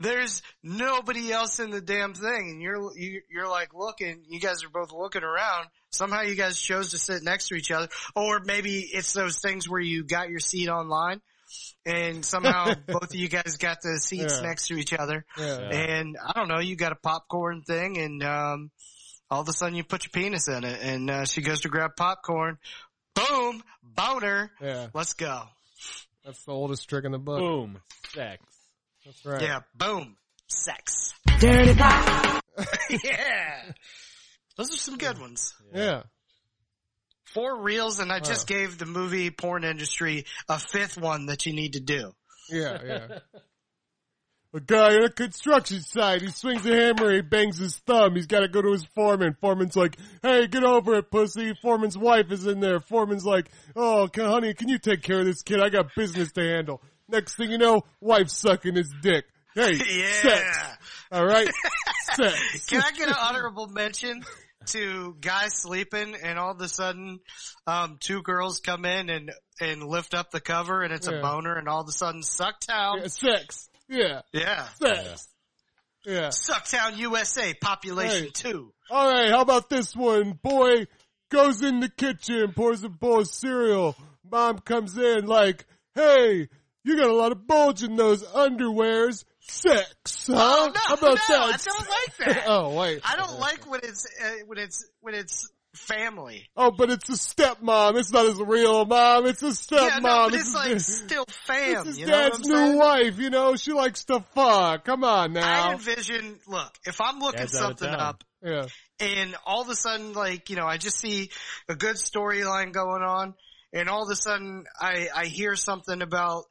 S4: there's nobody else in the damn thing, and you're you, you're like looking. You guys are both looking around. Somehow you guys chose to sit next to each other, or maybe it's those things where you got your seat online, and
S6: *laughs*
S4: somehow both of you guys got the seats
S6: Yeah.
S4: next to each other.
S6: Yeah.
S5: Yeah.
S4: And I don't know, you got a popcorn thing, and um, all of a sudden you put your penis in it, and uh, she goes to grab popcorn. Boom, boner.
S6: Yeah.
S4: Let's go.
S6: That's the oldest trick in the book.
S5: Boom, sex.
S6: That's right.
S4: Yeah, boom, sex.
S3: Dirty Pop,
S4: *laughs* yeah. Those are some good ones.
S6: Yeah.
S4: Four reels, and I just gave the movie porn industry a fifth one that you need to do.
S6: Yeah. Yeah. *laughs* A guy on a construction site, he swings a hammer, he bangs his thumb, he's gotta go to his foreman. Foreman's like, hey, get over it, pussy. Foreman's wife is in there. Foreman's like, oh, c- honey, can you take care of this kid? I got business to handle. Next thing you know, wife's sucking his dick. Hey,
S4: *laughs* Yeah.
S6: sex. Alright? sex.
S4: Can I get an honorable mention to guys sleeping, and all of a sudden, um, two girls come in and and lift up the cover, and it's
S6: Yeah.
S4: a boner, and all of a sudden,
S6: Yeah,
S4: Sucktown.
S6: sex. Yeah.
S4: Yeah.
S6: Sex. Yeah.
S4: Sucktown USA, population
S6: Hey.
S4: two.
S6: All right, how about this one? Boy goes in the kitchen, pours a bowl of cereal. Mom comes in like, "Hey, you got a lot of bulge in those underwears." Sex, huh?
S4: Oh, no,
S6: how about
S4: no, I
S6: that?
S4: don't like that.
S6: oh wait.
S4: I don't like when it's uh, when it's when it's family.
S6: Oh, but it's a stepmom. It's not his real mom. It's a stepmom.
S4: Yeah, no, but
S6: It's
S4: it's
S6: his-
S4: like still fam.
S6: it's his
S4: you know what
S6: dad's
S4: I'm
S6: new
S4: saying?
S6: wife. You know, she likes to fuck. Come on
S4: I
S6: now.
S4: envision. Look, if I'm looking
S5: Dad's out of
S4: something
S5: town.
S4: up,
S6: Yeah,
S4: and all of a sudden, like you know, I just see a good storyline going on, and all of a sudden, I I hear something about,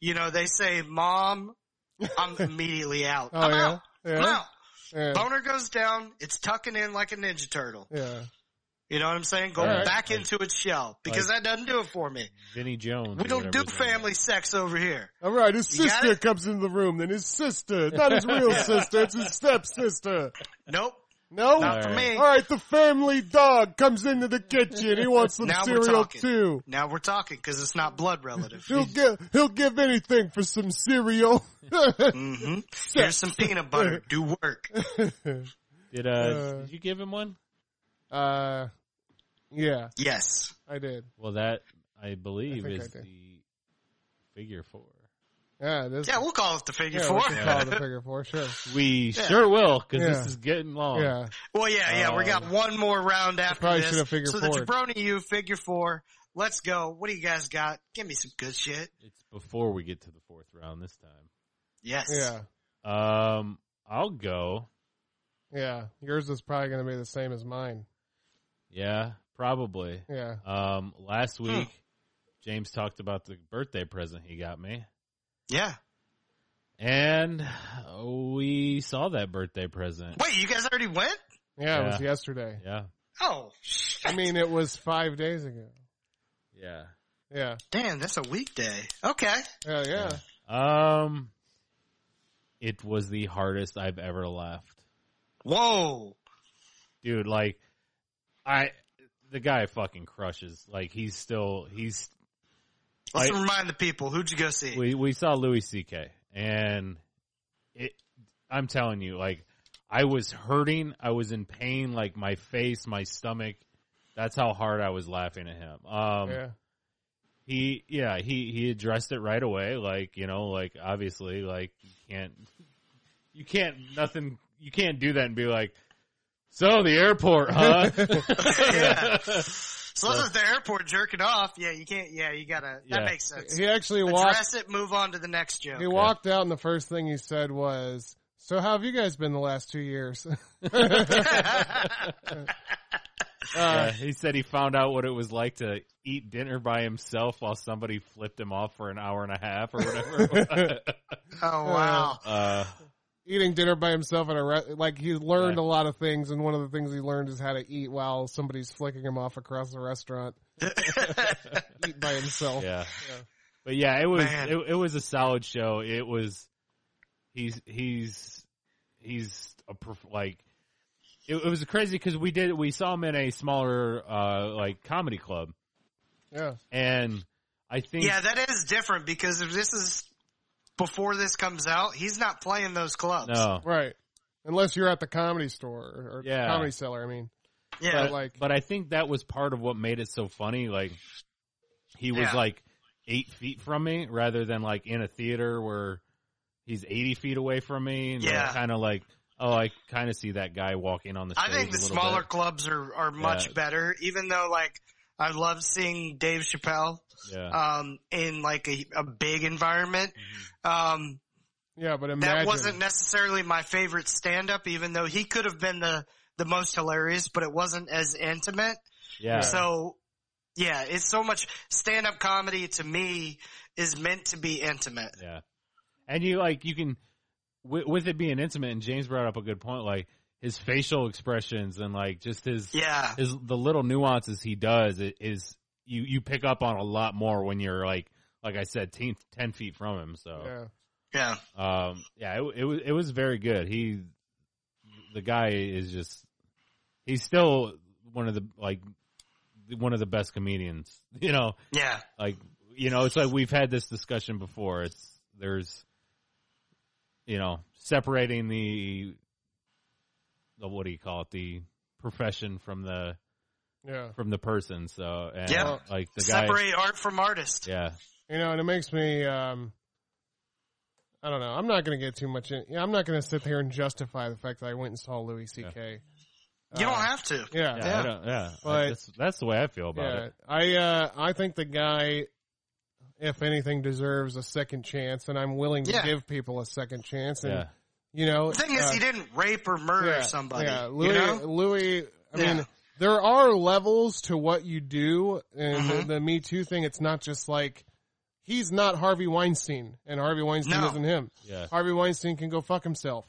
S4: you know, they say mom,
S6: *laughs*
S4: I'm immediately out.
S6: Oh,
S4: I'm
S6: yeah?
S4: out. I'm
S6: Yeah?
S4: out.
S6: yeah,
S4: Boner goes down. It's tucking in like a ninja turtle.
S6: yeah.
S4: You know what I'm saying? Going
S5: Alright.
S4: back into its shell because that doesn't do it for me.
S5: Vinny Jones.
S4: We
S5: or
S4: don't
S5: whatever
S4: do
S5: his name
S4: family sex over here.
S6: All right, his
S4: You got
S6: sister
S4: it?
S6: comes in the room. Then
S4: *laughs*
S6: his sister, not his real sister, it's his stepsister.
S4: Nope,
S6: No,
S4: not for
S5: Alright.
S4: me.
S6: All right, the family dog comes into the kitchen. He wants some
S4: Now we're
S6: cereal
S4: talking.
S6: too.
S4: Now we're talking because it's not blood relative.
S6: He'll *laughs* give he'll give anything for some cereal. *laughs*
S4: hmm Here's some peanut butter. Do work.
S5: Did uh,
S6: Uh,
S5: did you give him one?
S6: uh, yeah,
S4: Yes.
S6: I did.
S5: Well, that I believe
S6: think I
S5: is
S6: did.
S5: the figure four.
S6: Yeah, this.
S4: Yeah, we'll call it the figure
S6: yeah,
S4: four.
S6: we can call
S4: *laughs*
S6: it the figure four, sure.
S5: We sure will because
S6: Yeah.
S5: this is getting long.
S6: Yeah,
S4: well, yeah, yeah. we got one more round after
S6: Uh, probably
S4: this.
S6: should have figure
S4: so the
S6: four.
S4: jabroni you figure four. Let's go. What do you guys got? Give me some good shit.
S5: It's before we get to the fourth round this time.
S4: Yes.
S6: yeah,
S5: Um, I'll go.
S6: yeah. Yours is probably going to be the same as mine.
S5: Yeah, probably.
S6: Yeah,
S5: Um,
S6: Hmm.
S5: last week James talked about the birthday present he got me,
S4: Yeah.
S5: and we saw that birthday present.
S4: Wait, you guys already went?
S6: yeah. It was
S5: Yeah.
S6: yesterday.
S5: Yeah,
S4: Oh, shit.
S6: I mean, it was five days ago.
S5: yeah.
S6: Yeah,
S4: damn, that's a weekday. Okay.
S6: yeah, yeah.
S5: Um, it was the hardest I've ever laughed.
S4: Whoa.
S5: dude like i the guy fucking crushes like he's still he's
S4: Let's
S5: I-
S4: remind the people. Who'd you go see?
S5: we we saw louis ck and it i'm telling you like i was hurting i was in pain like my face my stomach that's how hard i was laughing at him um
S6: yeah.
S5: he yeah he he addressed it right away like you know like obviously like you can't you can't nothing you can't do that and be like so the airport huh
S4: yeah.
S5: *laughs*
S4: So this is the airport jerking off. Yeah, you can't. Yeah, you gotta.
S5: Yeah.
S4: That makes sense.
S6: He actually walked
S4: Address it. Move on to the next joke.
S6: He walked out, and the first thing he said was, "So, how have you guys been the last two years?" *laughs*
S4: Uh,
S5: Yeah, he said he found out what it was like to eat dinner by himself while somebody flipped him off for an hour and a half
S4: *laughs*
S5: or whatever.
S4: Oh wow.
S5: uh,
S6: Eating dinner by himself at a re- like he learned
S5: Yeah.
S6: a lot of things, and one of the things he learned is how to eat while somebody's flicking him off across
S5: *laughs*
S6: the restaurant. eat by himself.
S5: yeah. But yeah, it was
S4: Man.
S5: it, it was a solid show. It was he's he's he's a perf- like it, it was crazy because we did we saw him in a smaller uh like comedy club
S6: Yeah.
S5: and I think
S4: Yeah, that is different because if this is before this comes out, he's not playing those clubs.
S5: no
S6: Right. Unless you're at the comedy store or or
S5: Yeah.
S6: comedy cellar, I mean.
S4: Yeah.
S5: but,
S6: like-
S5: but I think that was part of what made it so funny like he was
S4: Yeah.
S5: like eight feet from me rather than like in a theater where he's eighty feet away from me and
S4: Yeah.
S5: kind of like oh I kind of see that guy walking on the
S4: I
S5: stage
S4: think
S5: a
S4: the
S5: little
S4: smaller
S5: bit.
S4: clubs are, are much
S5: Yeah.
S4: better, even though like I love seeing Dave Chappelle
S5: yeah Mm-hmm.
S4: um in like a, a big environment. Um
S6: Yeah, but
S4: that
S6: imagine.
S4: wasn't necessarily my favorite stand up, even though he could have been the, the most hilarious, but it wasn't as intimate.
S5: yeah
S4: So yeah, it's so much stand up comedy to me is meant to be intimate.
S5: Yeah, and you like you can with, with it being intimate. And James brought up a good point, like his facial expressions and like just his
S4: Yeah.
S5: his the little nuances he does i- is you you pick up on a lot more when you're like like I said, ten, 10 feet from him. So
S6: Yeah.
S4: Yeah.
S5: um, yeah, it, it was it was very good. He the guy is just he's still one of the like one of the best comedians, *laughs* you know
S4: Yeah.
S5: like you know it's like we've had this discussion before it's there's you know separating the the what do you call it the profession from the
S6: Yeah.
S5: from the person so and
S4: Yeah.
S5: like the guy
S4: Separate art from artist.
S5: yeah
S6: You know, and it makes me, um, I don't know. I'm not going to get too much in. Yeah, I'm not going to sit there and justify the fact that I went and saw Louis C.K.
S4: You don't
S6: Uh,
S4: have to.
S5: yeah
S6: Yeah. Yeah.
S5: I don't- yeah
S6: But-
S5: that's, that's the way i feel about it
S6: I, uh, I think the guy, if anything, deserves a second chance, and I'm willing to
S4: Yeah.
S6: give people a second chance. And,
S5: yeah
S6: you know,
S4: The thing is,
S6: uh,
S4: he didn't rape or murder somebody.
S6: Yeah,
S4: you
S6: Louis.
S4: know?
S6: Louis. I
S4: Yeah.
S6: mean, there are levels to what you do, and
S4: Mhm.
S6: the, the Me Too thing. It's not just like he's not Harvey Weinstein, and Harvey Weinstein
S4: No.
S6: isn't him.
S5: yeah
S6: *laughs* Harvey Weinstein can go fuck himself,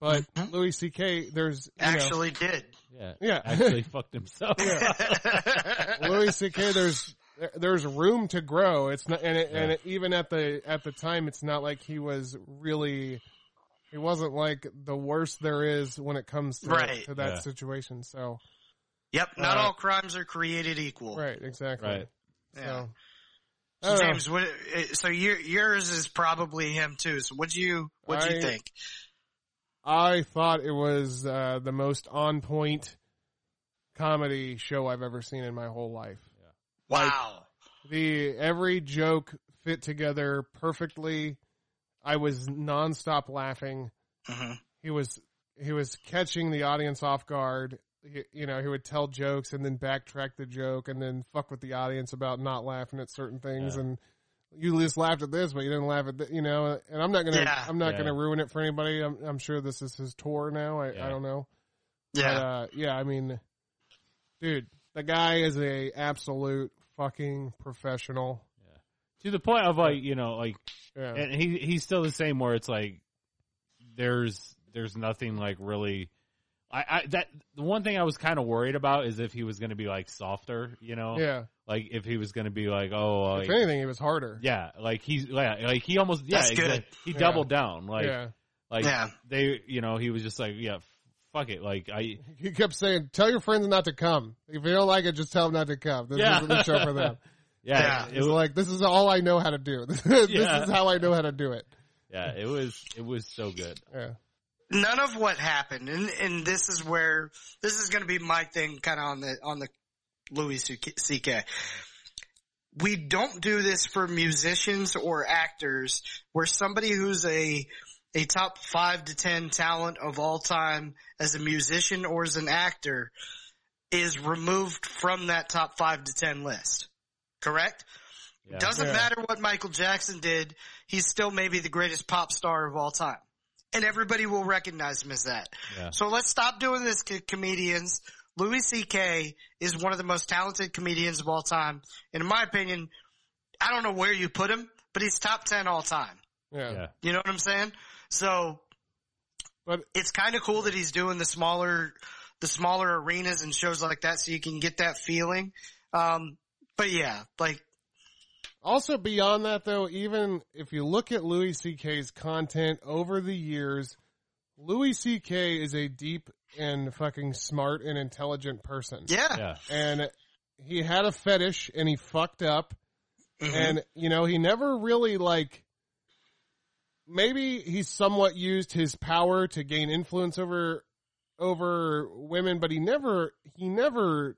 S6: but
S4: Mm-hmm.
S6: Louis C.K. There's you know,
S4: Actually, did.
S5: yeah
S6: Yeah.
S5: *laughs* actually fucked himself
S6: *laughs* Louis C.K. There's there's room to grow. It's not, and it, and
S5: Yeah.
S6: it, even at the at the time, it's not like he was really. He wasn't like the worst there is when it comes to,
S4: Right.
S6: to that
S5: Yeah.
S6: situation. So
S4: Yep. Not
S6: Uh,
S4: all crimes are created equal.
S6: right, exactly.
S5: right
S4: Yeah.
S6: So, uh, I don't know.
S4: James, what, eh, so your, yours is probably him too. So what do you what do
S6: I-
S4: you think?
S6: I thought it was uh, the most on point comedy show I've ever seen in my whole life.
S4: Wow.
S6: The every joke fit together perfectly. I was nonstop laughing.
S4: Mhm.
S6: He was he was catching the audience off guard. He, you know, he would tell jokes and then backtrack the joke and then fuck with the audience about not laughing at certain things
S5: Yeah.
S6: and you just laughed at this, but you didn't laugh at th- you know. And I'm not gonna,
S4: Yeah.
S6: I'm not
S5: Yeah.
S6: gonna ruin it for anybody. I'm, I'm sure this is his tour now. I,
S5: Yeah.
S6: I don't know.
S4: Yeah.
S6: But, uh, yeah, I mean, dude, the guy is a absolute fucking professional.
S5: *laughs* to the point of like you know like
S6: Yeah.
S5: and he he's still the same where it's like there's there's nothing like really I, I that the one thing I was kind of worried about is if he was going to be like softer, you know,
S6: yeah.
S5: like if he was going to be like oh
S6: if
S5: like,
S6: anything, he was harder.
S5: yeah, like he's yeah, like he almost yeah
S4: That's good.
S5: exact- he
S6: Yeah.
S5: doubled down like
S6: yeah.
S5: like
S4: Yeah.
S5: they you know he was just like yeah f- fuck it like I
S6: He kept saying, tell your friends not to come. If you don't like it, just tell them not to come. This
S5: Yeah.
S6: isn't the show for
S5: *laughs*
S6: them.
S5: yeah
S4: Yeah.
S5: it
S6: It's
S5: was
S6: like, this is all I know how to do. *laughs* this
S5: Yeah.
S6: is how I know how to do it.
S5: yeah it was it was so good
S6: Yeah.
S4: None of what happened, and and this is where this is going to be my thing, kind of on the on the Louis C.K. We don't do this for musicians or actors, where somebody who's a a top five to ten talent of all time as a musician or as an actor is removed from that top five to ten list. Correct?
S5: yeah
S4: Doesn't
S6: Yeah.
S4: matter what Michael Jackson did, he's still maybe the greatest pop star of all time. And everybody will recognize him as that.
S5: yeah
S4: So let's stop doing this, co- comedians. Louis C.K. is one of the most talented comedians of all time. And in my opinion, I don't know where you put him, but he's top 10 all time.
S6: Yeah.
S5: yeah
S4: You know what I'm saying? So
S6: But-
S4: it's kind of cool that he's doing the smaller, the smaller arenas and shows like that so you can get that feeling. Um, but yeah, like
S6: Also, beyond that, though, even if you look at Louis C.K.'s content over the years, Louis C.K. is a deep and fucking smart and intelligent person.
S4: Yeah.
S5: Yeah.
S6: And he had a fetish and he fucked up.
S4: Mm-hmm.
S6: And, you know, he never really like. Maybe he somewhat used his power to gain influence over over women, but he never he never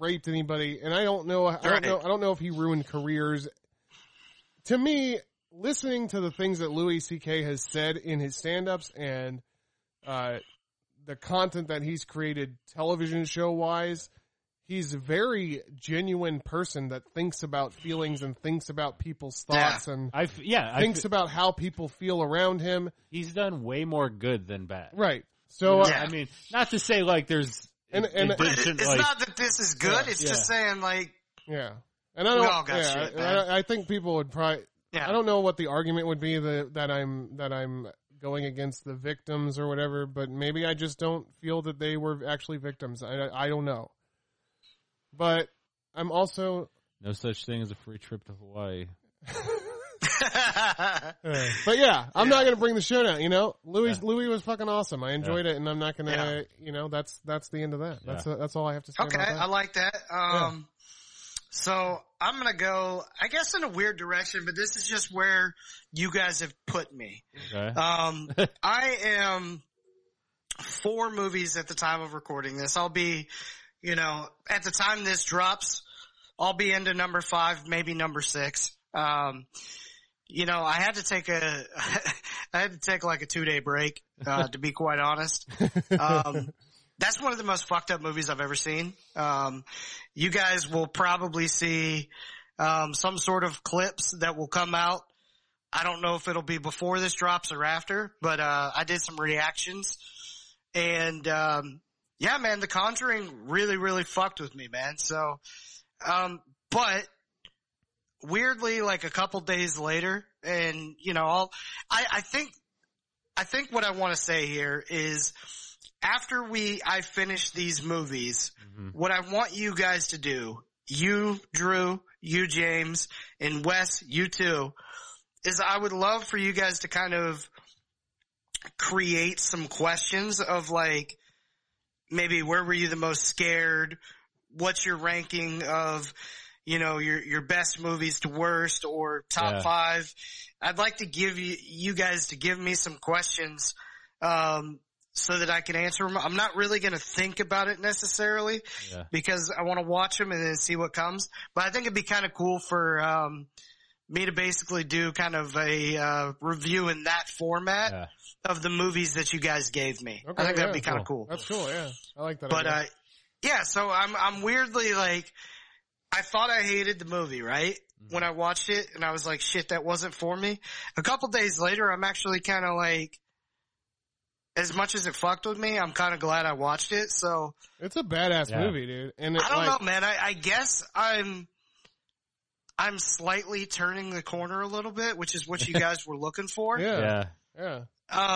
S6: raped anybody. And I don't know I don't
S4: Right.
S6: know I don't know if he ruined careers. To me, listening to the things that Louis C.K. has said in his stand-ups and uh, the content that he's created television show wise, he's a very genuine person that thinks about feelings and thinks about people's
S4: Yeah.
S6: thoughts and
S5: I f- yeah, I
S6: thinks
S5: f-
S6: about how people feel around him.
S5: he's done way more good than bad.
S6: Right. So, uh,
S4: Yeah.
S5: I mean, not to say like there's
S6: And- and-
S5: it
S4: But it, *laughs*
S5: didn't,
S4: it's
S5: like-
S4: not that this is good.
S5: Yeah,
S4: it's just saying like,
S6: yeah. And I
S4: We
S6: don't,
S4: all got
S6: yeah,
S4: shit,
S6: and
S4: man.
S6: I, I think people would probably,
S4: yeah,
S6: I don't know what the argument would be that, that I'm, that I'm going against the victims or whatever, but maybe I just don't feel that they were actually victims. I, I don't know. But I'm also,
S5: no such thing as a free trip to Hawaii.
S6: But yeah, I'm not gonna bring the show down. You know, Louis Louis was fucking awesome. I enjoyed it, and I'm not gonna. You know, that's that's the end of that. That's that's all I have to say.
S4: *laughs* okay,
S6: about that.
S4: I like that. Um, so I'm gonna go, I guess, in a weird direction, but this is just where you guys have put me.
S5: Okay.
S4: *laughs* Um, I am four movies at the time of recording this. I'll be, you know, at the time this drops, I'll be into number five, maybe number six. Um, you know, I had to take a, *laughs* I had to take like a two day break, uh, to be quite honest. Um, that's one of the most fucked up movies I've ever seen. Um, you guys will probably see, um, some sort of clips that will come out I don't know if it'll be before this drops or after, but uh, I did some reactions, and um, yeah, man, The Conjuring really, really fucked with me, man. So, um, but weirdly, like a couple days later, and you know, I'll, I, I think, I think what I want to say here is, after we, I finish these movies, what I want you guys to do, you, Drew, you, James, and Wes, you too is I would love for you guys to kind of create some questions of like maybe where were you the most scared? What's your ranking of you know your your best movies to worst or top
S5: Yeah.
S4: 5? I'd like to give you you guys to give me some questions um so that I can answer them. I'm not really going to think about it necessarily
S5: Yeah.
S4: because I want to watch them and then see what comes. But I think it'd be kind of cool for um, me to basically do kind of a uh, review in that format
S5: Yeah.
S4: of the movies that you guys gave me.
S6: Okay,
S4: I think that'd
S6: yeah,
S4: be kind of cool.
S6: That's cool. Yeah, I like that.
S4: But
S6: idea.
S4: uh, yeah, so I'm I'm weirdly like I thought I hated the movie, right?
S6: Mm-hmm.
S4: When I watched it, and I was like, "Shit, that wasn't for me." A couple days later, I'm actually kind of like, as much as it fucked with me, I'm kind of glad I watched it. So
S6: it's a badass
S5: Yeah.
S6: movie, dude. And it,
S4: I don't
S6: like,
S4: know, man. I, I guess I'm I'm slightly turning the corner a little bit, which is what you guys were looking for.
S6: *laughs* Yeah, yeah,
S5: Yeah.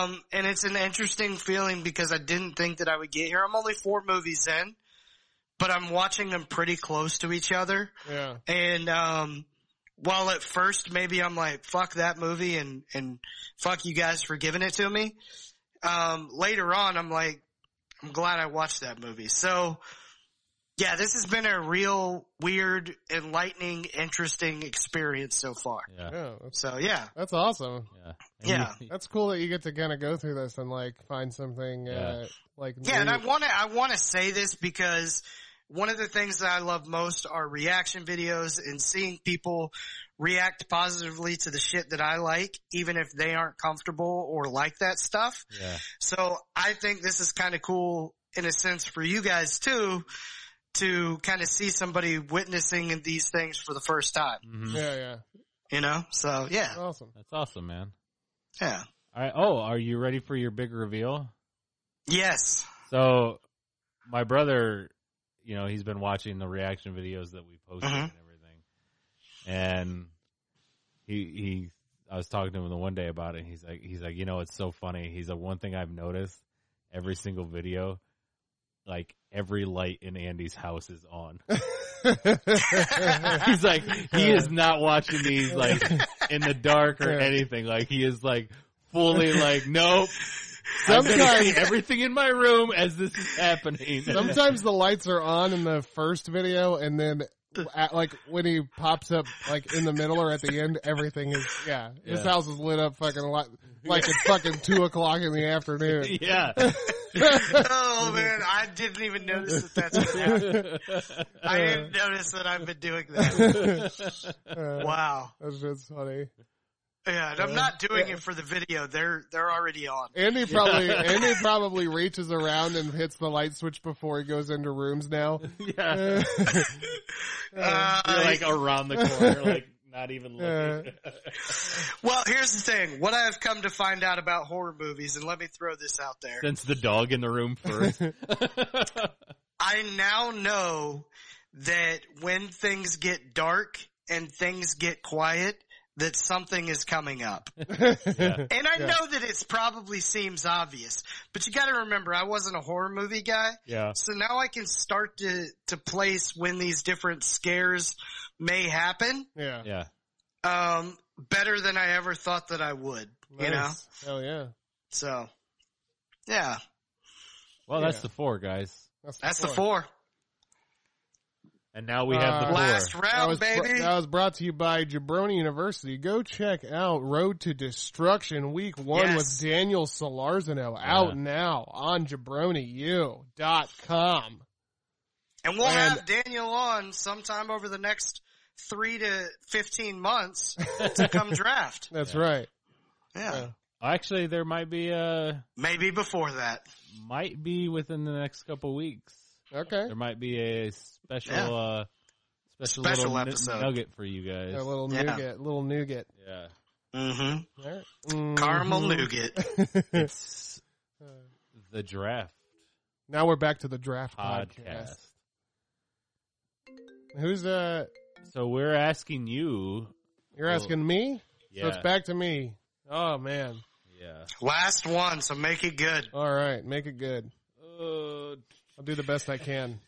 S4: Um, and it's an interesting feeling because I didn't think that I would get here. I'm only four movies in, but I'm watching them pretty close to each other.
S6: yeah.
S4: And um, while at first maybe I'm like fuck that movie and and fuck you guys for giving it to me, um, later on I'm like I'm glad I watched that movie. So yeah, this has been a real weird, enlightening, interesting experience so far.
S5: Yeah. Yeah.
S6: yeah. That's,
S4: So yeah,
S6: that's awesome.
S5: And
S4: Yeah.
S5: you-
S6: That's cool that you get to kind of go through this and like find something uh,
S5: Yeah.
S6: like
S4: yeah, and I
S6: new.
S4: want to I want to say this because one of the things that I love most are reaction videos and seeing people react positively to the shit that I like, even if they aren't comfortable or like that stuff.
S5: *laughs* yeah.
S4: So I think this is kind of cool in a sense for you guys too, to kind of see somebody witnessing these things for the first time,
S5: Mhm.
S6: yeah, yeah,
S4: you know? So yeah,
S6: awesome. *laughs*
S5: That's awesome, man.
S4: yeah.
S5: All right. Oh, are you ready for your big reveal?
S4: Yes.
S5: So, my brother, you know, he's been watching the reaction videos that we posted
S4: Mhm.
S6: Mm-hmm.
S5: and everything, and he he, I was talking to him the one day about it. And he's like, he's like, you know, it's so funny. He's like, one thing I've noticed every single video, like every light in Andy's house is on. *laughs* He's like, he is not watching these like in the dark or
S6: Yeah.
S5: anything. Like he is like fully like, nope. I'm gonna see
S6: Sometimes,
S5: everything in my room as this is happening.
S6: sometimes the lights are on in the first video, and then at, like when he pops up like in the middle or at the end, everything is yeah. His
S5: Yeah.
S6: house is lit up fucking li like it's fucking two o'clock in
S4: *laughs*
S6: the afternoon.
S5: yeah.
S4: *laughs* Oh man, I didn't even notice that that's what happened. I didn't notice that I've been doing that.
S6: Uh,
S4: Wow.
S6: That shit's funny.
S4: Yeah, and I'm not doing it for the video. They're they're already on.
S6: Andy probably Andy probably reaches around and hits the light switch before he goes into rooms now.
S5: *laughs* yeah.
S4: *laughs* Uh,
S5: You're like around the corner, like not
S4: *laughs*
S5: even looking.
S4: well, here's the thing. What I have come to find out about horror movies, and let me throw this out there.
S5: *laughs* Since the dog in the
S4: *laughs*
S5: room first.
S4: I now know that when things get dark and things get quiet, that something is coming up.
S5: Yeah.
S4: And I know that it's probably seems obvious, but you got to remember, I wasn't a horror movie guy.
S5: Yeah.
S4: So now I can start to, to place when these different scares may happen,
S6: Yeah.
S5: Yeah.
S4: um, better than I ever thought that I would, you know?
S6: Nice. Hell yeah.
S4: So yeah,
S5: Well, that's
S6: Yeah.
S5: the four guys.
S4: that's the four.
S5: And now we have the
S6: Uh,
S5: four.
S4: Last
S6: That
S4: round,
S6: was, br-
S4: baby.
S6: that was brought to you by Jabroni University. Go check out Road to Destruction Week 1
S4: Yes.
S6: with Daniel Solarzano
S5: Yeah.
S6: out now on jabroniu.com.
S4: and we'll
S6: and-
S4: have Daniel on sometime over the next three to 15 months to
S6: *laughs*
S4: come draft.
S6: That's right.
S4: Yeah.
S6: Yeah.
S5: Actually, there might be uh
S4: Maybe before that.
S5: might be within the next couple weeks.
S6: Okay.
S5: There might be a special
S4: Yeah.
S5: uh special,
S4: Special
S5: little nu-
S4: episode.
S5: nugget for you guys.
S6: A little
S4: Yeah.
S6: nougat. Little nougat.
S4: *laughs*
S5: yeah.
S4: Mm-hmm.
S6: All right. Mhm.
S4: Caramel nougat.
S5: It's
S4: Uh,
S5: the draft
S6: Now we're back to the draft podcast.
S5: podcast.
S6: Who's uh
S5: So we're asking you
S6: you're
S5: Well,
S6: asking me?
S5: yeah,
S6: So it's back to me. Oh man.
S5: yeah.
S4: Last one, so make it good.
S6: All right, make it good.
S5: Uh,
S6: I'll do the best I can.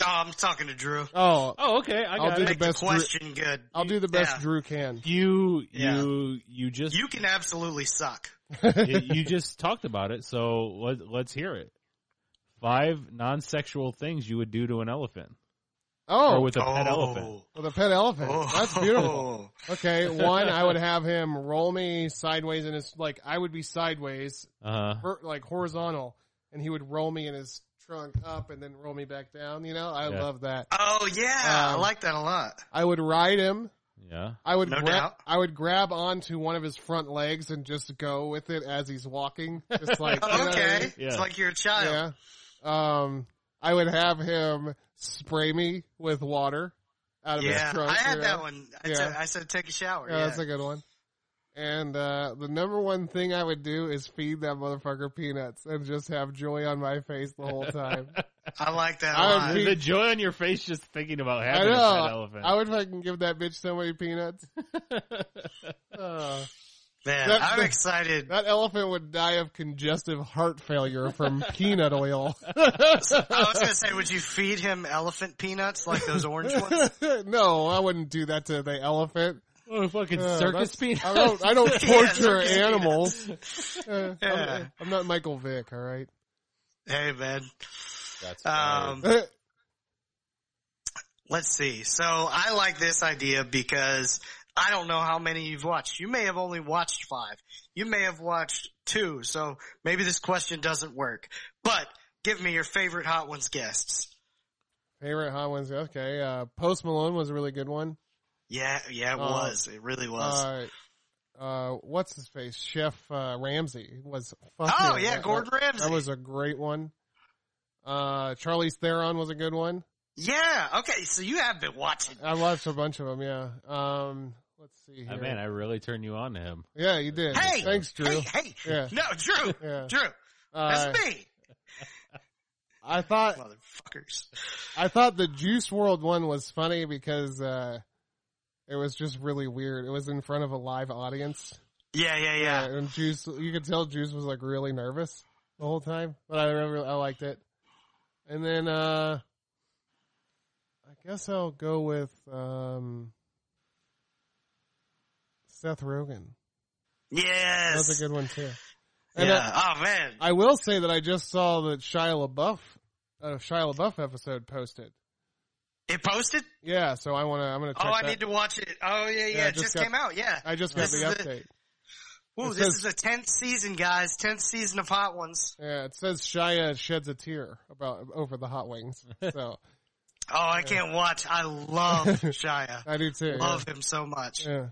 S4: Oh, I'm talking to Drew.
S6: Oh,
S5: oh, okay. I
S6: I'll
S5: got
S6: do
S5: it.
S6: the
S4: Make the
S6: best. Drew,
S4: question good.
S6: I'll do the best
S4: Yeah.
S6: Drew can.
S5: you
S4: Yeah.
S5: you you just
S4: You can absolutely suck.
S5: *laughs* you, you just talked about it, so let, let's hear it. Five non-sexual things you would do to an elephant
S6: Oh,
S5: or
S6: with,
S5: with a pet elephant.
S6: a pet elephant.
S4: Oh.
S6: That's
S4: *laughs*
S6: beautiful. Okay, one, I would have him roll me sideways in his like I would be sideways,
S5: Uh,
S6: ver- like horizontal, and he would roll me in his trunk up and then roll me back down. You know, I
S5: Yeah.
S6: love that.
S4: Oh yeah, I
S6: Um,
S4: like that a lot.
S6: I would ride him.
S5: yeah.
S6: I would
S4: No
S6: grab.
S4: doubt.
S6: I would grab onto one of his front legs and just go with it as he's walking, just like you know what I mean?
S4: *laughs* Okay,
S5: Yeah.
S4: it's like you're a child.
S6: Yeah. Um, I would have him spray me with water out of
S4: Yeah,
S6: his trunk.
S4: I had
S6: you know?
S4: that one. I,
S6: Yeah.
S4: said- I said take a shower.
S6: Yeah,
S4: Yeah,
S6: Oh, that's a good one. And uh, the number one thing I would do is feed that motherfucker peanuts and just have joy on my face the whole time.
S4: *laughs* I like that a
S6: *laughs* I would
S4: lot.
S6: be-
S5: The joy on your face just thinking about
S6: I
S5: having a pet
S6: know.
S5: elephant.
S6: I would fucking give that bitch so
S4: *laughs*
S6: many peanuts. Uh,
S4: Man,
S6: That-
S4: I'm
S6: that-
S4: excited.
S6: *laughs* that elephant would die of congestive heart failure from *laughs* peanut oil.
S4: I was gonna say, would you feed him elephant peanuts like those orange
S6: *laughs*
S4: ones?
S6: no, I wouldn't do that to the elephant.
S5: oh, fucking
S6: Uh,
S5: circus
S6: that's-
S5: peanut.
S6: I don't.
S4: *laughs*
S6: I don't
S4: Yeah,
S6: torture
S4: circus
S6: animals. Uh,
S4: Yeah.
S6: I'm, I'm not Michael Vick. All right. *laughs*
S4: Hey man,
S5: *laughs* That's
S4: um, let's see. So I like this idea because I don't know how many you've watched. You may have only watched five. You may have watched two. So maybe this question doesn't work. But give me your favorite Hot Ones guests.
S6: Favorite hot ones. Okay. Uh, Post Malone was a really good one.
S4: Yeah, yeah, it
S6: Uh,
S4: was. It really was.
S6: Uh, uh, what's his face? Chef uh, Ramsey was. Fucking,
S4: oh yeah, Gordon Ramsay.
S6: That was a great one. Uh, Charlize Theron was a good one.
S4: yeah. Okay, so you have been watching.
S6: I watched a bunch of them. Yeah. Um, let's see
S5: Oh,
S6: here.
S5: man, I really turned you on to him.
S6: yeah, you did.
S4: Hey!
S6: thanks, Drew.
S4: Hey, hey,
S6: Yeah.
S4: no, Drew,
S6: *laughs* Yeah.
S4: Drew, that's
S6: Uh,
S4: me,
S6: I thought
S4: motherfuckers.
S6: I thought the Juice World one was funny because uh, it was just really weird. It was in front of a live audience,
S4: Yeah, yeah, yeah.
S6: and Juice you could tell Juice was like really nervous the whole time. But I really I liked it. And then uh, guess I'll go with um, Seth Rogen.
S4: Yes.
S6: That's a good one too.
S4: *laughs*
S6: And uh,
S4: yeah. oh man.
S6: I, I will say that I just saw that Shia LaBeouf, a Shia LaBeouf episode posted.
S4: it posted?
S6: Yeah, so I wanna I'm gonna check
S4: Oh, I
S6: that.
S4: need to watch it. Oh yeah, yeah.
S6: Yeah,
S4: it
S6: just
S4: just
S6: got-
S4: came out. Yeah.
S6: I just got
S4: This
S6: the
S4: is the-
S6: update.
S4: Ooh,
S6: it
S4: this
S6: says-
S4: is the tenth season, guys. Tenth season of Hot Ones.
S6: Yeah, it says Shia sheds a tear about over the hot
S4: *laughs*
S6: wings. So
S4: Oh, I can't watch. I
S6: *laughs*
S4: love Shia.
S6: I do too. yeah.
S4: Love him so much.
S6: Yeah.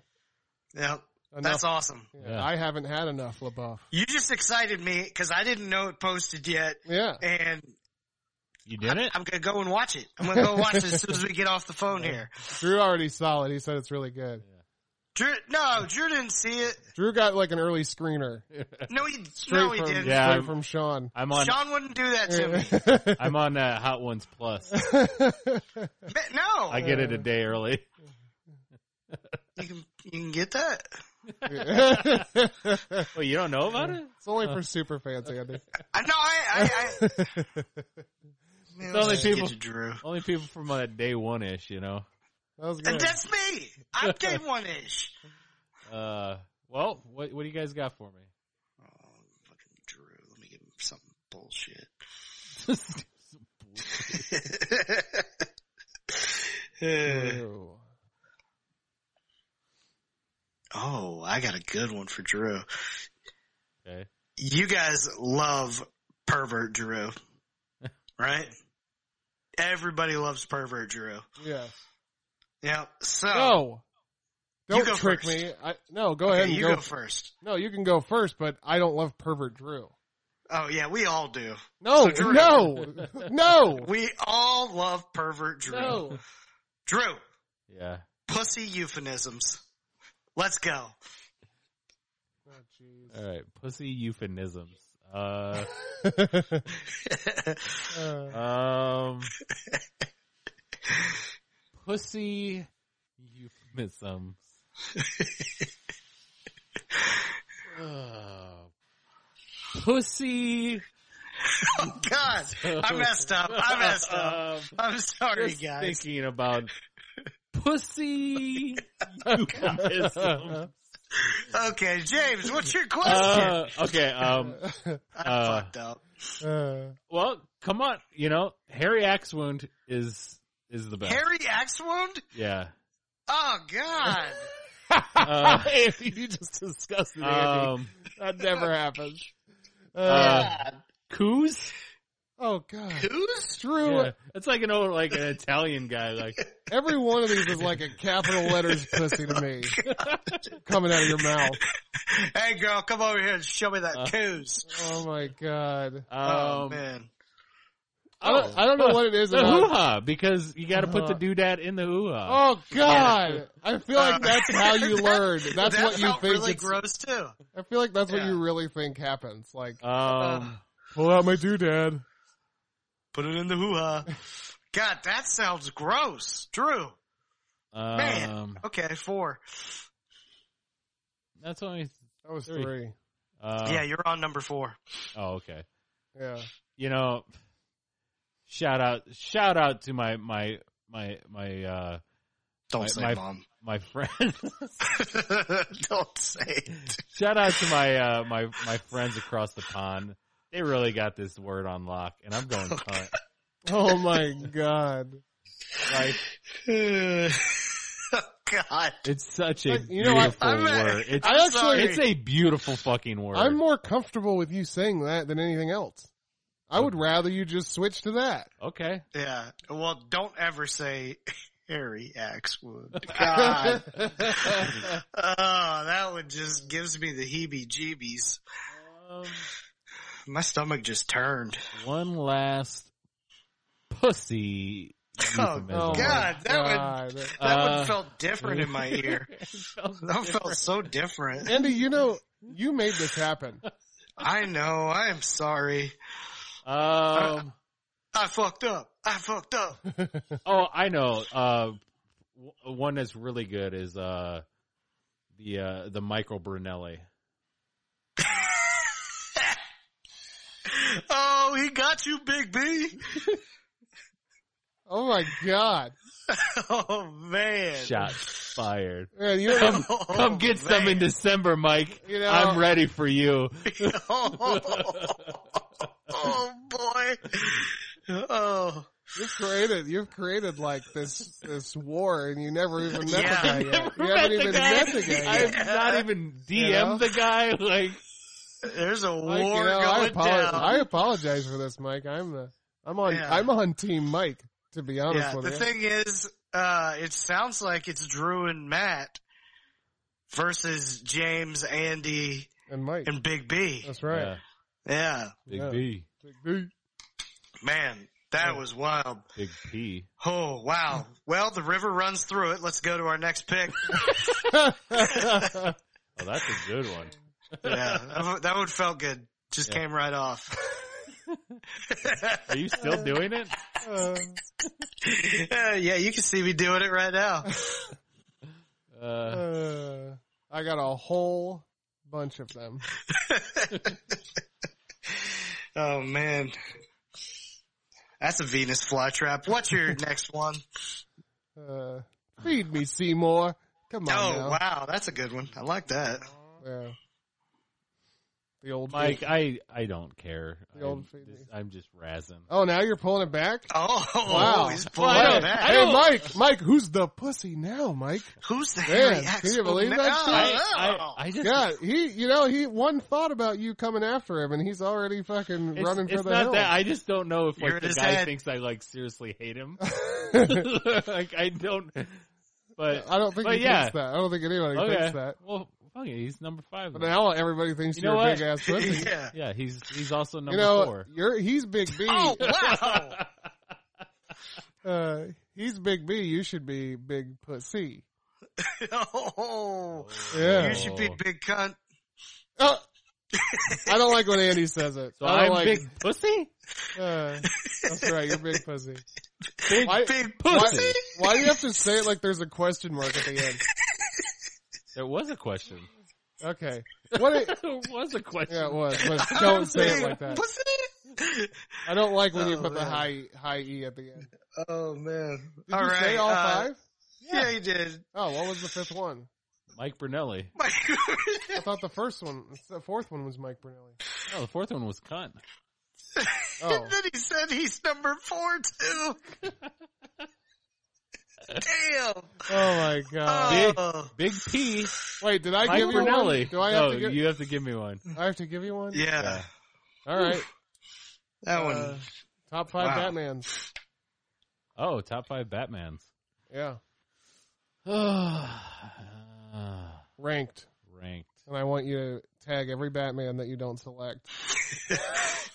S4: Yep. That's
S6: Enough.
S4: awesome.
S5: Yeah.
S6: I haven't had enough LaBeouf.
S4: You just excited me because I didn't know it posted yet,
S6: Yeah.
S4: and
S5: You did it?
S4: I'm gonna go and watch it. I'm gonna go watch it as soon as we get off the phone here.
S6: *laughs* Drew already saw it. He said it's really good.
S4: Drew, no, Drew didn't see it.
S6: Drew got like an early screener.
S4: No, he,
S6: Straight
S4: no, he
S6: from,
S4: didn't.
S5: Yeah,
S6: straight
S5: I'm-
S4: *laughs*
S6: from Sean.
S5: I'm on.
S4: Sean wouldn't do that to
S6: *laughs*
S4: me.
S5: I'm on uh, Hot Ones Plus.
S4: Ma- No,
S5: I get it a day early.
S4: you can you can get that.
S6: it's
S5: Well, you don't know about it?
S6: only for super fans, Andy.
S4: I know. I, I, I man,
S5: It's only
S4: let's get
S5: people-
S4: to Drew.
S5: Only people from uh, day one ish, you know.
S6: That was
S4: And
S6: good.
S4: that's me. I'm day one ish.
S5: Uh, well, what what do you guys got for me?
S4: Oh, fucking Drew. Let me give him something bullshit. *laughs*
S6: Drew.
S4: oh, I got a good one for Drew.
S5: okay.
S4: You guys love pervert Drew, right? Everybody loves pervert Drew.
S6: Yeah.
S4: Yeah. So
S6: No.
S4: You
S6: Don't
S4: go
S6: trick
S4: first.
S6: me. I, no, go
S4: Okay,
S6: ahead and
S4: you
S6: go.
S4: go first.
S6: no, you can go first, but I don't love pervert Drew.
S4: Oh yeah, we all do.
S6: No,
S4: So Drew- *laughs*
S6: no, no,
S4: We all love pervert Drew.
S6: no.
S4: Drew,
S5: Yeah.
S4: pussy euphemisms. Let's
S5: *laughs*
S4: go.
S6: Oh, jeez.
S5: All right. Pussy euphemisms.
S4: *laughs*
S5: Uh,
S6: Uh,
S5: um, pussy euphemisms. Uh, pussy.
S4: God, I messed up. I messed up.
S5: Um,
S4: I'm sorry,
S5: just
S4: guys.
S5: thinking about
S4: *laughs*
S5: pussy euphemisms.
S4: Okay, James, what's your question?
S5: Uh, okay. Um.
S4: *laughs* I
S5: uh,
S4: fucked up.
S6: uh,
S5: Well, come on. You know, Harry Axe Wound is is the best.
S4: Harry Axe Wound?
S5: yeah.
S4: Oh
S6: *laughs*
S4: God.
S5: Uh,
S6: you just disgusted Andy.
S5: um.
S6: That never happens. Uh,
S5: Uh, Coos.
S6: oh god,
S4: Who's?
S6: Drew.
S5: Yeah. It's like an old, like an Italian guy. Like
S6: Every one of these is like a capital letters pussy to me, coming out of your mouth.
S4: Hey girl, come over here and show me that
S5: Uh,
S4: coos.
S6: Oh my god. Uh,
S5: um.
S4: oh man.
S6: I don't, I don't know what it is
S5: The
S6: about.
S5: hoo ha, because you got to put the doodad in the hoo ha.
S6: Oh god! I feel
S4: Uh,
S6: like that's how
S4: *laughs*
S6: you
S4: that-
S6: learn. That's
S4: that
S6: what you
S4: felt
S6: think.
S4: really
S6: it's-
S4: gross too.
S6: I feel like that's what
S4: Yeah.
S6: you really think happens. Like,
S5: Um.
S6: pull out my doodad.
S4: Put it in the hoo
S6: *laughs*
S4: ha. God, that sounds gross. Drew. Man.
S5: um,
S4: Okay, four.
S5: That's only.
S6: That was
S5: Three.
S6: three.
S5: Uh,
S4: yeah, you're on number four.
S5: Oh, okay.
S6: Yeah.
S5: you know, shout out, shout out to my my my my uh
S4: Don't
S5: My-
S4: say
S5: my-
S4: mom. *laughs*
S5: my *laughs* friend.
S4: Don't say
S5: *laughs*
S4: *laughs* it.
S5: shout out to my uh my my friends across the pond. They really got this word on lock, and I'm going cunt.
S6: Oh my god.
S5: Like
S4: oh, God.
S5: it's such a
S6: Like, you know what?
S5: beautiful
S4: I'm a-
S5: word. It's
S6: I
S4: *laughs*
S6: actually-
S4: sorry.
S5: it's a beautiful fucking word.
S6: I'm more comfortable with you saying that than anything else. I would rather you just switch to that.
S5: okay.
S4: Yeah. Well, don't ever say *laughs* Harry
S5: *laughs*
S4: Axwood.
S6: *laughs*
S4: God. oh, that one just gives me the heebie jeebies.
S5: Um,
S4: My stomach just turned.
S5: one last pussy.
S4: Oh,
S5: euphemism.
S4: God. That one,
S6: God.
S4: that
S5: Uh,
S4: one felt different in my
S5: *laughs*
S4: ear. That felt so different.
S6: Andy, you know, you made this happen.
S4: I know. I am sorry.
S5: Um.
S4: I fucked up. I fucked up.
S5: *laughs* Oh, I know. Uh, w- one that's really good is uh, the uh, the Michael Brunelli.
S4: Oh, he got you, Big B.
S6: Oh my god.
S4: *laughs* Oh man.
S5: Shot fired.
S6: Man, you
S5: Come,
S4: *laughs*
S6: don't,
S4: Oh,
S5: come get some
S4: man.
S5: in December, Mike.
S6: You know-
S5: I'm ready for you.
S4: *laughs* oh boy. Oh.
S6: you've created you've created like this this war and you never even met
S4: Yeah.
S6: the guy yet.
S5: Never
S6: You
S5: met
S6: haven't
S5: the
S6: even
S5: guy.
S6: met the guy yet.
S5: I've not *laughs* even DM'd
S6: know?
S5: the guy. Like,
S4: There's a war
S6: Mike, you know, I,
S4: going
S6: apologize,
S4: down.
S6: I apologize for this, Mike. I'm the I'm on
S4: Yeah.
S6: I'm on team Mike, to be honest
S4: yeah,
S6: with
S4: the
S6: you.
S4: thing is, uh, it sounds like it's Drew and Matt versus James, Andy,
S6: and Mike.
S4: and Big B.
S6: That's right.
S5: Yeah.
S4: Yeah,
S5: Big
S6: Yeah.
S5: B,
S4: man, that was wild.
S5: Big P.
S4: Oh
S5: *laughs*
S4: wow. Well, the river runs through it. Let's go to our next pick.
S5: Oh, that's a good one.
S4: yeah, that would- that would felt good. Just
S5: Yeah.
S4: came right off.
S5: Are you still doing it?
S6: Uh,
S4: Uh, yeah, you can see me doing it right now.
S5: Uh,
S6: uh, I got a whole bunch of them.
S4: Oh man, that's a Venus flytrap. What's
S6: *laughs*
S4: your next one?
S6: Uh, feed me, Seymour. Come on
S4: Oh
S6: now.
S4: wow, that's a good one. I like that.
S6: Yeah. The old
S5: Mike,
S6: feed-
S5: I, I don't care.
S6: The old
S5: I'm
S6: feed me.
S5: just, I'm just razzing.
S6: Oh, now you're pulling it back.
S4: Oh *laughs*
S6: Wow.
S4: he's
S5: Well, I
S4: pulling
S5: don't-
S4: it back.
S5: I
S6: Hey, Mike, Mike, who's the pussy now, Mike?
S4: Who's the
S6: Man,
S4: Harry Axe?
S6: can you believe
S4: Oh,
S6: that shit?
S5: I,
S4: no.
S5: I, I just
S6: Yeah, he, you know, he one thought about you coming after him, and he's already fucking
S5: it's,
S6: running for
S5: it's
S6: the
S5: not
S6: hill.
S5: that. I just don't know if
S4: You're
S5: like
S4: in
S5: the
S4: his
S5: guy
S4: head.
S5: thinks I like seriously hate him. *laughs* like I don't. But
S6: I don't think
S5: But
S6: he
S5: yeah. Oh,
S6: thinks that. I don't think anybody
S5: okay.
S6: thinks that.
S5: Well, fuck it, he's number five.
S6: But
S5: then.
S6: now everybody thinks
S5: You
S6: you are
S5: know
S6: a
S5: what? *laughs*
S6: big ass pussy.
S4: *laughs* yeah.
S5: Yeah, he's he's also number
S6: you know,
S5: four.
S6: you're he's Big B.
S4: Oh
S5: *laughs*
S4: wow.
S6: Uh, he's Big B. You should be Big
S5: *sighs*
S6: Pussy. *laughs*
S4: oh,
S6: Yeah.
S4: you should be big cunt.
S6: Oh, I don't like when Andy says it.
S5: So
S6: I don't
S5: I'm
S6: like,
S5: big pussy.
S6: Uh, that's right. You're Big Pussy.
S5: *laughs* Big
S6: Why-
S4: Big
S5: pussy.
S6: Why do you have to say it like there's a question mark at the end?
S5: There was a
S6: *laughs*
S5: question.
S6: Okay. What? It,
S5: There was a question.
S6: yeah, it was.
S5: *laughs*
S6: But *laughs* don't say it
S4: big
S6: like that.
S4: pussy.
S6: I don't like when you
S4: Oh,
S6: put the
S4: man.
S6: high high e at the end.
S4: Oh man.
S6: Did you say all
S4: uh,
S6: five?
S4: Yeah, you
S6: *laughs*
S4: did. *laughs*
S6: Oh, what was the fifth one?
S5: Mike Brunelli.
S6: I thought the first one, the fourth one was Mike Brunelli.
S5: Oh, the fourth one was cunt.
S6: Oh,
S5: *laughs*
S4: And then he said he's number four too. Damn.
S6: oh my god!
S4: Oh.
S5: Big P.
S6: Wait, did I
S5: Uh, Mike
S6: give you
S5: Brunelli.
S6: one? Do I have
S5: no,
S6: to give?
S5: you have to give me one.
S6: I have to give you one.
S4: Yeah,
S5: Yeah.
S6: All right.
S4: that one.
S6: Uh, top five
S4: Wow.
S6: Batman's.
S5: Oh, top five Batmans. *sighs*
S6: Yeah,
S5: Ranked.
S6: ranked. And I want you to tag every Batman that you don't select.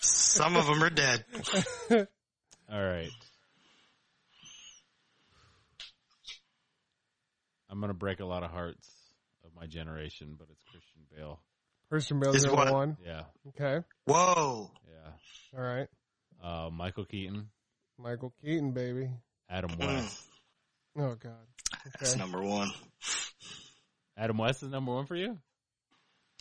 S4: Some of them are dead.
S5: All right. I'm gonna break a lot of hearts of my generation, but it's Christian Bale.
S6: Christian Bale's
S4: Is
S6: number
S4: what?
S6: one.
S5: Yeah,
S6: Okay.
S4: Whoa.
S5: yeah.
S6: All right.
S5: Uh, Michael Keaton,
S6: Michael Keaton, baby. Mm.
S5: Adam West.
S6: Oh God.
S4: That's
S6: Okay.
S4: number one.
S5: Adam West is number one for you.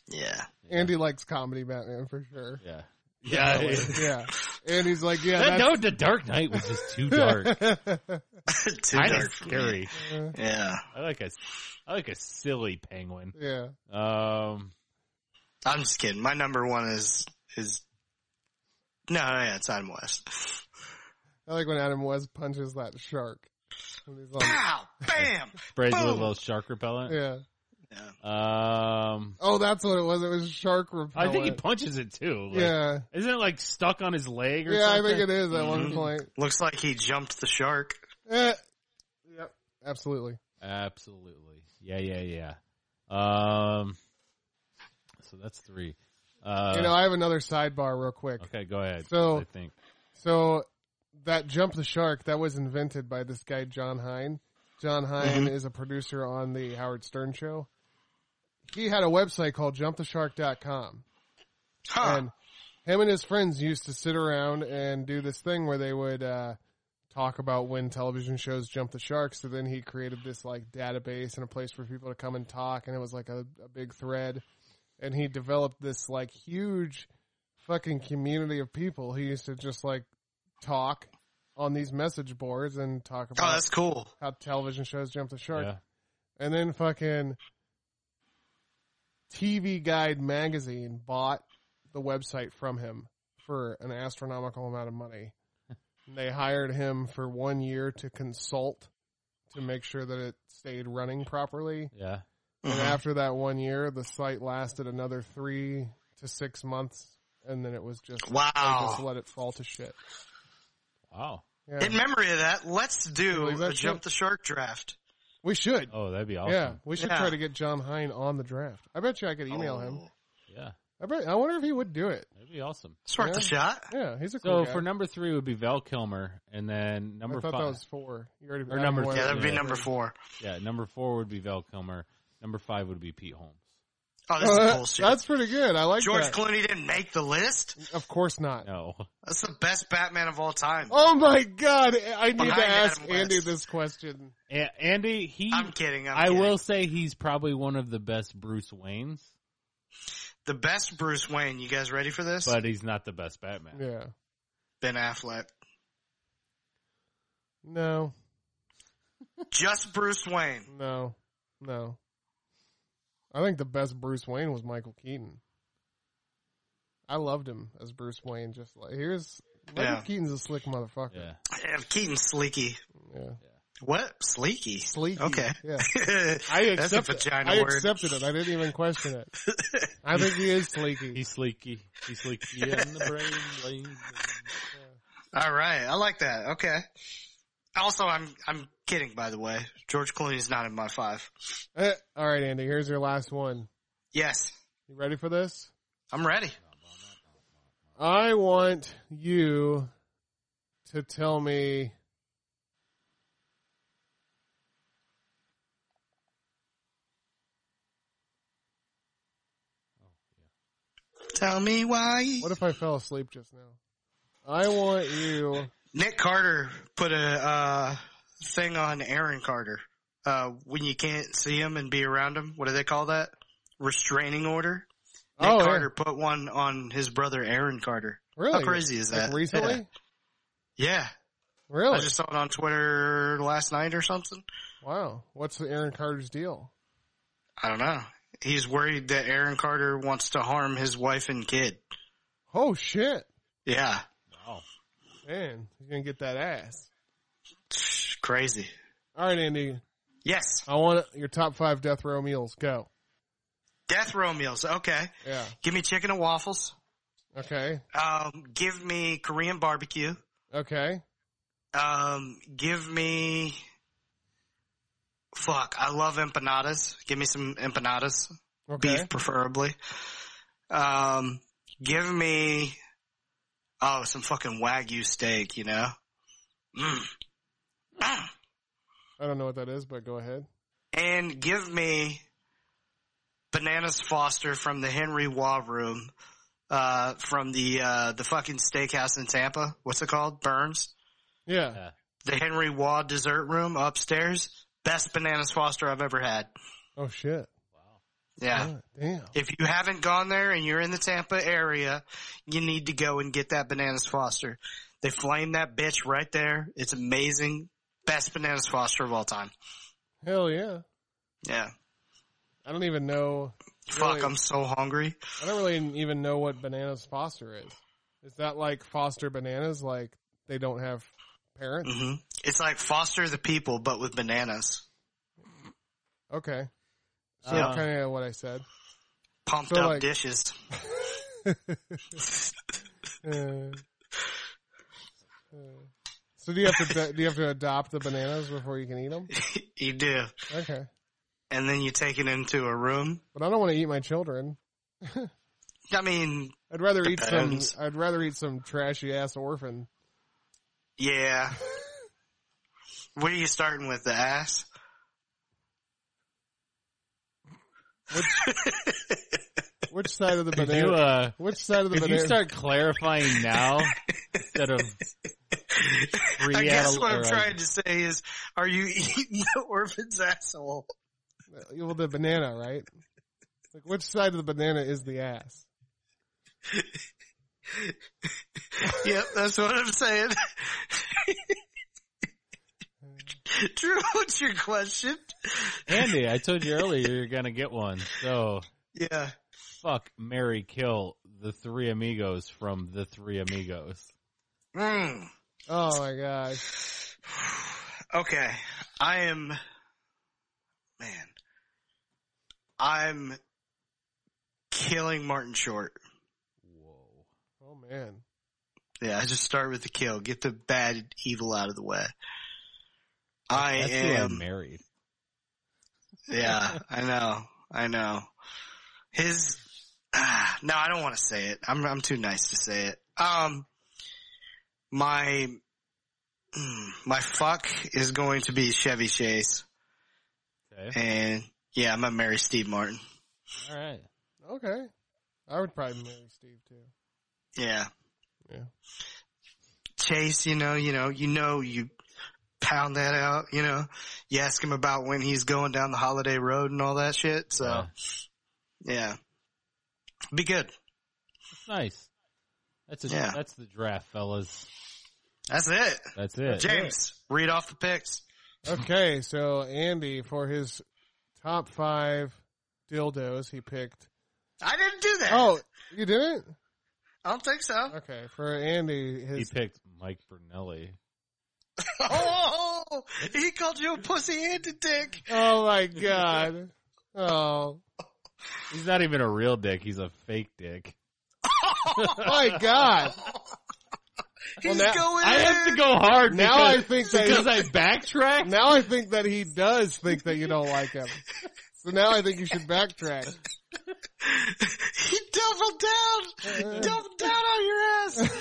S4: Yeah.
S6: Andy likes comedy Batman for sure.
S5: Yeah, yeah.
S6: Yeah. And he's like, yeah,
S5: that
S6: that's
S5: no, the Dark Knight was just too
S6: *laughs*
S4: *laughs*
S5: dark,
S4: Too
S5: kind
S4: dark
S5: of
S4: for me.
S5: scary.
S4: Yeah.
S5: I like a, I like a silly penguin.
S6: yeah.
S5: Um,
S4: I'm just kidding. My number one is is no, yeah, it's Adam West.
S6: I like when Adam West punches that shark. When he's like,
S4: Pow! Bam!
S5: sprays with a
S4: Boom.
S5: little shark repellent.
S6: yeah.
S4: Yeah.
S5: Um,
S6: Oh, that's what it was. It was shark
S5: I
S6: repellent.
S5: think he punches it too. Like,
S6: yeah.
S5: Isn't it like stuck on his leg or
S6: Yeah, I
S5: something?
S6: think it is at one
S5: Mm-hmm.
S4: Mhm.
S6: point.
S4: *laughs* Looks like he jumped the shark.
S6: Eh. Yep. Absolutely.
S5: Absolutely. Yeah, yeah, yeah. Um, so that's three. Uh,
S6: you know, I have another sidebar real quick.
S5: okay, go ahead.
S6: So-
S5: I think.
S6: So that jump the shark that was invented by this guy John Hine. John
S4: Mm-hmm.
S6: Hine is a producer on the Howard Stern show. He had a website called jumptheshark.com.
S4: Huh.
S6: and him and his friends used to sit around and do this thing where they would uh, talk about when television shows jumped the shark. So then he created this like database and a place for people to come and talk, and it was like a, a big thread. And he developed this like huge fucking community of people who used to just like talk on these message boards and talk
S4: Oh,
S6: about
S4: that's cool.
S6: how television shows jump the shark.
S5: Yeah.
S6: And then fucking TV Guide magazine bought the website from him for an astronomical amount of money. And they hired him for one year to consult to make sure that it stayed running properly.
S5: Yeah.
S6: And after that one year, the site lasted another three to six months, and then it was just they just
S4: Wow.
S6: let it fall to shit.
S5: Wow.
S6: Yeah.
S4: In memory of that, let's do
S6: Believe that
S4: a jump
S6: shit.
S4: the shark draft.
S6: We should.
S5: Oh, that'd be awesome.
S6: Yeah, we should
S4: Yeah.
S6: try to get John Hine on the draft. I bet you I could email him.
S4: Oh,
S5: Yeah,
S6: I bet. I wonder if he would do it.
S5: that'd be awesome.
S4: It's worth
S6: Yeah.
S4: a shot.
S6: Yeah, he's a
S5: So
S6: cool guy.
S5: for number three would be Val Kilmer, and then
S6: I
S5: number
S6: thought
S5: five.
S6: that was four. You already
S5: Or number
S6: one.
S5: three.
S4: Yeah, that'd be
S5: Yeah.
S4: number four.
S5: Yeah, number four would be Val Kilmer. Number five would be Pete Holmes.
S4: Oh, this is
S6: Uh,
S4: bullshit.
S6: that's pretty good. I like
S4: George
S6: that.
S4: Clooney didn't make the list.
S6: of course not.
S5: No,
S4: That's the best Batman of all time.
S6: Oh my god! I need
S4: Behind
S6: to ask
S4: Adam West.
S6: Andy this question.
S5: A- Andy. He.
S4: I'm kidding. I'm
S5: I
S4: kidding.
S5: will say he's probably one of the best Bruce Waynes,
S4: The best Bruce Wayne. You guys ready for this?
S5: but he's not the best Batman.
S6: Yeah.
S4: ben Affleck.
S6: No.
S4: Just Bruce Wayne.
S6: No. No. I think the best Bruce Wayne was Michael Keaton. I loved him as Bruce Wayne. Just like here's Michael
S4: Yeah.
S6: Keaton's a slick motherfucker.
S5: Yeah.
S4: Yeah, Keaton Eh, Sleeky.
S6: Yeah.
S4: What? Sleeky.
S6: Sleeky.
S4: Okay.
S6: Yeah. I
S4: I That's a
S6: accept it.
S4: vagina
S6: I
S4: word.
S6: accepted it. I didn't even question it. I think he is sleeky.
S5: He's sleeky. He's sleeky in
S4: *laughs*
S5: the brain. lane.
S4: *laughs* All right. I like that. Okay. Also, I'm I'm kidding. By the way, George Clooney's not in my five.
S6: Eh, all right, Andy. Here's your last one.
S4: Yes,
S6: You ready for this?
S4: I'm ready.
S6: I want you to tell me
S4: Tell me why.
S6: what if I fell asleep just now. I want you.
S4: Nick Carter put a uh, thing on Aaron Carter. Uh, when you can't see him and be around him, what do they call that? Restraining order. Nick
S6: Oh, yeah.
S4: Carter put one on his brother Aaron Carter.
S6: Really?
S4: How crazy is
S6: Like
S4: that?
S6: recently?
S4: Yeah. Yeah.
S6: Really?
S4: I just saw it on Twitter last night or something.
S6: Wow. What's the Aaron Carter's deal?
S4: I don't know. He's worried that Aaron Carter wants to harm his wife and kid.
S6: Oh shit,
S4: Yeah.
S5: Wow.
S6: man, he's gonna get that ass.
S4: Crazy.
S6: All right, Andy.
S4: Yes.
S6: I want your top five death row meals. Go.
S4: Death row meals. Okay.
S6: Yeah.
S4: Give me chicken and waffles.
S6: Okay.
S4: Um, give me Korean barbecue.
S6: Okay.
S4: Um, give me. Fuck, I love empanadas. Give me some empanadas,
S6: Okay.
S4: beef preferably. Um, give me. Oh, some fucking wagyu steak, you know. Mm. Mm.
S6: I don't know what that is, but go ahead.
S4: and give me bananas Foster from the Henry Waugh room, uh, from the uh, the fucking steakhouse in Tampa. What's it called? Burns.
S6: Yeah.
S5: Yeah.
S4: The Henry Waugh dessert room upstairs. Best bananas Foster I've ever had.
S6: Oh shit.
S4: Yeah.
S6: God damn.
S4: If you haven't gone there and you're in the Tampa area, you need to go and get that bananas Foster. They flame that bitch right there. It's amazing. Best bananas Foster of all time.
S6: Hell yeah.
S4: Yeah.
S6: I don't even know.
S4: Fuck,
S6: Really?
S4: I'm so hungry.
S6: I don't really even know what bananas Foster is. Is that like Foster bananas? Like they don't have parents?
S4: hmm It's like Foster the People, but with bananas.
S6: Okay. So
S5: Uh,
S6: kind of what I said.
S4: Pumped
S6: So,
S4: up
S6: like-
S4: dishes.
S6: Uh, uh, so do you have to do you have to adopt the bananas before you can eat them?
S4: you do.
S6: Okay,
S4: And then you take it into a room.
S6: but I don't want to eat my children.
S4: I mean,
S6: I'd rather eat
S4: Depends.
S6: some. I'd rather eat some trashy ass orphan. *laughs*
S4: yeah. What are you starting with? The ass?
S6: Which side of the
S5: Could you,
S6: banana?
S5: uh,
S6: which side of the
S5: could you
S6: banana?
S5: start clarifying now instead
S4: *laughs*
S5: of
S4: I guess
S5: pre-adult-
S4: what I'm
S5: or, uh,
S4: trying to say is, are you *laughs* eating the orphan's asshole?
S6: well, the banana, right? Like which side of the banana is the ass?
S4: yep, that's what I'm saying. *laughs* Drew, what's your question?
S5: Andy, I told you earlier you're gonna get one. So
S4: Yeah.
S5: fuck Mary kill the three amigos from the three amigos.
S4: Mm.
S6: Oh my gosh.
S4: Okay. I am, man, I'm killing Martin Short.
S5: Whoa.
S6: Oh man.
S4: Yeah, I just start with the kill. Get the bad evil out of the way. I
S5: That's
S4: am.
S5: who I married.
S4: Yeah, I know. I know. His *sighs* ah, No, I don't want to say it. I'm I'm too nice to say it. Um my *clears throat* mm, my fuck is going to be Chevy Chase
S5: Okay.
S4: and yeah, I'm gonna marry Steve Martin.
S5: All right.
S6: Okay. I would probably marry Steve too.
S4: Yeah.
S6: Yeah.
S4: Chase, you know, you know, you know you pound that out, you know. You ask him about when he's going down the holiday road and all that shit. So
S5: Yeah.
S4: yeah. Be good.
S5: That's nice. That's a
S4: Yeah.
S5: that's the draft, fellas.
S4: That's it.
S5: That's it.
S4: James, read off the picks.
S6: Okay, so Andy for his top five dildos he picked.
S4: I didn't do that.
S6: Oh, you didn't?
S4: I don't think
S6: *laughs*
S4: so.
S6: Okay, for Andy,
S5: He
S6: his
S5: picked Mike Brunelli.
S4: Oh, he called you a pussy and a dick.
S6: oh my god. Oh
S5: He's not even a real dick. He's a fake dick.
S6: my god!
S4: He's
S6: now-
S4: going.
S5: I have to go hard
S6: Now I
S5: because-
S6: think
S5: because
S6: that
S5: I backtracked.
S6: now I think that he does think that you don't like him. So now I think you should backtrack.
S4: *laughs* He doubled down. doubled down on your
S6: *laughs*
S4: ass.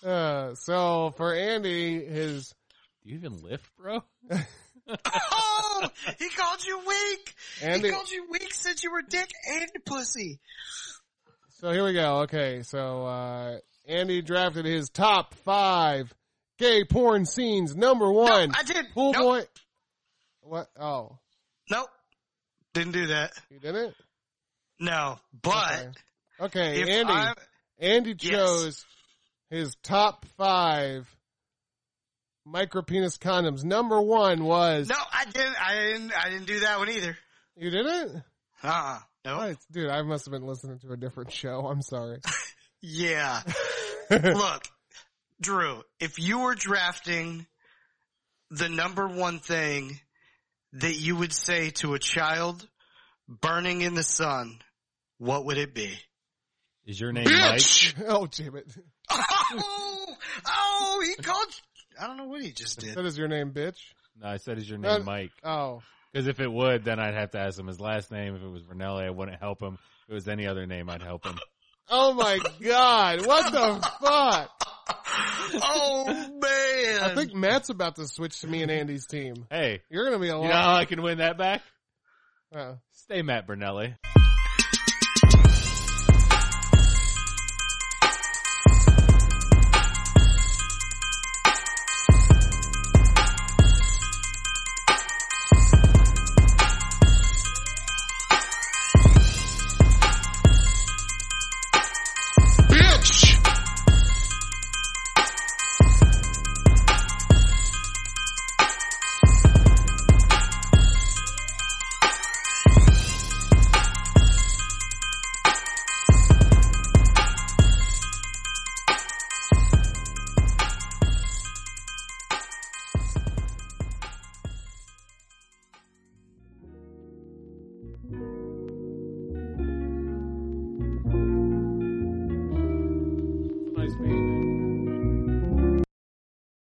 S5: So,
S6: Uh, so for Andy, his
S5: do you even lift, bro?
S4: Oh, he called you weak.
S6: Andy.
S4: He called you weak since you were dick and pussy.
S6: So here we go. Okay, so uh, Andy drafted his top five gay porn scenes. Number one,
S4: I did.
S6: pool
S4: nope.
S6: boy. What? Oh,
S4: Nope. Didn't do that.
S6: you didn't.
S4: No, but
S6: Okay. Okay,
S4: if
S6: Andy.
S4: I,
S6: Andy
S4: Yes.
S6: chose his top five micropenis condoms. Number one was
S4: no, I didn't. I didn't. I didn't do that one either.
S6: you didn't.
S4: Uh. uh No.
S6: Oh, it's- dude, I must have been listening to a different show. I'm
S4: *laughs*
S6: sorry. *laughs*
S4: Yeah. Look, Drew, if you were drafting the number one thing that you would say to a child burning in the sun, what would it be?
S5: Is your name Mike?
S6: *laughs* oh, damn it.
S4: Oh, oh, he called. I don't know what he just did.
S6: *laughs* That is your name, bitch.
S5: No, I said, is your name
S6: Uh,
S5: Mike?
S6: Oh,
S5: Because if it would, then I'd have to ask him his last name. If it was Brunelli, I wouldn't help him. If it was any other name, I'd help him.
S6: oh my *laughs* god! What the fuck?
S4: Oh man!
S6: I think Matt's about to switch to me and Andy's team.
S5: Hey,
S6: You're gonna be a
S5: you know how
S6: lot.
S5: I can win that back?
S6: Oh.
S5: Stay Matt Brunelli.
S6: Oh.